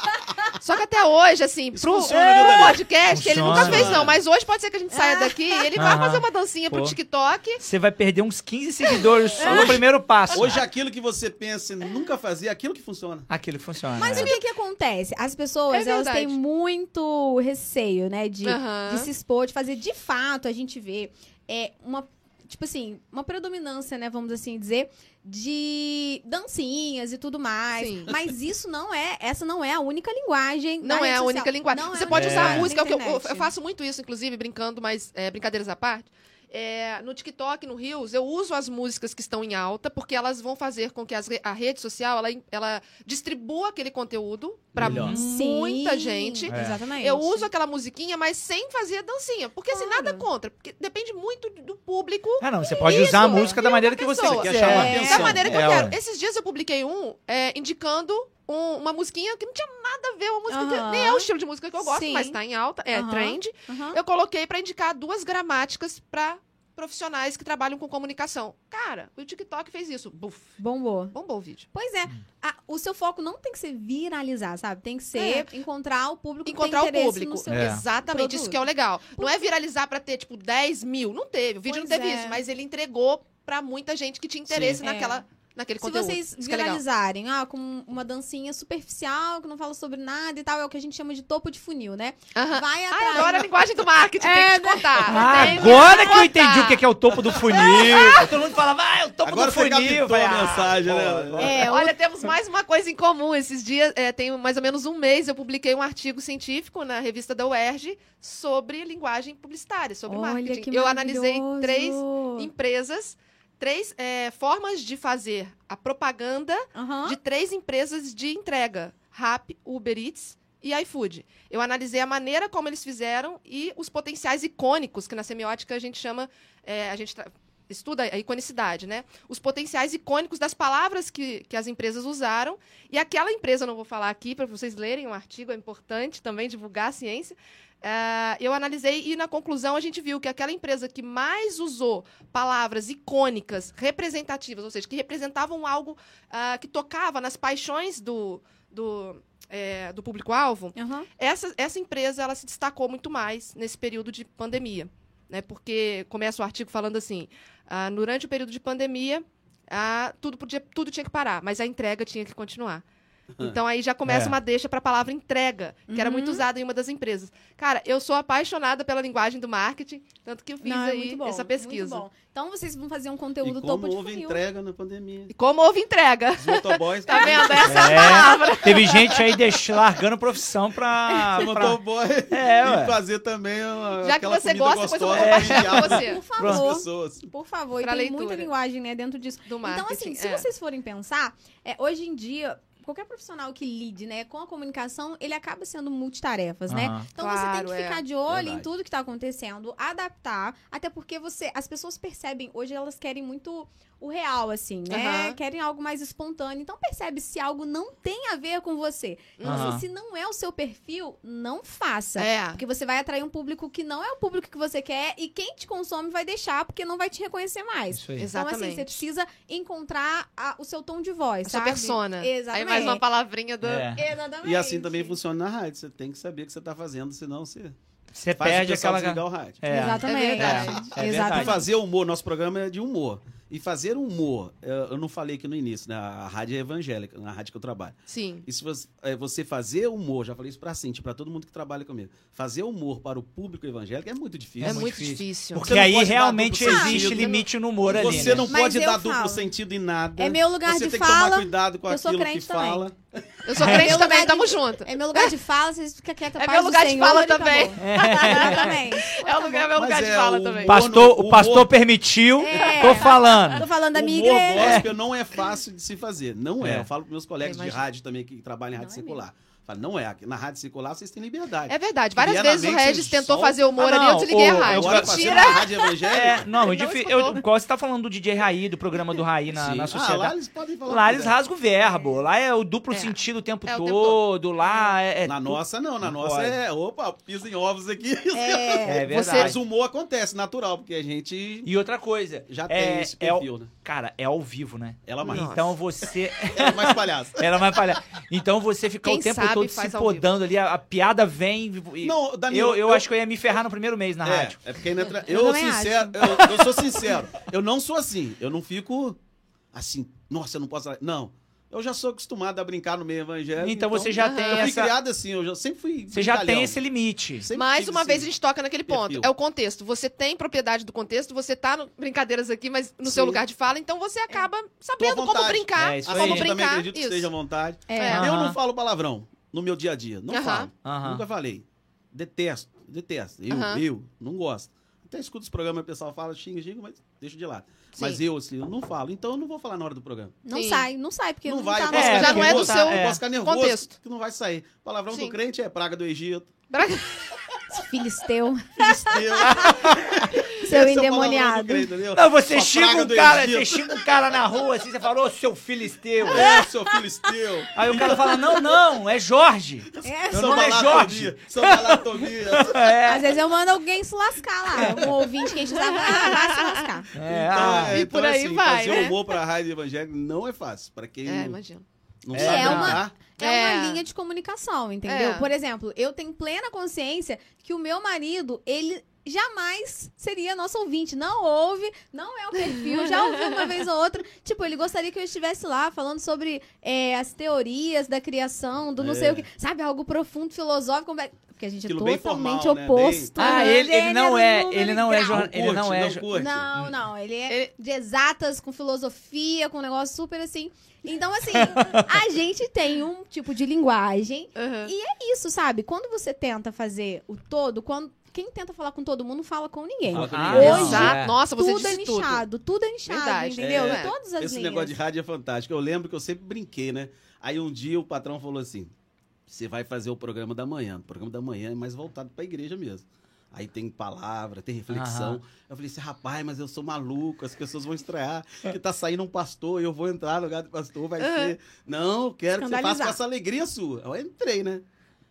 [SPEAKER 1] Só que até hoje, assim,
[SPEAKER 4] Isso
[SPEAKER 1] pro,
[SPEAKER 4] funciona,
[SPEAKER 1] pro
[SPEAKER 4] né?
[SPEAKER 1] podcast, ele
[SPEAKER 2] Funciona.
[SPEAKER 1] nunca fez não, mas hoje pode ser que a gente saia
[SPEAKER 3] Ah.
[SPEAKER 1] daqui e ele vai
[SPEAKER 2] Aham.
[SPEAKER 1] fazer uma dancinha pro
[SPEAKER 2] Pô.
[SPEAKER 1] TikTok.
[SPEAKER 2] Você vai perder uns 15 seguidores só no primeiro passo.
[SPEAKER 4] Hoje aquilo que você pensa em nunca fazer, aquilo que funciona.
[SPEAKER 2] Aquilo funciona.
[SPEAKER 3] Mas
[SPEAKER 2] é.
[SPEAKER 3] o que que acontece? As pessoas,
[SPEAKER 1] É
[SPEAKER 3] elas têm
[SPEAKER 1] verdade.
[SPEAKER 3] muito receio, né? De,
[SPEAKER 1] Aham.
[SPEAKER 3] de se expor, de fazer. De fato, a gente vê é, uma, tipo assim, uma predominância, né? Vamos assim dizer, de dancinhas e tudo mais.
[SPEAKER 1] Sim.
[SPEAKER 3] Mas isso não é, essa não é a única linguagem.
[SPEAKER 1] Não
[SPEAKER 3] da
[SPEAKER 1] é
[SPEAKER 3] rede
[SPEAKER 1] a
[SPEAKER 3] social.
[SPEAKER 1] única linguagem.
[SPEAKER 3] Não
[SPEAKER 1] Você
[SPEAKER 3] é a
[SPEAKER 1] pode
[SPEAKER 3] única
[SPEAKER 1] usar a
[SPEAKER 3] linguagem
[SPEAKER 1] música, é o que eu,
[SPEAKER 3] da internet.
[SPEAKER 1] eu faço muito isso, inclusive, brincando, mas é, brincadeiras à parte. É, no TikTok, no Reels, eu uso as músicas que estão em alta, porque elas vão fazer com que as re- a rede social ela, ela distribua aquele conteúdo para
[SPEAKER 4] Melhor.
[SPEAKER 1] muita
[SPEAKER 3] Sim,
[SPEAKER 1] gente.
[SPEAKER 2] É.
[SPEAKER 3] Exatamente.
[SPEAKER 1] Eu uso aquela musiquinha, mas sem fazer a dancinha. Porque assim,
[SPEAKER 3] Claro.
[SPEAKER 1] nada contra. Porque depende muito do público.
[SPEAKER 2] Ah, não. Você pode usar a
[SPEAKER 1] Isso,
[SPEAKER 2] música da maneira que você
[SPEAKER 1] pessoa.
[SPEAKER 2] quiser.
[SPEAKER 4] Quer chamar
[SPEAKER 3] É.
[SPEAKER 1] Da
[SPEAKER 4] atenção.
[SPEAKER 1] maneira que eu
[SPEAKER 2] É,
[SPEAKER 1] quero.
[SPEAKER 2] ué.
[SPEAKER 1] Esses dias eu publiquei um é, indicando um- uma musiquinha que não tinha nada a ver, uma música que
[SPEAKER 3] Aham.
[SPEAKER 1] nem é o estilo de música que eu gosto,
[SPEAKER 3] Sim.
[SPEAKER 1] mas tá em alta, é
[SPEAKER 3] Aham.
[SPEAKER 1] trend.
[SPEAKER 3] Aham.
[SPEAKER 1] Eu coloquei pra indicar duas gramáticas pra profissionais que trabalham com comunicação. Cara, o TikTok fez isso. Buf,
[SPEAKER 3] Bombou.
[SPEAKER 1] bombou o vídeo.
[SPEAKER 3] Pois é, a- o seu foco não tem que ser viralizar, sabe? Tem que ser encontrar o público
[SPEAKER 1] É. Encontrar
[SPEAKER 3] que
[SPEAKER 1] o
[SPEAKER 3] tem interesse
[SPEAKER 1] público.
[SPEAKER 3] no seu
[SPEAKER 2] É.
[SPEAKER 1] Exatamente, isso
[SPEAKER 3] Produto.
[SPEAKER 1] que é o legal. Não é viralizar pra ter, tipo, 10 mil. Não teve, o vídeo não
[SPEAKER 3] Pois
[SPEAKER 1] teve
[SPEAKER 3] é.
[SPEAKER 1] isso, mas ele entregou pra muita gente que tinha interesse
[SPEAKER 3] Sim. é.
[SPEAKER 1] naquela, naquele
[SPEAKER 3] Se
[SPEAKER 1] conteúdo.
[SPEAKER 3] vocês
[SPEAKER 1] isso que é legal.
[SPEAKER 3] viralizarem, ah, com uma dancinha superficial, que não fala sobre nada e tal, é o que a gente chama de topo de funil, né?
[SPEAKER 1] Aham. Ai,
[SPEAKER 3] Vai atrás. É, né?
[SPEAKER 1] adoro a linguagem do marketing, tem que te contar.
[SPEAKER 2] Ah,
[SPEAKER 1] Tem
[SPEAKER 2] agora que eu
[SPEAKER 1] contar.
[SPEAKER 2] entendi o que é, que é o topo do funil. Todo mundo falava, ah, é o topo
[SPEAKER 4] Agora
[SPEAKER 2] do
[SPEAKER 4] você
[SPEAKER 2] funil.
[SPEAKER 4] captou
[SPEAKER 2] Vai,
[SPEAKER 4] a
[SPEAKER 2] ah,
[SPEAKER 4] mensagem,
[SPEAKER 2] pô.
[SPEAKER 4] né?
[SPEAKER 3] É,
[SPEAKER 1] Olha, temos mais uma coisa em comum. Esses dias, é, tem mais ou menos um mês, eu publiquei um artigo científico na revista da UERJ sobre linguagem publicitária, sobre
[SPEAKER 3] Olha
[SPEAKER 1] marketing.
[SPEAKER 3] que
[SPEAKER 1] eu analisei
[SPEAKER 3] maravilhoso.
[SPEAKER 1] três empresas, três é, formas de fazer a propaganda
[SPEAKER 3] Aham.
[SPEAKER 1] de três empresas de entrega: Rap, Uber Eats e iFood. Eu analisei a maneira como eles fizeram e os potenciais icônicos, que na semiótica a gente chama, é, a gente tra- estuda a iconicidade, né? Os potenciais icônicos das palavras que, que as empresas usaram. E aquela empresa, eu não vou falar aqui, para vocês lerem um artigo, é importante também divulgar a ciência. Ah, eu analisei e na conclusão a gente viu que aquela empresa que mais usou palavras icônicas, representativas, ou seja, que representavam algo ah, que tocava nas paixões do, do, é, do público-alvo,
[SPEAKER 3] Aham.
[SPEAKER 1] essa, essa empresa ela se destacou muito mais nesse período de pandemia. Né? Porque começa o artigo falando assim: ah, durante o período de pandemia, ah, tudo, podia, tudo tinha que parar, mas a entrega tinha que continuar. Então aí já começa
[SPEAKER 2] É.
[SPEAKER 1] uma deixa para a palavra entrega, que era muito
[SPEAKER 3] Uhum.
[SPEAKER 1] usada em uma das empresas. Cara, eu sou apaixonada pela linguagem do marketing, tanto que eu fiz
[SPEAKER 3] Não, é
[SPEAKER 1] aí
[SPEAKER 3] muito bom,
[SPEAKER 1] essa pesquisa.
[SPEAKER 3] muito bom. Então vocês vão fazer um
[SPEAKER 4] E
[SPEAKER 3] conteúdo
[SPEAKER 4] como
[SPEAKER 3] topo de
[SPEAKER 4] houve
[SPEAKER 3] funil.
[SPEAKER 4] entrega na pandemia.
[SPEAKER 1] E como houve entrega?
[SPEAKER 4] Os motoboys...
[SPEAKER 1] Tá vendo? Essa é a palavra.
[SPEAKER 2] É, teve gente aí deix... largando profissão pra.
[SPEAKER 4] Os
[SPEAKER 2] pra...
[SPEAKER 4] Ah, motoboy
[SPEAKER 2] É,
[SPEAKER 4] e
[SPEAKER 2] ué.
[SPEAKER 4] fazer também uma,
[SPEAKER 1] Já que
[SPEAKER 4] aquela
[SPEAKER 1] você
[SPEAKER 4] comida
[SPEAKER 1] gosta, depois eu vou
[SPEAKER 4] gostosa né?
[SPEAKER 1] compartilhar com
[SPEAKER 4] de diabo
[SPEAKER 1] você.
[SPEAKER 3] Por
[SPEAKER 4] pras
[SPEAKER 3] favor,
[SPEAKER 4] pessoas.
[SPEAKER 3] por favor. E
[SPEAKER 1] Pra
[SPEAKER 3] tem
[SPEAKER 1] leitura.
[SPEAKER 3] muita linguagem né, dentro disso.
[SPEAKER 1] Do
[SPEAKER 3] Então,
[SPEAKER 1] marketing.
[SPEAKER 3] assim, se
[SPEAKER 1] é.
[SPEAKER 3] vocês forem pensar, é, hoje em dia, qualquer profissional que lide né, com a comunicação, ele acaba sendo multitarefas, né?
[SPEAKER 2] Aham.
[SPEAKER 3] Então você
[SPEAKER 1] Claro,
[SPEAKER 3] tem que
[SPEAKER 1] é.
[SPEAKER 3] ficar de olho em
[SPEAKER 4] Verdade.
[SPEAKER 3] tudo que está acontecendo, adaptar, até porque você, as pessoas percebem hoje elas querem muito o real assim, né?
[SPEAKER 1] Aham.
[SPEAKER 3] Querem algo mais espontâneo. Então percebe se algo não tem a ver com você. Então assim,
[SPEAKER 2] Aham.
[SPEAKER 3] se não é o seu perfil, não faça.
[SPEAKER 1] É.
[SPEAKER 3] Porque você vai atrair um público que não é o público que você quer e quem te consome vai deixar porque não vai te reconhecer mais.
[SPEAKER 2] Isso aí.
[SPEAKER 3] Então,
[SPEAKER 1] Exatamente.
[SPEAKER 3] assim, você precisa encontrar a- o seu tom de voz,
[SPEAKER 1] A sua
[SPEAKER 3] sabe?
[SPEAKER 1] persona.
[SPEAKER 3] Exatamente.
[SPEAKER 1] Aí mais uma palavrinha do.
[SPEAKER 2] É.
[SPEAKER 3] Exatamente.
[SPEAKER 4] E assim também funciona na rádio. Você tem que saber o que você está fazendo, senão você
[SPEAKER 2] Você
[SPEAKER 4] faz
[SPEAKER 2] perde
[SPEAKER 4] o pessoal
[SPEAKER 2] aquela.
[SPEAKER 4] desligar o rádio.
[SPEAKER 2] É.
[SPEAKER 3] Exatamente.
[SPEAKER 1] É verdade.
[SPEAKER 2] É verdade.
[SPEAKER 4] E
[SPEAKER 3] Exatamente.
[SPEAKER 4] fazer humor, nosso programa é de humor. E fazer humor, eh, eu não falei aqui no início, né? A rádio é evangélica, na rádio que eu trabalho.
[SPEAKER 1] Sim.
[SPEAKER 4] E se você, eh, você fazer humor, já falei isso pra Cintia, pra todo mundo que trabalha comigo, fazer humor para o público evangélico é muito difícil.
[SPEAKER 1] É,
[SPEAKER 2] muito
[SPEAKER 1] muito
[SPEAKER 2] difícil.
[SPEAKER 1] difícil.
[SPEAKER 2] Porque
[SPEAKER 4] Você não
[SPEAKER 2] aí
[SPEAKER 4] pode dar
[SPEAKER 2] realmente
[SPEAKER 4] duplo
[SPEAKER 2] existe
[SPEAKER 1] sentido.
[SPEAKER 2] limite no humor ali.
[SPEAKER 4] Você
[SPEAKER 2] né?
[SPEAKER 4] não
[SPEAKER 3] Mas
[SPEAKER 4] pode
[SPEAKER 3] eu
[SPEAKER 4] dar
[SPEAKER 3] falo.
[SPEAKER 4] duplo sentido em nada.
[SPEAKER 3] É meu lugar
[SPEAKER 4] você
[SPEAKER 3] de
[SPEAKER 4] tem que tomar
[SPEAKER 3] fala.
[SPEAKER 4] cuidado com
[SPEAKER 3] eu sou
[SPEAKER 4] aquilo que
[SPEAKER 3] crente também.
[SPEAKER 4] fala.
[SPEAKER 1] Eu sou crente
[SPEAKER 3] É.
[SPEAKER 1] também,
[SPEAKER 3] Meu lugar
[SPEAKER 1] tamo
[SPEAKER 3] de-
[SPEAKER 1] junto.
[SPEAKER 3] É meu lugar de fala, vocês ficam quietos.
[SPEAKER 1] É meu lugar de fala também.
[SPEAKER 3] tá
[SPEAKER 2] É.
[SPEAKER 3] Exatamente.
[SPEAKER 1] É o lugar, é meu
[SPEAKER 4] Mas
[SPEAKER 1] lugar
[SPEAKER 4] é
[SPEAKER 1] de fala
[SPEAKER 4] o-
[SPEAKER 1] também.
[SPEAKER 4] Pa-
[SPEAKER 2] Pastor,
[SPEAKER 4] Humor-
[SPEAKER 2] o pastor permitiu,
[SPEAKER 3] É.
[SPEAKER 2] tô falando.
[SPEAKER 3] Tô falando da minha
[SPEAKER 4] humor
[SPEAKER 3] igreja.
[SPEAKER 4] gospel não é fácil de se fazer. Não é.
[SPEAKER 2] É.
[SPEAKER 4] Eu falo pros meus colegas de
[SPEAKER 1] Imagina.
[SPEAKER 4] rádio também que trabalham em rádio
[SPEAKER 3] Não é
[SPEAKER 4] circular. Falo, não é. aqui Na rádio circular vocês têm liberdade.
[SPEAKER 1] É verdade. Várias
[SPEAKER 4] Vier na
[SPEAKER 1] vezes o
[SPEAKER 4] mente,
[SPEAKER 1] Regis
[SPEAKER 4] vocês
[SPEAKER 1] tentou
[SPEAKER 4] só-
[SPEAKER 1] fazer humor
[SPEAKER 2] Ah,
[SPEAKER 1] ali,
[SPEAKER 2] não,
[SPEAKER 1] eu desliguei
[SPEAKER 2] ô,
[SPEAKER 1] a rádio.
[SPEAKER 4] Agora fazer na
[SPEAKER 1] Mentira!
[SPEAKER 4] rádio evangélica.
[SPEAKER 2] É, não,
[SPEAKER 1] Não
[SPEAKER 2] é difí- eu,
[SPEAKER 1] escutou.
[SPEAKER 2] igual você tá falando do DJ Raí, do programa do Raí É, na,
[SPEAKER 4] Sim.
[SPEAKER 2] na
[SPEAKER 4] Ah, lá
[SPEAKER 2] sociedade.
[SPEAKER 4] eles podem falar. o que
[SPEAKER 2] lá eles
[SPEAKER 4] quiser.
[SPEAKER 2] rasgam o verbo. Lá é o duplo
[SPEAKER 1] É.
[SPEAKER 2] sentido o tempo
[SPEAKER 1] É, o
[SPEAKER 2] todo.
[SPEAKER 1] tempo todo.
[SPEAKER 2] Lá é. é
[SPEAKER 4] Na
[SPEAKER 2] tu-
[SPEAKER 4] nossa, não. Na
[SPEAKER 2] Não
[SPEAKER 4] nossa
[SPEAKER 2] pode.
[SPEAKER 4] é. Opa, pisa em ovos aqui.
[SPEAKER 3] É.
[SPEAKER 2] É
[SPEAKER 4] Mas
[SPEAKER 2] verdade.
[SPEAKER 4] o humor acontece, natural, porque a gente
[SPEAKER 2] E outra coisa.
[SPEAKER 4] já
[SPEAKER 2] é,
[SPEAKER 4] tem esse
[SPEAKER 2] é o-
[SPEAKER 4] perfil, né?
[SPEAKER 2] Cara, é ao vivo, né?
[SPEAKER 4] Ela mais.
[SPEAKER 1] Nossa.
[SPEAKER 2] Então você.
[SPEAKER 4] Ela é mais palhaça.
[SPEAKER 2] Ela vai falhar. Então você ficar
[SPEAKER 1] Quem
[SPEAKER 2] o tempo
[SPEAKER 1] sabe
[SPEAKER 2] todo se
[SPEAKER 1] faz ao vivo.
[SPEAKER 2] podando ali, a, a piada vem. e-
[SPEAKER 4] Não, Danilo.
[SPEAKER 2] eu, eu, acho que eu ia me ferrar no primeiro mês na
[SPEAKER 4] é,
[SPEAKER 2] rádio.
[SPEAKER 4] É porque ainda tra...
[SPEAKER 3] Eu
[SPEAKER 4] eu,
[SPEAKER 3] também
[SPEAKER 4] sincero, eu, eu sou sincero. Eu não sou assim. Eu não fico assim, nossa, eu não posso. Não. Eu já sou acostumado a brincar no meio evangélico.
[SPEAKER 2] Então você já
[SPEAKER 1] aham.
[SPEAKER 2] tem
[SPEAKER 4] É, Eu fui
[SPEAKER 2] essa.
[SPEAKER 4] criado assim, eu já- sempre fui.
[SPEAKER 2] Você já
[SPEAKER 4] brincalhão.
[SPEAKER 2] tem esse limite.
[SPEAKER 4] Sempre
[SPEAKER 1] Mais
[SPEAKER 4] tive
[SPEAKER 1] uma
[SPEAKER 4] esse-
[SPEAKER 1] vez a gente toca naquele ponto.
[SPEAKER 4] perfil.
[SPEAKER 1] É o contexto. Você tem propriedade do contexto, você tá no- brincadeiras aqui, mas no seu
[SPEAKER 4] Sim.
[SPEAKER 1] lugar de fala, então você acaba sabendo como
[SPEAKER 4] vontade.
[SPEAKER 1] brincar,
[SPEAKER 2] É, isso
[SPEAKER 4] Assim,
[SPEAKER 2] aí.
[SPEAKER 1] como
[SPEAKER 4] eu também
[SPEAKER 1] brincar.
[SPEAKER 4] acredito que um
[SPEAKER 1] isso.
[SPEAKER 4] esteja à vontade.
[SPEAKER 3] É.
[SPEAKER 2] Aham.
[SPEAKER 4] Eu não falo palavrão no meu dia a dia. Não
[SPEAKER 1] Aham.
[SPEAKER 4] falo.
[SPEAKER 2] Aham.
[SPEAKER 4] Nunca falei. Detesto, detesto. Eu,
[SPEAKER 1] Aham.
[SPEAKER 4] eu, não gosto. Até escuto os programas, o pessoal fala, xinga, xinga, mas deixa de lado.
[SPEAKER 1] Sim.
[SPEAKER 4] Mas eu, assim, eu não falo. Então eu não vou falar na hora do programa.
[SPEAKER 3] Não
[SPEAKER 1] Sim.
[SPEAKER 3] sai, não sai, porque não,
[SPEAKER 4] vai,
[SPEAKER 3] tá
[SPEAKER 4] né? eu
[SPEAKER 3] no
[SPEAKER 1] É,
[SPEAKER 4] posso ficar
[SPEAKER 1] já não é do
[SPEAKER 4] nervoso,
[SPEAKER 1] seu
[SPEAKER 4] eu posso ficar nervoso,
[SPEAKER 1] contexto.
[SPEAKER 4] que não vai sair. Palavrão
[SPEAKER 1] Sim.
[SPEAKER 4] do crente é praga do Egito,
[SPEAKER 1] Bra-
[SPEAKER 3] filisteu,
[SPEAKER 4] filisteu. Esse é o
[SPEAKER 3] seu
[SPEAKER 4] palavrão do
[SPEAKER 3] endemoniado.
[SPEAKER 4] crente, entendeu?
[SPEAKER 2] Não, você
[SPEAKER 4] Sua
[SPEAKER 2] xinga
[SPEAKER 4] praga
[SPEAKER 2] um
[SPEAKER 4] do
[SPEAKER 2] cara,
[SPEAKER 4] Egito.
[SPEAKER 2] você xinga um cara na rua assim, você fala, ô seu filisteu.
[SPEAKER 4] É, seu filisteu.
[SPEAKER 2] Aí o cara fala, não, não, é Jorge.
[SPEAKER 3] É.
[SPEAKER 2] Meu
[SPEAKER 4] São
[SPEAKER 2] nome é
[SPEAKER 4] Balatomia, São Balatomia. É.
[SPEAKER 3] Às vezes eu mando alguém se lascar lá. Um ouvinte que a gente sabe, ah, vai se lascar.
[SPEAKER 2] É,
[SPEAKER 4] Então,
[SPEAKER 2] ah,
[SPEAKER 4] é,
[SPEAKER 1] E
[SPEAKER 4] então,
[SPEAKER 1] por aí
[SPEAKER 4] assim,
[SPEAKER 1] vai,
[SPEAKER 4] Fazer
[SPEAKER 1] né?
[SPEAKER 4] humor pra rádio evangélica não é fácil. Pra quem
[SPEAKER 1] É,
[SPEAKER 4] não,
[SPEAKER 1] imagino.
[SPEAKER 4] não
[SPEAKER 2] É,
[SPEAKER 4] sabe
[SPEAKER 3] é uma-
[SPEAKER 4] andar,
[SPEAKER 3] É,
[SPEAKER 1] É.
[SPEAKER 3] uma linha de comunicação, entendeu?
[SPEAKER 1] É.
[SPEAKER 3] Por exemplo, eu tenho plena consciência que o meu marido, ele jamais seria nosso ouvinte. Não ouve, não é o perfil, já ouviu uma vez ou outra. Tipo, ele gostaria que eu estivesse lá falando sobre é, as teorias da criação, do não
[SPEAKER 4] É.
[SPEAKER 3] sei o que. Sabe, algo profundo, filosófico. completo. Porque a gente é
[SPEAKER 4] Aquilo bem
[SPEAKER 3] totalmente
[SPEAKER 4] formal, né?
[SPEAKER 3] oposto.
[SPEAKER 2] Ah, ele, ele não é,
[SPEAKER 3] gênero,
[SPEAKER 2] ele não
[SPEAKER 3] número
[SPEAKER 2] é
[SPEAKER 3] e grau.
[SPEAKER 2] jornalista, ele não é.
[SPEAKER 4] curte,
[SPEAKER 2] jo-
[SPEAKER 4] curte.
[SPEAKER 1] Hum.
[SPEAKER 3] Não, não, ele é
[SPEAKER 1] Ele-
[SPEAKER 3] de exatas, com filosofia, com um negócio super assim. Então, assim, a gente tem um tipo de linguagem.
[SPEAKER 1] Aham.
[SPEAKER 3] Isso, sabe? Quando você tenta fazer o todo, quando quem tenta falar com todo mundo não fala com ninguém.
[SPEAKER 4] Fala com
[SPEAKER 2] Ah,
[SPEAKER 4] ninguém.
[SPEAKER 3] hoje,
[SPEAKER 1] Exato. Nossa, você
[SPEAKER 3] tudo é
[SPEAKER 1] disse tudo.
[SPEAKER 3] nichado, tudo é nichado,
[SPEAKER 1] Verdade.
[SPEAKER 3] entendeu?
[SPEAKER 4] É.
[SPEAKER 3] Todas as
[SPEAKER 4] Esse
[SPEAKER 3] linhas.
[SPEAKER 4] negócio de rádio é fantástico. Eu lembro que eu sempre brinquei, né? Aí um dia o patrão falou assim: Você vai fazer o programa da manhã. O programa da manhã é mais voltado para a igreja mesmo. Aí tem palavra, tem reflexão.
[SPEAKER 2] Aham.
[SPEAKER 4] Eu falei assim, rapaz, mas eu sou maluco, as pessoas vão estranhar que tá saindo um pastor, eu vou entrar no lugar do pastor, vai ser. Não, eu quero que você faça
[SPEAKER 3] Escandalizar.
[SPEAKER 4] com essa alegria sua. Eu entrei, né?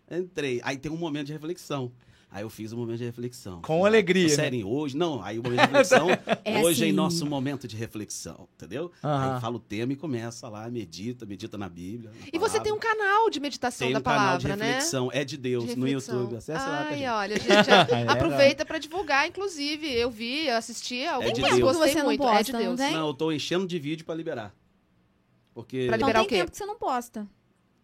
[SPEAKER 4] Entrei. Aí tem um momento de reflexão. Aí eu fiz um momento de reflexão.
[SPEAKER 2] Com alegria, né?
[SPEAKER 4] Sério, hoje. Não, aí o momento de reflexão.
[SPEAKER 3] É
[SPEAKER 4] hoje é
[SPEAKER 3] assim.
[SPEAKER 4] nosso momento de reflexão, entendeu?
[SPEAKER 2] Aham.
[SPEAKER 4] Aí fala o tema e começa lá, medita, medita na Bíblia. na
[SPEAKER 1] E você
[SPEAKER 4] palavra.
[SPEAKER 1] tem um canal de meditação
[SPEAKER 4] Tem
[SPEAKER 1] da
[SPEAKER 4] um canal de
[SPEAKER 1] palavra, né?
[SPEAKER 4] reflexão, é de Deus,
[SPEAKER 1] De
[SPEAKER 4] no
[SPEAKER 1] reflexão.
[SPEAKER 4] YouTube. Acessa lá, tá,
[SPEAKER 1] Ai,
[SPEAKER 4] gente?
[SPEAKER 1] olha, gente, a-
[SPEAKER 2] É,
[SPEAKER 1] aproveita pra divulgar, inclusive. Eu vi, eu assisti, alguém
[SPEAKER 4] É de
[SPEAKER 1] que eu
[SPEAKER 4] Deus.
[SPEAKER 1] gostei
[SPEAKER 3] Você não
[SPEAKER 1] muito. é
[SPEAKER 3] posta,
[SPEAKER 1] de
[SPEAKER 3] não
[SPEAKER 1] Deus.
[SPEAKER 3] tem?
[SPEAKER 4] Não, eu tô enchendo de vídeo pra liberar. Porque
[SPEAKER 1] Pra
[SPEAKER 3] Então
[SPEAKER 1] liberar
[SPEAKER 3] tem
[SPEAKER 1] o quê?
[SPEAKER 3] tempo que você não posta.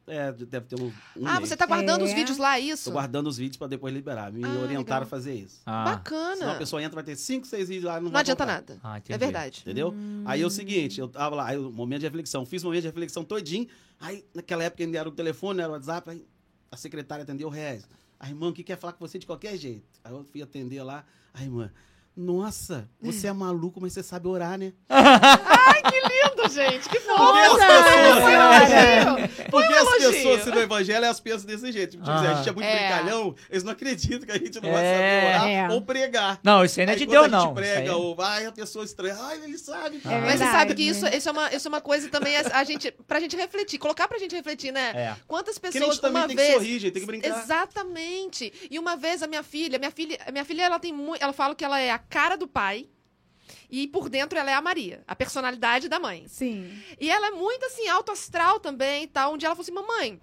[SPEAKER 4] é, deve ter um, um
[SPEAKER 1] Ah,
[SPEAKER 4] mês.
[SPEAKER 1] você tá guardando os
[SPEAKER 3] É.
[SPEAKER 1] vídeos lá, isso?
[SPEAKER 4] Tô guardando os vídeos pra depois liberar. Me
[SPEAKER 1] Ah, legal.
[SPEAKER 4] orientaram a fazer isso.
[SPEAKER 2] Ah,
[SPEAKER 4] Senão a
[SPEAKER 1] Bacana.
[SPEAKER 4] pessoa entra, vai ter 5, 6 vídeos lá e não,
[SPEAKER 1] Não
[SPEAKER 4] vai
[SPEAKER 1] adianta
[SPEAKER 4] voltar.
[SPEAKER 1] nada.
[SPEAKER 2] ah,
[SPEAKER 1] É
[SPEAKER 2] entendi.
[SPEAKER 1] verdade.
[SPEAKER 4] Entendeu? Aí é o seguinte, eu tava lá, aí o momento de reflexão. Fiz o momento de reflexão todinho. Aí, naquela época, ainda era o telefone, não era o WhatsApp. Aí a secretária atendeu o Regis. A irmã, que quer falar com você de qualquer jeito? Aí eu fui atender lá. A irmã, nossa, você é maluco, mas você sabe orar, né?
[SPEAKER 1] Lindo, gente. Que fofo.
[SPEAKER 3] Nossa!
[SPEAKER 1] Foi um elogio.
[SPEAKER 4] Porque as
[SPEAKER 1] elogio.
[SPEAKER 4] pessoas se do evangelho, elas pensam desse jeito. Tipo,
[SPEAKER 2] Ah.
[SPEAKER 4] a gente é muito
[SPEAKER 1] É.
[SPEAKER 4] brincalhão, eles não acreditam que a gente não
[SPEAKER 2] É.
[SPEAKER 4] vai saber orar
[SPEAKER 3] É.
[SPEAKER 4] ou pregar.
[SPEAKER 2] Não, isso aí não é
[SPEAKER 4] Aí
[SPEAKER 2] de
[SPEAKER 4] quando a
[SPEAKER 2] Deus,
[SPEAKER 4] gente
[SPEAKER 2] não. Isso aí-
[SPEAKER 4] prega, ou vai, a pessoa estranha, ai, ele sabe.
[SPEAKER 2] É
[SPEAKER 1] Mas você
[SPEAKER 3] Verdade,
[SPEAKER 1] sabe que isso,
[SPEAKER 3] né?
[SPEAKER 1] isso, é uma, isso é uma coisa também a, a gente, pra gente refletir, colocar pra gente refletir, né?
[SPEAKER 2] É.
[SPEAKER 1] Quantas
[SPEAKER 4] Porque a
[SPEAKER 1] pessoas
[SPEAKER 4] gente também
[SPEAKER 1] uma
[SPEAKER 4] tem que
[SPEAKER 1] vez
[SPEAKER 4] sorrir, gente, tem que brincar.
[SPEAKER 1] Exatamente. E uma vez a minha filha, minha filha, minha filha ela tem muito, ela fala que ela é a cara do pai e por dentro ela é a Maria, a personalidade da mãe.
[SPEAKER 3] Sim.
[SPEAKER 1] E ela é muito assim alto astral também e tal, onde ela falou assim: "Mamãe,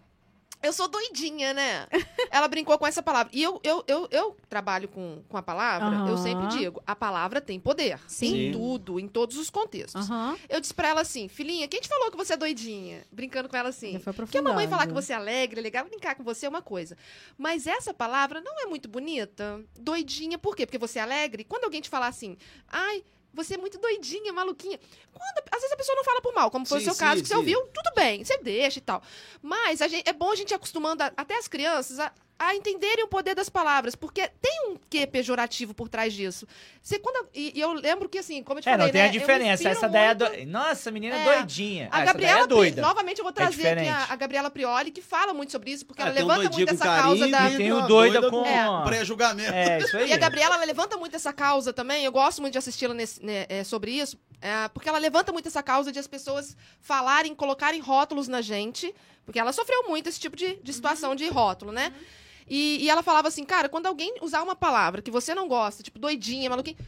[SPEAKER 1] eu sou doidinha, né? Ela brincou com essa palavra. E eu, eu, eu, eu trabalho com, com a palavra, eu
[SPEAKER 3] Aham.
[SPEAKER 1] sempre digo, a palavra tem poder.
[SPEAKER 3] Sim.
[SPEAKER 1] Em tudo, em todos os contextos.
[SPEAKER 3] Aham.
[SPEAKER 1] Eu disse pra ela assim, filhinha, quem te falou que você é doidinha? Brincando com ela assim.
[SPEAKER 3] Já foi
[SPEAKER 1] Porque a
[SPEAKER 3] aprofundando.
[SPEAKER 1] mamãe falar que você é alegre, é legal, brincar com você é uma coisa. Mas essa palavra não é muito bonita. Doidinha, por quê? Porque você é alegre. Quando alguém te falar assim, ai, você é muito doidinha, maluquinha. Quando, às vezes a pessoa não fala por mal, como foi o
[SPEAKER 4] Sim,
[SPEAKER 1] seu
[SPEAKER 4] sim,
[SPEAKER 1] caso, que você
[SPEAKER 4] sim.
[SPEAKER 1] ouviu, tudo bem, você deixa e tal. Mas a gente- é bom a gente ir acostumando a- até as crianças a, a entenderem o poder das palavras, porque tem um quê pejorativo por trás disso. Você, quando, e, e eu lembro que, assim, como eu te
[SPEAKER 2] É,
[SPEAKER 1] falei,
[SPEAKER 2] não tem a
[SPEAKER 1] né, eu
[SPEAKER 2] diferença.
[SPEAKER 1] inspiro
[SPEAKER 2] Essa daí é
[SPEAKER 1] muito-
[SPEAKER 2] do... Nossa, menina é
[SPEAKER 1] É.
[SPEAKER 2] doidinha. Ah,
[SPEAKER 1] a
[SPEAKER 2] essa daí
[SPEAKER 1] Gabriela,
[SPEAKER 2] é doida.
[SPEAKER 1] Pri- novamente eu vou trazer aqui
[SPEAKER 2] diferente.
[SPEAKER 1] a, a Gabriela Prioli, que fala muito sobre isso, porque
[SPEAKER 4] Ah,
[SPEAKER 1] ela
[SPEAKER 4] tem um
[SPEAKER 1] levanta
[SPEAKER 4] doidinho
[SPEAKER 1] muito
[SPEAKER 4] com
[SPEAKER 1] essa causa
[SPEAKER 4] carinho,
[SPEAKER 1] da.
[SPEAKER 2] E tem o
[SPEAKER 4] Uma
[SPEAKER 2] doida
[SPEAKER 4] doida
[SPEAKER 2] com.
[SPEAKER 1] com-
[SPEAKER 4] Pré-julgamento.
[SPEAKER 2] É, isso aí.
[SPEAKER 1] E a Gabriela, ela levanta muito essa causa também. Eu gosto muito de assisti-la nesse- né, é, sobre isso, é, porque ela levanta muito essa causa de as pessoas falarem, colocarem rótulos na gente, porque ela sofreu muito esse tipo de, de
[SPEAKER 4] Uhum.
[SPEAKER 1] situação de rótulo, né? E, e ela falava assim, cara, quando alguém usar uma palavra que você não gosta, tipo doidinha, maluquinha,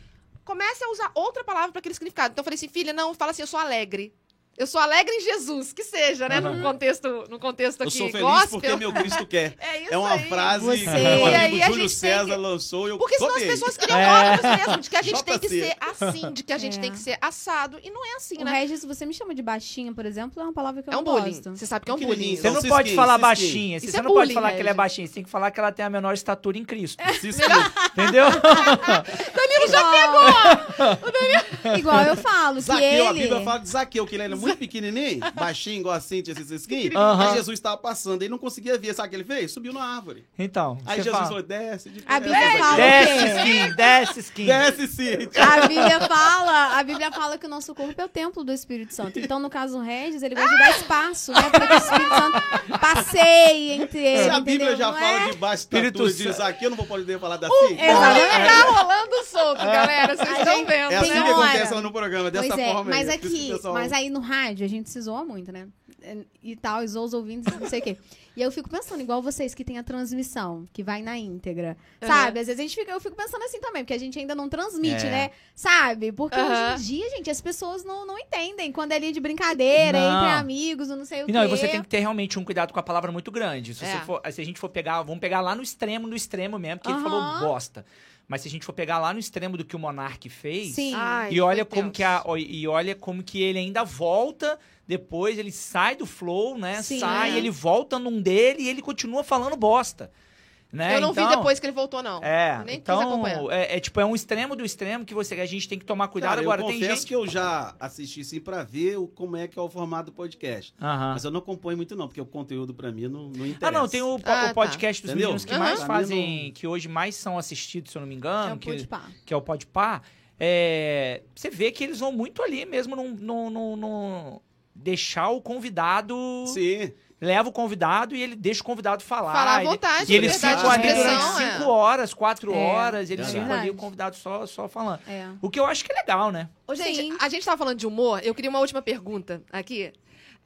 [SPEAKER 1] comece a usar outra palavra para aquele significado. Então eu falei assim, filha, não, fala assim, eu sou alegre. Eu sou alegre em Jesus, que seja, né? No contexto, no contexto
[SPEAKER 4] Eu
[SPEAKER 1] aqui
[SPEAKER 4] sou feliz
[SPEAKER 1] gospel.
[SPEAKER 4] porque meu Cristo quer.
[SPEAKER 1] É isso
[SPEAKER 4] É uma
[SPEAKER 1] aí.
[SPEAKER 4] frase
[SPEAKER 3] Você-
[SPEAKER 4] que
[SPEAKER 3] E
[SPEAKER 4] o
[SPEAKER 3] aí
[SPEAKER 1] a gente
[SPEAKER 4] amigo
[SPEAKER 1] tem
[SPEAKER 4] Júlio César
[SPEAKER 1] que-
[SPEAKER 4] lançou e eu
[SPEAKER 1] Porque senão as
[SPEAKER 4] copiei.
[SPEAKER 1] pessoas criam
[SPEAKER 2] É.
[SPEAKER 1] rótulos mesmo, assim, de que a gente tem que
[SPEAKER 4] JC.
[SPEAKER 1] ser assim, de que a gente
[SPEAKER 3] É.
[SPEAKER 1] tem que ser assado. E não é assim,
[SPEAKER 3] O
[SPEAKER 1] né?
[SPEAKER 3] Regis, você me chama de baixinha, por exemplo, é uma palavra que eu
[SPEAKER 1] É um
[SPEAKER 3] não
[SPEAKER 1] bullying.
[SPEAKER 3] gosto.
[SPEAKER 1] Você sabe que é um
[SPEAKER 4] Pequenininho.
[SPEAKER 1] bullying.
[SPEAKER 2] Você
[SPEAKER 4] Não,
[SPEAKER 2] não
[SPEAKER 4] se
[SPEAKER 2] pode
[SPEAKER 4] esquinha,
[SPEAKER 2] falar
[SPEAKER 4] se
[SPEAKER 2] baixinha. Você
[SPEAKER 1] Isso é
[SPEAKER 2] não pode
[SPEAKER 1] bullying,
[SPEAKER 2] falar que ela é
[SPEAKER 1] gente. É.
[SPEAKER 2] baixinha. Você tem que falar que ela tem a menor estatura em Cristo.
[SPEAKER 4] Se
[SPEAKER 2] Entendeu?
[SPEAKER 1] Danilo já
[SPEAKER 3] Igual eu falo, que
[SPEAKER 4] Zaqueu, a
[SPEAKER 3] ele...
[SPEAKER 4] Bíblia fala de Zaqueu, que ele era muito pequenininho, baixinho, igual a Cintia, esses skin.
[SPEAKER 2] Aham.
[SPEAKER 4] Aí Jesus estava passando, ele não conseguia ver, sabe o que ele fez? Subiu na árvore.
[SPEAKER 2] Então.
[SPEAKER 4] Aí
[SPEAKER 2] você
[SPEAKER 4] Jesus
[SPEAKER 2] fala,
[SPEAKER 4] falou, desce de
[SPEAKER 3] A
[SPEAKER 4] pé.
[SPEAKER 3] Bíblia fala
[SPEAKER 2] Desce,
[SPEAKER 3] o quê?
[SPEAKER 2] skin, desce, skin.
[SPEAKER 4] Desce, Cintia.
[SPEAKER 3] A Bíblia fala, a Bíblia fala que o nosso corpo é o templo do Espírito Santo. Então, no caso do Regis, ele gosta de dar espaço, né? Pra que o Espírito Santo passeie entre ele.
[SPEAKER 4] Se a Bíblia
[SPEAKER 3] entendeu?
[SPEAKER 4] já
[SPEAKER 3] Não
[SPEAKER 4] fala
[SPEAKER 3] é?
[SPEAKER 4] de baixo
[SPEAKER 2] Espírito
[SPEAKER 4] estatura de
[SPEAKER 2] Santo.
[SPEAKER 4] Zaqueu, eu não vou poder falar da Cintia.
[SPEAKER 3] é,
[SPEAKER 1] tá tá rolando solto, galera. Vocês
[SPEAKER 3] A
[SPEAKER 1] estão
[SPEAKER 3] gente-
[SPEAKER 1] vendo,
[SPEAKER 4] É assim
[SPEAKER 3] tem um
[SPEAKER 4] que
[SPEAKER 1] né?
[SPEAKER 3] hora.
[SPEAKER 4] acontece lá no programa, dessa
[SPEAKER 3] Pois é,
[SPEAKER 4] forma
[SPEAKER 3] mas
[SPEAKER 4] aí. Por isso que
[SPEAKER 3] aqui,
[SPEAKER 4] o pessoal-
[SPEAKER 3] mas aí no rádio a gente se zoa muito, né? E tal, e zoa os ouvintes, não sei o quê. E aí eu fico pensando, igual vocês que tem a transmissão, que vai na íntegra. Sabe? Às vezes a gente fica, eu fico pensando assim também, porque a gente ainda não transmite,
[SPEAKER 2] É.
[SPEAKER 3] né? Sabe? Porque
[SPEAKER 1] Aham.
[SPEAKER 3] hoje em dia, gente, as pessoas não, não entendem quando é linha de brincadeira,
[SPEAKER 2] Não.
[SPEAKER 3] entre amigos, não sei o
[SPEAKER 2] E
[SPEAKER 3] quê.
[SPEAKER 2] não, e você tem que ter realmente um cuidado com a palavra muito grande. Se, você
[SPEAKER 1] É.
[SPEAKER 2] for- se a gente for pegar, vamos pegar lá no extremo, no extremo mesmo, porque ele
[SPEAKER 3] Aham.
[SPEAKER 2] falou bosta. Mas se a gente for pegar lá no extremo do que o Monark fez,
[SPEAKER 3] Sim.
[SPEAKER 1] Ai,
[SPEAKER 2] e
[SPEAKER 1] foi
[SPEAKER 2] olha como
[SPEAKER 1] tenso.
[SPEAKER 2] que a, ó, e olha como que ele ainda volta depois, ele sai do flow, né?
[SPEAKER 1] É.
[SPEAKER 3] Sim.
[SPEAKER 2] Sai, ele volta num dele e ele continua falando bosta. Né?
[SPEAKER 1] Eu não vi
[SPEAKER 2] Então-
[SPEAKER 1] depois que ele voltou, não.
[SPEAKER 2] É,
[SPEAKER 1] Nem quis
[SPEAKER 2] então
[SPEAKER 1] acompanhar.
[SPEAKER 2] é, é tipo é um extremo do extremo que você a gente tem que tomar cuidado
[SPEAKER 4] Cara,
[SPEAKER 2] agora
[SPEAKER 4] eu
[SPEAKER 2] tem
[SPEAKER 4] confesso
[SPEAKER 2] gente
[SPEAKER 4] que eu já assisti sim pra ver o, como é que é o formato do podcast.
[SPEAKER 2] Aham.
[SPEAKER 4] Mas eu não acompanho muito não, porque o conteúdo pra mim não, não interessa.
[SPEAKER 2] Ah, não, tem o, po-
[SPEAKER 1] Ah,
[SPEAKER 2] o
[SPEAKER 1] tá.
[SPEAKER 2] podcast dos
[SPEAKER 4] Entendeu?
[SPEAKER 2] meninos que
[SPEAKER 1] Aham.
[SPEAKER 2] mais
[SPEAKER 4] Pra mim
[SPEAKER 2] fazem, que hoje mais são assistidos, se eu não me engano,
[SPEAKER 3] É um
[SPEAKER 2] que,
[SPEAKER 3] podpá.
[SPEAKER 2] que é o Podpah, é, você vê que eles vão muito ali mesmo num, num, num, num- deixar o convidado.
[SPEAKER 4] Sim.
[SPEAKER 2] Leva o convidado e ele deixa o convidado falar.
[SPEAKER 1] Falar à
[SPEAKER 2] Ele-
[SPEAKER 1] vontade,
[SPEAKER 2] E eles
[SPEAKER 1] liberdade
[SPEAKER 2] ficam
[SPEAKER 1] de
[SPEAKER 2] ali durante
[SPEAKER 1] expressão.
[SPEAKER 2] cinco
[SPEAKER 1] é.
[SPEAKER 2] horas, quatro
[SPEAKER 3] É,
[SPEAKER 2] horas, eles
[SPEAKER 4] verdade.
[SPEAKER 2] ficam ali, o convidado só, só falando.
[SPEAKER 3] É.
[SPEAKER 2] O que eu acho que é legal, né?
[SPEAKER 1] Ô, gente,
[SPEAKER 3] Sim.
[SPEAKER 1] a gente tava falando de humor, eu queria uma última pergunta aqui.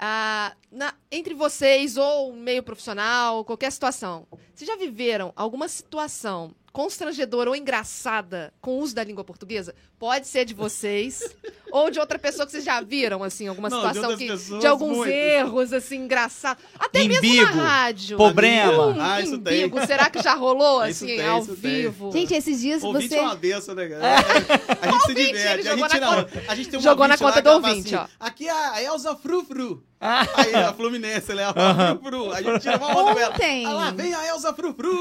[SPEAKER 1] Ah, na- entre vocês, ou um meio profissional, qualquer situação, vocês já viveram alguma situação constrangedora ou engraçada com o uso da língua portuguesa? Pode ser de vocês ou de outra pessoa que vocês já viram, assim, alguma
[SPEAKER 4] Não, de
[SPEAKER 1] situação
[SPEAKER 4] outras
[SPEAKER 1] que.
[SPEAKER 4] pessoas,
[SPEAKER 1] de alguns
[SPEAKER 4] muitas.
[SPEAKER 1] erros, assim, engraçados. Até mesmo
[SPEAKER 2] Embigo,
[SPEAKER 1] na rádio.
[SPEAKER 2] problema.
[SPEAKER 1] Um
[SPEAKER 4] Ah, isso tem. Ah,
[SPEAKER 1] embigo, será que já rolou,
[SPEAKER 4] Isso
[SPEAKER 1] assim,
[SPEAKER 4] tem,
[SPEAKER 1] ao
[SPEAKER 4] isso tem.
[SPEAKER 1] vivo?
[SPEAKER 3] Gente, esses dias
[SPEAKER 4] Ouvinte
[SPEAKER 3] você.
[SPEAKER 4] é uma benção, né, cara? A gente se
[SPEAKER 1] Ouvinte, ele
[SPEAKER 4] diverte,
[SPEAKER 1] jogou
[SPEAKER 4] a gente
[SPEAKER 1] na
[SPEAKER 4] tira onda. A gente tem uma
[SPEAKER 1] jogou na
[SPEAKER 4] ouvinte lá
[SPEAKER 1] conta
[SPEAKER 4] que ela
[SPEAKER 1] do
[SPEAKER 4] fala
[SPEAKER 1] ouvinte,
[SPEAKER 4] assim, Aqui é a Elza Frufru.
[SPEAKER 2] Ah.
[SPEAKER 4] Aí a Fluminense, ela é a Frufru. A gente tira uma onda dela.
[SPEAKER 3] Ontem.
[SPEAKER 4] Ah lá, vem a Elza Frufru.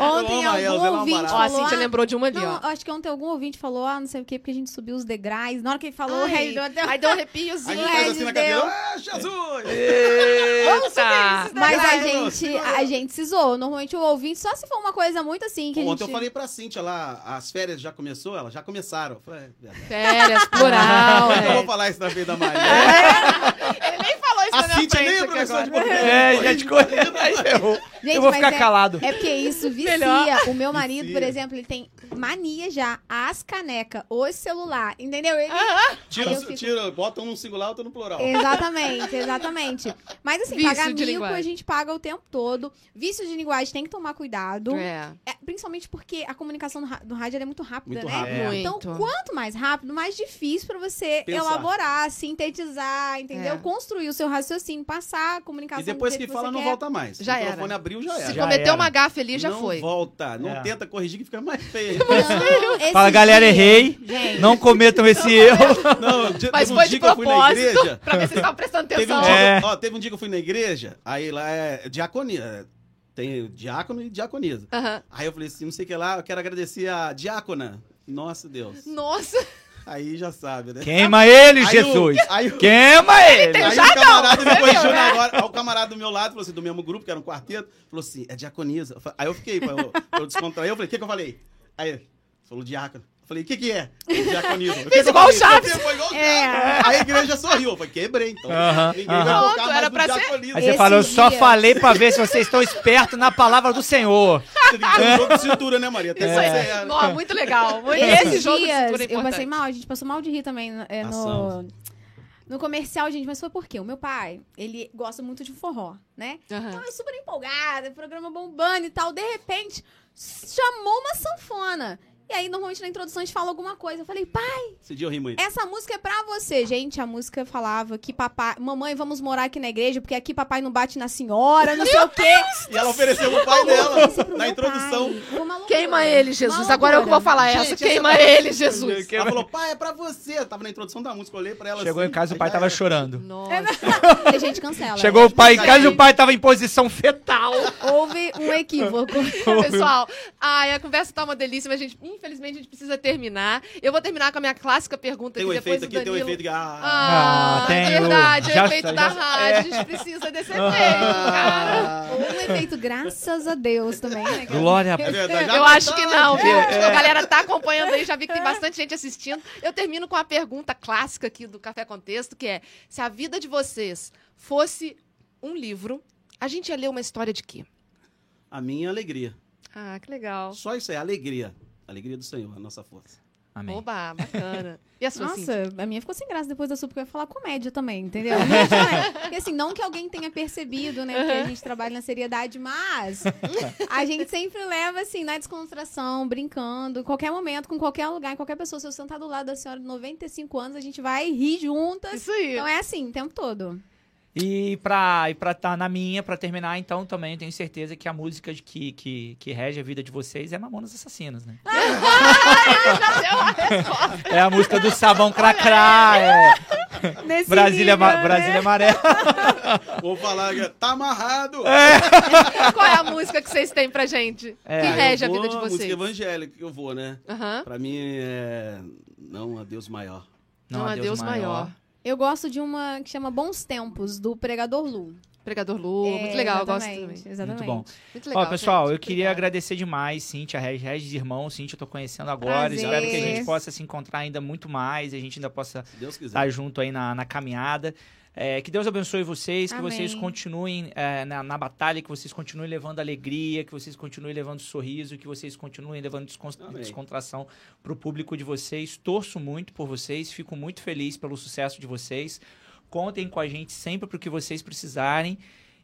[SPEAKER 3] Ontem
[SPEAKER 4] Eu amo a
[SPEAKER 3] algum
[SPEAKER 4] Elza, ela é uma
[SPEAKER 3] ouvinte
[SPEAKER 4] barata.
[SPEAKER 1] Ó, a
[SPEAKER 3] falou.
[SPEAKER 1] Cintia
[SPEAKER 3] ah,
[SPEAKER 1] lembrou de uma ali,
[SPEAKER 3] não,
[SPEAKER 1] ó.
[SPEAKER 3] acho que ontem algum ouvinte falou, ah, não sei o quê, porque a gente subiu os degraus. Na hora que ele falou,
[SPEAKER 1] Ai,
[SPEAKER 3] aí deu até-
[SPEAKER 1] Aí deu um
[SPEAKER 4] A
[SPEAKER 1] arrepiozinho.
[SPEAKER 4] gente
[SPEAKER 3] Sim,
[SPEAKER 4] faz
[SPEAKER 3] é
[SPEAKER 4] assim
[SPEAKER 3] de
[SPEAKER 4] na cadeira.
[SPEAKER 3] Deus.
[SPEAKER 4] Ah,
[SPEAKER 1] É.
[SPEAKER 4] Jesus!
[SPEAKER 2] Eita!
[SPEAKER 3] Mas a
[SPEAKER 4] Degraus,
[SPEAKER 3] gente,
[SPEAKER 4] degraus.
[SPEAKER 3] a gente se zoou. Normalmente o ouvinte, só se for uma coisa muito assim que a gente.
[SPEAKER 4] Ontem eu falei pra Cintia lá, as férias já começou? Elas já começaram. Eu falei, é verdade.
[SPEAKER 1] Férias, plural.
[SPEAKER 4] Eu
[SPEAKER 1] é.
[SPEAKER 4] vou falar isso na frente da Maria.
[SPEAKER 1] Ele nem falou isso na
[SPEAKER 4] A
[SPEAKER 1] minha
[SPEAKER 4] Cintia
[SPEAKER 1] frente
[SPEAKER 4] nem é
[SPEAKER 1] aqui
[SPEAKER 4] professora de
[SPEAKER 1] agora.
[SPEAKER 4] português.
[SPEAKER 2] É, já te conheço. Aí ferrou.
[SPEAKER 3] Gente,
[SPEAKER 2] eu vou
[SPEAKER 3] mas
[SPEAKER 2] ficar
[SPEAKER 3] é-
[SPEAKER 2] calado.
[SPEAKER 3] É porque isso vicia.
[SPEAKER 1] Melhor.
[SPEAKER 3] O meu marido, por
[SPEAKER 4] Vicia.
[SPEAKER 3] exemplo, ele tem mania já, as canecas, os celular, entendeu? Ele...
[SPEAKER 4] Tira,
[SPEAKER 3] Aí eu fico-
[SPEAKER 4] tira, bota um no singular, outro no plural.
[SPEAKER 3] Exatamente, exatamente. Mas assim,
[SPEAKER 1] Vício
[SPEAKER 3] pagar
[SPEAKER 1] de
[SPEAKER 3] mico
[SPEAKER 1] linguagem.
[SPEAKER 3] a gente paga o tempo todo. Vício de linguagem tem que tomar cuidado.
[SPEAKER 1] É.
[SPEAKER 3] É, principalmente porque a comunicação do, ra- do rádio ela é muito rápida,
[SPEAKER 4] Muito
[SPEAKER 3] né?
[SPEAKER 4] rápido.
[SPEAKER 2] É.
[SPEAKER 3] Então,
[SPEAKER 1] Muito.
[SPEAKER 3] quanto mais rápido, mais difícil pra você
[SPEAKER 4] Pensar.
[SPEAKER 3] elaborar, sintetizar, entendeu?
[SPEAKER 1] É.
[SPEAKER 3] Construir o seu raciocínio, passar a comunicação
[SPEAKER 4] E depois
[SPEAKER 3] do
[SPEAKER 4] que
[SPEAKER 3] jeito
[SPEAKER 4] fala,
[SPEAKER 3] você
[SPEAKER 4] não
[SPEAKER 3] quer.
[SPEAKER 4] volta mais.
[SPEAKER 1] Já
[SPEAKER 4] o
[SPEAKER 1] era.
[SPEAKER 4] telefone abriu, já era.
[SPEAKER 1] Se
[SPEAKER 2] Já
[SPEAKER 1] cometeu
[SPEAKER 2] era.
[SPEAKER 1] uma gafa ali, já
[SPEAKER 4] não
[SPEAKER 1] foi.
[SPEAKER 4] volta. Não
[SPEAKER 2] É.
[SPEAKER 4] tenta corrigir que fica mais feio.
[SPEAKER 3] Não, esse
[SPEAKER 2] Fala, galera,
[SPEAKER 3] dia-
[SPEAKER 2] errei.
[SPEAKER 3] Gente,
[SPEAKER 2] Não cometam esse erro.
[SPEAKER 4] Não, dia-
[SPEAKER 1] Mas
[SPEAKER 4] teve um
[SPEAKER 1] foi
[SPEAKER 4] dia
[SPEAKER 1] de
[SPEAKER 4] que eu fui na igreja.
[SPEAKER 1] propósito, pra ver se vocês estavam prestando
[SPEAKER 4] Teve um,
[SPEAKER 1] atenção.
[SPEAKER 4] dia,
[SPEAKER 2] É.
[SPEAKER 4] ó, teve um dia que eu fui na igreja, aí lá é diaconia. é, Tem diácono e diaconisa.
[SPEAKER 1] Aham.
[SPEAKER 4] Aí eu falei assim, não sei o que lá, eu quero agradecer a diácona. Nossa Deus.
[SPEAKER 1] Nossa,
[SPEAKER 4] Aí já sabe, né?
[SPEAKER 2] Queima ele,
[SPEAKER 4] Aí o-
[SPEAKER 2] é Jesus.
[SPEAKER 4] Aí o-
[SPEAKER 2] Queima ele.
[SPEAKER 4] Aí o camarada me corrigiu na hora. Aí o camarada do meu lado falou assim, do mesmo grupo, que era um quarteto, falou assim: é diaconisa. Eu fa- Aí eu fiquei, pra eu, pra eu descontrair, eu falei: o que, que eu falei? Aí ele falou diácono. Eu falei: o que, que é? Falei, Diaconisa. O que que eu
[SPEAKER 1] igual o
[SPEAKER 4] falei?
[SPEAKER 1] Chaves.
[SPEAKER 4] Eu falei, "Foi igual o
[SPEAKER 3] É.
[SPEAKER 4] Chaves." Aí a igreja sorriu. Eu falei: quebrei, então.
[SPEAKER 2] Aham,
[SPEAKER 4] Ninguém vai
[SPEAKER 2] aham.
[SPEAKER 4] tocar
[SPEAKER 1] Pronto,
[SPEAKER 4] mais
[SPEAKER 1] era
[SPEAKER 4] no
[SPEAKER 1] pra ser-
[SPEAKER 4] diaconisa.
[SPEAKER 2] Aí você
[SPEAKER 3] Esse
[SPEAKER 2] falou, eu só
[SPEAKER 3] dia-
[SPEAKER 2] falei pra ver se vocês estão espertos na palavra do Senhor.
[SPEAKER 4] Você tem que
[SPEAKER 2] É.
[SPEAKER 4] ter um jogo de cintura, né, Maria? Tem
[SPEAKER 1] isso
[SPEAKER 4] que
[SPEAKER 1] aí.
[SPEAKER 4] ser, é.
[SPEAKER 1] Nossa, muito legal. Muito... Esse
[SPEAKER 3] Esses
[SPEAKER 1] jogo de
[SPEAKER 3] dias
[SPEAKER 1] cintura é
[SPEAKER 3] eu passei
[SPEAKER 1] importante.
[SPEAKER 3] mal, a gente passou mal de rir também é, no,
[SPEAKER 4] Passamos.
[SPEAKER 3] no comercial, gente, mas foi por quê? O meu pai, ele gosta muito de forró, né?
[SPEAKER 1] Aham.
[SPEAKER 3] Tava super empolgada, programa bombando e tal. De repente, chamou uma sanfona. E aí, normalmente na introdução a gente fala alguma coisa. Eu falei, pai,
[SPEAKER 4] Esse dia eu ri muito.
[SPEAKER 3] essa música é pra você. Gente, a música falava que papai. Mamãe, vamos morar aqui na igreja, porque aqui papai não bate na senhora, não sei o quê.
[SPEAKER 4] E ela ofereceu o pai
[SPEAKER 3] Eu disse
[SPEAKER 4] dela
[SPEAKER 3] pro
[SPEAKER 4] na
[SPEAKER 3] meu
[SPEAKER 4] introdução.
[SPEAKER 3] pai, foi uma loucura,
[SPEAKER 1] Queima ele, Jesus.
[SPEAKER 3] uma
[SPEAKER 1] Agora eu que vou
[SPEAKER 3] loucura.
[SPEAKER 1] falar essa.
[SPEAKER 4] Gente,
[SPEAKER 1] Queima
[SPEAKER 4] essa-
[SPEAKER 1] ele, Jesus.
[SPEAKER 4] Ela falou, pai, é pra você. Eu tava na introdução da música, eu olhei pra ela
[SPEAKER 2] Chegou
[SPEAKER 4] assim,
[SPEAKER 2] em casa,
[SPEAKER 4] aí
[SPEAKER 2] o pai
[SPEAKER 4] já
[SPEAKER 2] tava
[SPEAKER 4] era.
[SPEAKER 2] chorando.
[SPEAKER 1] Nossa.
[SPEAKER 3] A gente cancela.
[SPEAKER 2] Chegou o pai em
[SPEAKER 4] Aí-
[SPEAKER 2] casa e o pai tava em posição fetal.
[SPEAKER 3] Houve um equívoco.
[SPEAKER 1] Pessoal, ai, a conversa tá uma delícia, mas, gente, infelizmente, a gente precisa terminar. Eu vou terminar com a minha clássica pergunta
[SPEAKER 4] Tem
[SPEAKER 1] que
[SPEAKER 4] um
[SPEAKER 1] depois
[SPEAKER 4] efeito
[SPEAKER 1] do
[SPEAKER 4] aqui, tem um
[SPEAKER 1] Danilo.
[SPEAKER 4] efeito que... Ah,
[SPEAKER 1] Ah,
[SPEAKER 2] Ah, tem
[SPEAKER 1] é
[SPEAKER 2] o-
[SPEAKER 1] verdade, é o
[SPEAKER 2] já-
[SPEAKER 1] efeito da
[SPEAKER 2] já-
[SPEAKER 1] rádio. A gente precisa desse efeito,
[SPEAKER 4] Ah.
[SPEAKER 1] cara.
[SPEAKER 3] Ou um efeito, graças a Deus também, né? cara?
[SPEAKER 2] Glória a
[SPEAKER 4] é verdade. já
[SPEAKER 1] Eu acho que
[SPEAKER 4] voltamos.
[SPEAKER 1] não, viu? A galera tá acompanhando aí, já vi que tem bastante gente assistindo. Eu termino com a pergunta clássica aqui do Café Contexto, que é: se a vida de vocês fosse um livro, a gente ia ler uma história de quê?
[SPEAKER 4] A minha alegria.
[SPEAKER 1] Ah, que legal.
[SPEAKER 4] Só isso aí, alegria. Alegria do Senhor, a nossa força.
[SPEAKER 2] Amém.
[SPEAKER 1] Oba, bacana. E a sua
[SPEAKER 3] Nossa,
[SPEAKER 1] Cintia?
[SPEAKER 3] a minha ficou sem graça depois da sua, porque eu ia falar comédia também, entendeu? Não, e assim, não que alguém tenha percebido, né? Porque a gente trabalha na seriedade, mas a gente sempre leva, assim, na descontração, brincando, em qualquer momento, com qualquer lugar, em qualquer pessoa. Se eu sentar do lado da senhora de 95 anos, a gente vai rir juntas.
[SPEAKER 1] Isso aí.
[SPEAKER 3] Então é assim, o tempo todo.
[SPEAKER 2] E pra, e pra tá na minha, pra terminar, então também tenho certeza que a música de que, que, que rege a vida de vocês é Mamonas Assassinas, né?
[SPEAKER 1] Já deu a resposta.
[SPEAKER 2] É a música do Sabão Cracrá, é
[SPEAKER 3] Nesse
[SPEAKER 2] Brasília, é
[SPEAKER 3] nível,
[SPEAKER 2] Ma-
[SPEAKER 3] né?
[SPEAKER 2] Brasília Amarela.
[SPEAKER 4] Vou falar, que tá amarrado.
[SPEAKER 1] Qual é a música que vocês têm pra gente?
[SPEAKER 2] É.
[SPEAKER 1] que
[SPEAKER 4] Ah, eu
[SPEAKER 1] rege
[SPEAKER 4] vou,
[SPEAKER 1] a vida de
[SPEAKER 4] Música
[SPEAKER 1] vocês?
[SPEAKER 4] evangélica que eu vou, né?
[SPEAKER 1] Aham.
[SPEAKER 4] Pra mim é. Não, a Deus maior.
[SPEAKER 3] Um
[SPEAKER 1] Não há Deus maior.
[SPEAKER 3] Eu gosto de uma que chama Bons Tempos, do Pregador Lu.
[SPEAKER 1] Pregador Lu, muito legal, eu gosto
[SPEAKER 3] É, exatamente,
[SPEAKER 1] também.
[SPEAKER 3] Exatamente.
[SPEAKER 2] bom.
[SPEAKER 1] Muito legal.
[SPEAKER 2] Ó, pessoal,
[SPEAKER 1] gente,
[SPEAKER 2] eu queria
[SPEAKER 1] obrigada.
[SPEAKER 2] agradecer demais, Cíntia, Regis, Regis irmão, Cíntia, eu tô conhecendo agora.
[SPEAKER 3] Prazer.
[SPEAKER 2] Espero que a gente possa se encontrar ainda muito mais, a gente ainda possa
[SPEAKER 4] Se Deus quiser.
[SPEAKER 2] estar Tá junto aí na, na caminhada. É, que Deus abençoe vocês, que
[SPEAKER 3] Amém.
[SPEAKER 2] vocês continuem é, na, na batalha, que vocês continuem levando alegria, que vocês continuem levando sorriso, que vocês continuem levando descon-
[SPEAKER 4] Amém.
[SPEAKER 2] descontração para o público de vocês. Torço muito por vocês, fico muito feliz pelo sucesso de vocês. Contem com a gente sempre para o que vocês precisarem.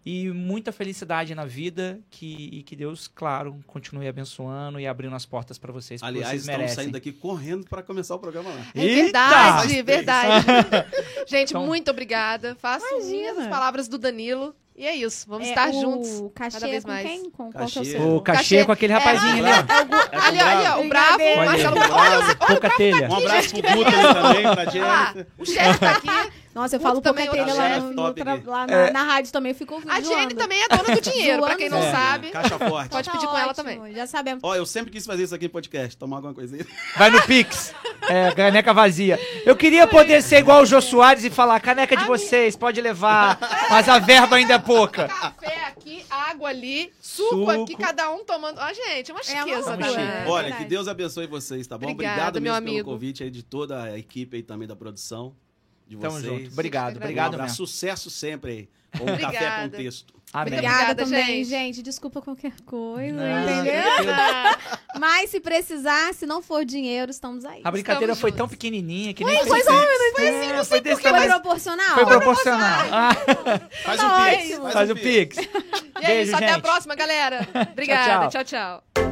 [SPEAKER 2] E muita felicidade na vida que, e que Deus, claro, continue abençoando e abrindo as portas para vocês. porque
[SPEAKER 4] Aliás,
[SPEAKER 2] vocês
[SPEAKER 4] estamos
[SPEAKER 2] merecem.
[SPEAKER 4] saindo daqui correndo para começar o programa lá.
[SPEAKER 1] É
[SPEAKER 2] Eita!
[SPEAKER 1] verdade, verdade. gente,
[SPEAKER 2] Então-
[SPEAKER 1] muito obrigada. Faço
[SPEAKER 3] Imagina.
[SPEAKER 1] minhas as palavras do Danilo. E é isso, vamos
[SPEAKER 3] É,
[SPEAKER 1] estar
[SPEAKER 3] o
[SPEAKER 1] juntos.
[SPEAKER 3] Cachê é
[SPEAKER 1] cada vez
[SPEAKER 3] com
[SPEAKER 1] mais.
[SPEAKER 3] quem? Com qual que é o
[SPEAKER 4] Cachê. É,
[SPEAKER 3] seu?
[SPEAKER 2] O cachê,
[SPEAKER 1] Cachê-
[SPEAKER 2] com aquele rapazinho ali, ó.
[SPEAKER 1] né? Ali, ali, ó, o Bravo, o
[SPEAKER 3] Brincadeira.
[SPEAKER 1] É, Marcelo tá
[SPEAKER 4] Olha,
[SPEAKER 1] Olha, olha,
[SPEAKER 2] Pouca telha.
[SPEAKER 4] Um abraço pro Guto aí também, pra
[SPEAKER 1] olha lá,
[SPEAKER 4] Jennifer.
[SPEAKER 1] o chefe tá aqui.
[SPEAKER 3] Nossa, eu
[SPEAKER 1] Puta,
[SPEAKER 3] falo pouca
[SPEAKER 1] também
[SPEAKER 3] telha
[SPEAKER 1] outra
[SPEAKER 3] lá,
[SPEAKER 4] chefe
[SPEAKER 3] no- no
[SPEAKER 4] top
[SPEAKER 3] tra-
[SPEAKER 4] aqui.
[SPEAKER 3] lá na,
[SPEAKER 2] É.
[SPEAKER 3] na rádio também, ficou
[SPEAKER 1] A Jenny
[SPEAKER 3] zoando.
[SPEAKER 1] também é dona do dinheiro, pra quem não
[SPEAKER 3] Zoando.
[SPEAKER 1] sabe.
[SPEAKER 4] É, Caixa forte.
[SPEAKER 1] Pode
[SPEAKER 3] Tá
[SPEAKER 1] pedir com ela
[SPEAKER 3] ótimo,
[SPEAKER 1] também.
[SPEAKER 3] Já sabemos.
[SPEAKER 4] Ó, eu sempre quis fazer isso aqui em podcast, tomar alguma coisinha.
[SPEAKER 2] Vai no Pix. É, caneca vazia. Eu queria poder ser igual o Jô Soares e falar, caneca de vocês, pode levar, mas a verba ainda é pouca.
[SPEAKER 1] Café aqui, água ali, suco,
[SPEAKER 2] Suco.
[SPEAKER 1] aqui, cada um tomando. Ah, gente, é uma chiqueza,
[SPEAKER 3] loucura.
[SPEAKER 1] né?
[SPEAKER 2] chique.
[SPEAKER 4] Olha,
[SPEAKER 3] verdade.
[SPEAKER 4] que Deus abençoe vocês, tá bom?
[SPEAKER 1] Obrigada,
[SPEAKER 4] Obrigado
[SPEAKER 1] meu
[SPEAKER 4] mesmo
[SPEAKER 1] amigo.
[SPEAKER 4] pelo convite aí de toda a equipe aí também da produção. De
[SPEAKER 2] Tamo
[SPEAKER 4] vocês.
[SPEAKER 2] junto. Obrigado,
[SPEAKER 1] Um
[SPEAKER 2] obrigado
[SPEAKER 4] um abraço,
[SPEAKER 2] mesmo.
[SPEAKER 4] Sucesso sempre aí. Com o Café
[SPEAKER 1] Obrigada.
[SPEAKER 4] com Texto.
[SPEAKER 2] Amém.
[SPEAKER 3] Obrigada,
[SPEAKER 1] Obrigada,
[SPEAKER 3] também,
[SPEAKER 1] gente.
[SPEAKER 3] gente. Desculpa qualquer coisa,
[SPEAKER 2] Não,
[SPEAKER 3] entendeu?
[SPEAKER 1] Ah,
[SPEAKER 3] Mas se precisar, se não for dinheiro, estamos aí.
[SPEAKER 2] A brincadeira
[SPEAKER 1] Estamos
[SPEAKER 2] foi
[SPEAKER 1] juntos.
[SPEAKER 2] tão pequenininha que nem
[SPEAKER 3] Foi, foi
[SPEAKER 2] assim, foi assim, não sei
[SPEAKER 3] Foi proporcional?
[SPEAKER 2] Foi proporcional. Ah,
[SPEAKER 4] Faz
[SPEAKER 3] Tá
[SPEAKER 4] um pix.
[SPEAKER 3] ótimo.
[SPEAKER 2] faz o Pix.
[SPEAKER 1] E é
[SPEAKER 2] Beijo,
[SPEAKER 1] isso, até a
[SPEAKER 2] gente.
[SPEAKER 1] próxima, galera. Obrigada,
[SPEAKER 2] tchau.
[SPEAKER 1] tchau. tchau.